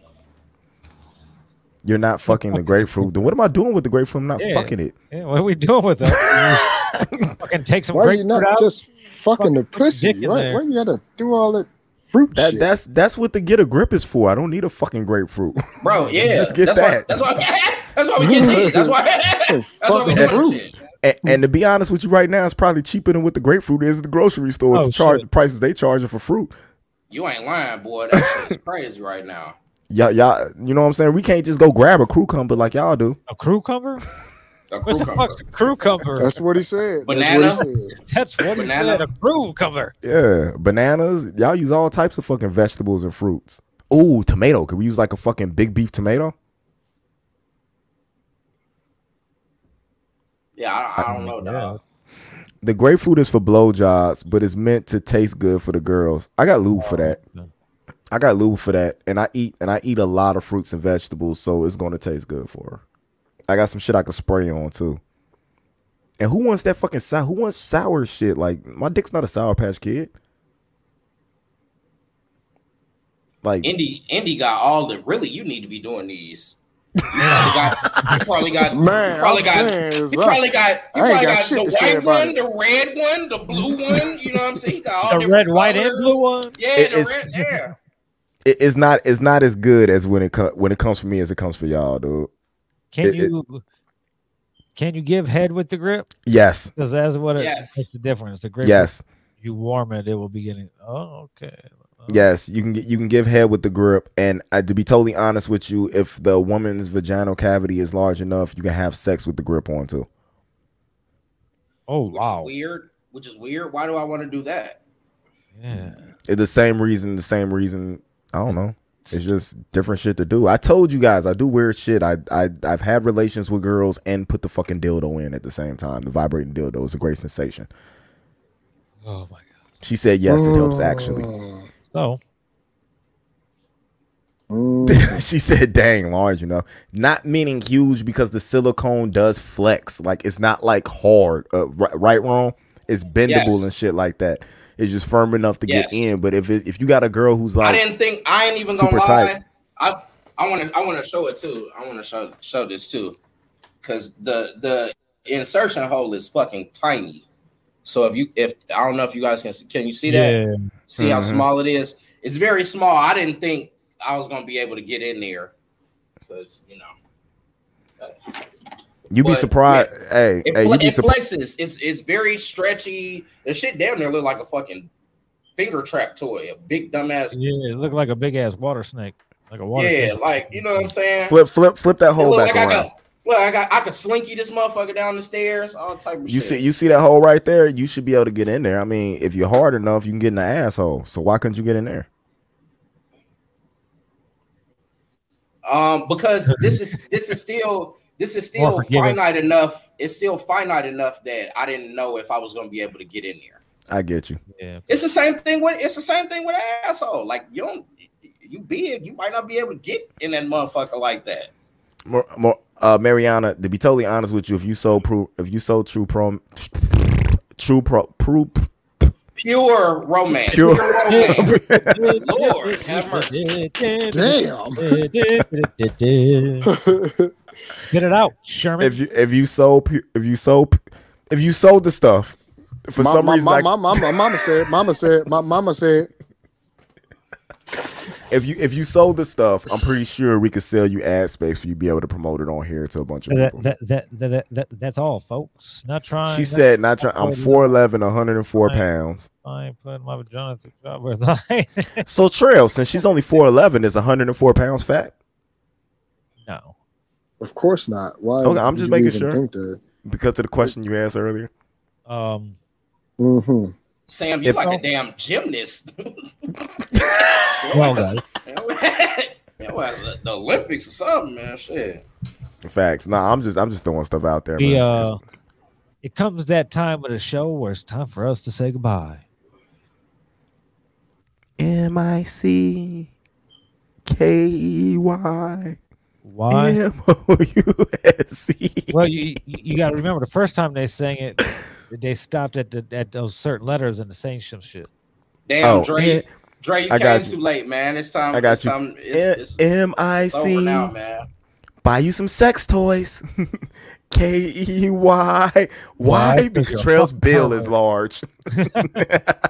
Speaker 2: you're not fucking the grapefruit. Then what am I doing with the grapefruit? I'm not
Speaker 1: Yeah.
Speaker 2: fucking it.
Speaker 1: Yeah. What are we doing with that?
Speaker 4: [laughs]
Speaker 1: Fucking take some
Speaker 4: Why you
Speaker 1: grapefruit
Speaker 4: not
Speaker 1: out.
Speaker 4: just fucking the
Speaker 1: Fucking put your
Speaker 4: pussy?
Speaker 1: dick in
Speaker 4: Why,
Speaker 1: there.
Speaker 4: why you gotta do all that fruit
Speaker 2: That,
Speaker 4: shit?
Speaker 2: that's, that's what the get a grip is for. I don't need a fucking grapefruit. [laughs]
Speaker 3: Bro, yeah,
Speaker 2: Just get
Speaker 3: that's
Speaker 2: that.
Speaker 3: Why, [laughs] that's why. That's why
Speaker 2: [laughs]
Speaker 3: we get these. That's why. [laughs] that's why we
Speaker 4: Fucking
Speaker 3: do
Speaker 4: fruit.
Speaker 3: this shit.
Speaker 2: and, and to be honest with you, right now it's probably cheaper than what the grapefruit is at the grocery store.
Speaker 1: Oh,
Speaker 2: the charge
Speaker 1: shit.
Speaker 2: the prices they charging for fruit.
Speaker 3: You ain't lying, boy. That shit's crazy right now.
Speaker 2: Y'all, y'all, you know what I'm saying? We can't just go grab a crew cumber like y'all do.
Speaker 1: a crew cumber?
Speaker 3: A
Speaker 1: What the
Speaker 3: cucumber.
Speaker 1: fuck's a crew cumber?
Speaker 4: That's what he said.
Speaker 3: Banana?
Speaker 4: That's what he said.
Speaker 1: That's what he
Speaker 3: Banana?
Speaker 1: said. A crew cumber.
Speaker 2: Yeah, bananas. Y'all use all types of fucking vegetables and fruits. Ooh, tomato. Could we use like a fucking big beef tomato?
Speaker 3: Yeah, I, I don't know, dog.
Speaker 2: The grapefruit is for blowjobs, but it's meant to taste good for the girls. I got lube for that. I got lube for that, and I eat and I eat a lot of fruits and vegetables, so it's gonna taste good for her. I got some shit I can spray on too. And who wants that fucking sour? Who wants sour shit? Like my dick's not a sour patch kid. Like
Speaker 3: Indy, Indy got all the. Really, you need to be doing these. You probably got. You probably got.
Speaker 4: Man,
Speaker 3: you probably
Speaker 4: I'm
Speaker 3: got.
Speaker 4: saying it's
Speaker 3: You
Speaker 4: like-
Speaker 3: probably got. You
Speaker 4: I ain't
Speaker 3: probably
Speaker 4: got
Speaker 3: got,
Speaker 4: shit to
Speaker 3: the
Speaker 4: say
Speaker 3: white
Speaker 4: about
Speaker 3: one,
Speaker 4: it.
Speaker 3: the red one, the blue one. You know what I'm saying? He got all
Speaker 1: The
Speaker 3: different
Speaker 1: red, white, and
Speaker 3: colors.
Speaker 1: blue one.
Speaker 3: Yeah,
Speaker 2: It
Speaker 3: the
Speaker 2: is-
Speaker 3: red. Yeah.
Speaker 2: [laughs] it, it's not it's not as good as when it co- when it comes for me as it comes for y'all, dude.
Speaker 1: Can
Speaker 2: It- it-
Speaker 1: you can you give head with the grip?
Speaker 2: Yes,
Speaker 1: Because that's what it,
Speaker 3: Yes.
Speaker 1: makes the difference. The grip.
Speaker 2: yes,
Speaker 1: You warm it, it will be getting. Oh, okay.
Speaker 2: yes. You can get you can give head with the grip, and uh, to be totally honest with you, if the woman's vaginal cavity is large enough, you can have sex with the grip on too.
Speaker 1: Oh
Speaker 3: Which
Speaker 1: wow.
Speaker 3: is weird. Which is weird. Why do I want to do that?
Speaker 1: Yeah.
Speaker 2: It's the same reason, the same reason. I don't know. It's just different shit to do. I told you guys I do weird shit. I I I've had relations with girls and put the fucking dildo in at the same time. The vibrating dildo is a great sensation.
Speaker 1: Oh my god.
Speaker 2: She said yes, it helps actually.
Speaker 4: Mm.
Speaker 1: So
Speaker 2: [laughs]
Speaker 4: Mm.
Speaker 2: she said, "Dang, large, you know, not meaning huge because the silicone does flex. Like it's not like hard, uh, right, right, wrong. It's bendable
Speaker 3: Yes.
Speaker 2: and shit like that. It's just firm enough to get
Speaker 3: Yes.
Speaker 2: in. But if it, if you got a girl who's
Speaker 3: I
Speaker 2: like,
Speaker 3: didn't think. I ain't even
Speaker 2: super
Speaker 3: gonna lie.
Speaker 2: tight.
Speaker 3: I I want to. I want to show it too. I want to show show this too, because the the insertion hole is fucking tiny. So if you if I don't know if you guys can see- can you see that?
Speaker 1: yeah.
Speaker 3: See how
Speaker 2: Mhm.
Speaker 3: small it is? It's very small. I didn't think I was gonna be able to get in there because you know
Speaker 2: You be
Speaker 3: But,
Speaker 2: surprised. Hey,
Speaker 3: it,
Speaker 2: hey,
Speaker 3: fle-
Speaker 2: you be
Speaker 3: it
Speaker 2: surprised.
Speaker 3: flexes. It's it's very stretchy. The shit down there look like a fucking finger trap toy, a big dumbass.
Speaker 1: Yeah, it looked like a big ass water snake, like a water.
Speaker 3: Yeah,
Speaker 1: snake.
Speaker 3: like you know what I'm saying.
Speaker 2: Flip, flip, flip that
Speaker 3: It
Speaker 2: hole
Speaker 3: look
Speaker 2: back
Speaker 3: like I
Speaker 2: around.
Speaker 3: got, look, I got I could slinky this motherfucker down the stairs, all type of
Speaker 2: You see,
Speaker 3: shit.
Speaker 2: you see that hole right there. You should be able to get in there. I mean, if you're hard enough, you can get in the asshole. So why couldn't you get in there?
Speaker 3: um, because
Speaker 1: [laughs]
Speaker 3: this is this is still this is
Speaker 1: More
Speaker 3: still
Speaker 1: forgiving.
Speaker 3: finite enough. It's still finite enough that I didn't know if I was gonna be able to get in there.
Speaker 2: I get you.
Speaker 3: [laughs]
Speaker 1: yeah.
Speaker 3: It's the same thing with it's the same thing with an asshole. Like you don't you big, you might not be able to get in that motherfucker like that.
Speaker 2: More, more, uh, Mariana, to be totally honest with you, if you so pro, if you so true prom, true pro, pro,
Speaker 3: Pure romance.
Speaker 2: Pure-
Speaker 3: Pure, romance. [laughs] Lord have mercy.
Speaker 4: [laughs] Damn.
Speaker 1: Spit it out, Sherman.
Speaker 2: if you if you so pu- if you so pu- if you sold the stuff for
Speaker 4: my,
Speaker 2: some
Speaker 4: my,
Speaker 2: reason,
Speaker 4: my,
Speaker 2: like,
Speaker 4: my, my, my mama said, mama said, my mama said,
Speaker 2: if you if you sold the stuff, I'm pretty sure we could sell you ad space for you to be able to promote it on here to a bunch of
Speaker 1: that,
Speaker 2: people.
Speaker 1: that, that, that, that, that, that's all, folks. Not trying.
Speaker 2: she
Speaker 1: not
Speaker 2: said, "Not try- I'm
Speaker 1: Fine.
Speaker 2: 4'11", 104 pounds.
Speaker 1: trying, putting my vagina through [laughs] cover. Like,
Speaker 2: So Trail, since she's only 4'11", is 104 pounds fat.
Speaker 1: no.
Speaker 4: of course not. Why?
Speaker 2: Okay, I'm
Speaker 4: would
Speaker 2: just
Speaker 4: you
Speaker 2: making
Speaker 4: even
Speaker 2: sure.
Speaker 4: Think that?
Speaker 2: Because of the question you asked earlier.
Speaker 1: Um,
Speaker 4: Mm-hmm.
Speaker 3: [laughs] Sam, you
Speaker 2: If-
Speaker 3: like a damn gymnast. [laughs]
Speaker 1: well, guys,
Speaker 3: That was at the Olympics or something, man. Shit.
Speaker 2: Facts. Nah, I'm just I'm just throwing stuff out there.
Speaker 1: we,
Speaker 2: man.
Speaker 1: uh, it comes that time of the show where it's time for us to say goodbye.
Speaker 2: M I C K E Y
Speaker 1: Why?
Speaker 2: M O U S E. C.
Speaker 1: Well, you you- you got to remember the first time they sang it, they stopped at the at those certain letters and the same some shit.
Speaker 3: Damn,
Speaker 2: Oh,
Speaker 3: Dre.
Speaker 2: yeah.
Speaker 3: Dre, you
Speaker 2: I got
Speaker 3: came
Speaker 2: you.
Speaker 3: too late, man. It's time.
Speaker 2: I got
Speaker 3: it's
Speaker 2: you.
Speaker 3: Time, it's, it's,
Speaker 2: M I
Speaker 3: it's over
Speaker 2: C.
Speaker 3: now, man.
Speaker 2: Buy you some sex toys. [laughs] K E Y. Why?
Speaker 1: Why?
Speaker 2: Because
Speaker 1: Because
Speaker 2: Trail's
Speaker 1: you're a
Speaker 2: bill
Speaker 1: fucking
Speaker 2: is large. [laughs]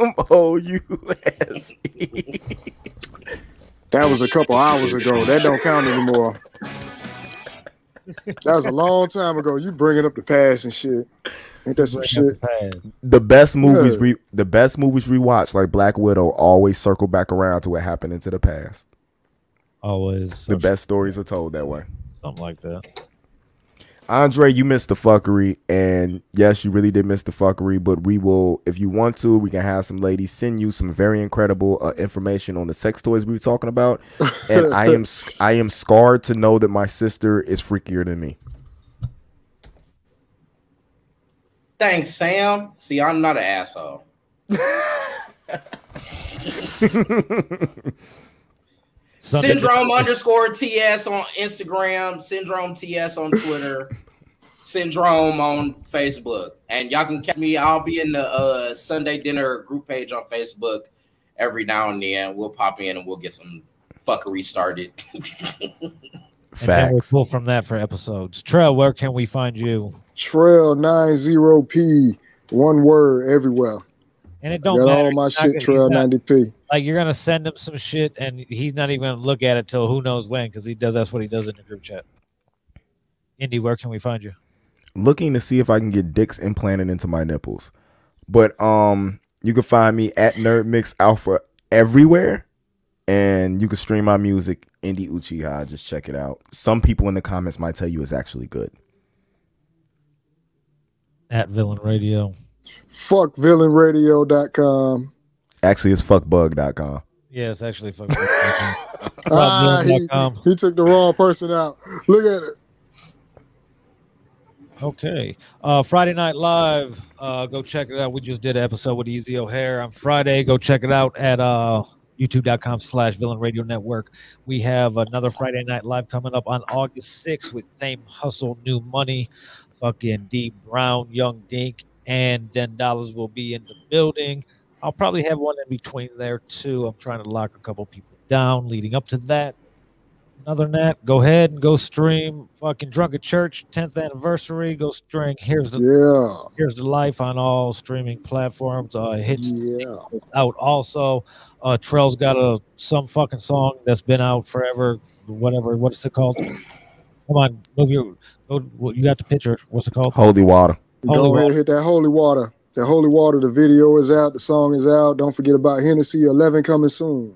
Speaker 2: M O U S E.
Speaker 4: That was a couple hours ago. That don't count anymore. [laughs] That was a long time ago. You bringing up the past and shit. Ain't that some shit?
Speaker 2: The best movies
Speaker 4: Yeah.
Speaker 2: re the best movies rewatch like Black Widow always circle back around to what happened into the past.
Speaker 1: Always
Speaker 2: The best stories are told that way.
Speaker 1: something like that.
Speaker 2: Andre, you missed the fuckery, and yes, you really did miss the fuckery. But we will, if you want to, we can have some ladies send you some very incredible uh, information on the sex toys we were talking about. And I am, sc- I am scarred to know that my sister is freakier than me.
Speaker 3: Thanks, Sam. See, I'm not an asshole.
Speaker 1: Something-
Speaker 3: Syndrome underscore TS on Instagram, Syndrome TS on Twitter, [laughs] Syndrome on Facebook. And y'all can catch me. I'll be in the uh, Sunday dinner group page on Facebook every now and then. We'll pop in and we'll get some fuckery started. [laughs]
Speaker 1: And then we'll
Speaker 2: Facts.
Speaker 1: pull from that for episodes. Trail, where can we find you?
Speaker 4: Trail 90P. One word everywhere.
Speaker 1: And it
Speaker 4: I
Speaker 1: don't
Speaker 4: got
Speaker 1: matter.
Speaker 4: all my
Speaker 1: he's not-
Speaker 4: shit
Speaker 1: he's
Speaker 4: trail
Speaker 1: not-
Speaker 4: 90P.
Speaker 1: like you're gonna send him some shit, and he's not even gonna look at it till who knows when, because he does. That's what he does in the group chat. Indy, where can we find you?
Speaker 2: Looking to see if I can get dicks implanted into my nipples. But um, you can find me at Nerd Mix Alpha everywhere, and you can stream my music. Indie Uchiha, just check it out. Some people in the comments might tell you it's actually good.
Speaker 1: At Villain Radio.
Speaker 4: Fuckvillainradio.com.
Speaker 2: Actually, it's fuckbug.com.
Speaker 1: Yeah, it's actually fucking. [laughs]
Speaker 4: Ah, he,
Speaker 1: Fuckvillain.com.
Speaker 4: he took the wrong person out. Look at it.
Speaker 1: Okay. Uh, Friday Night Live. Uh, go check it out. We just did an episode with Easy O'Hare on Friday. Go check it out at uh, youtube.com slash villain radio network. We have another Friday Night Live coming up on August 6th with Same Hustle, New Money, fucking D Brown, Young Dink, and Den Dollars will be in the building. I'll probably have one in between there too. I'm trying to lock a couple people down leading up to that. Other than that, go ahead and go stream fucking Drunk at Church 10th anniversary. Go stream Here's the
Speaker 4: Yeah.
Speaker 1: Here's the Life on all streaming platforms. Uh, hits
Speaker 4: Yeah.
Speaker 1: out also. Uh, Trell's got a some fucking song that's been out forever. Whatever. What's it called? Come on, move your. Go, well, you got the picture. What's it called?
Speaker 12: Holy water.
Speaker 4: Go
Speaker 1: Holy
Speaker 4: ahead
Speaker 1: water.
Speaker 4: and hit that holy water. That holy water, the video is out, the song is out. Don't forget about Hennessy 11 coming soon.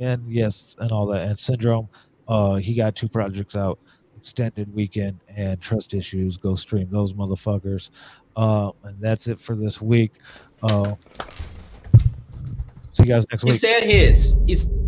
Speaker 1: and yes, and all that. And Syndrome, uh, he got two projects out: Extended Weekend and Trust Issues. Go stream those motherfuckers. Uh, and that's it for this week. Uh, see you guys next
Speaker 3: He
Speaker 1: week.
Speaker 3: said his. He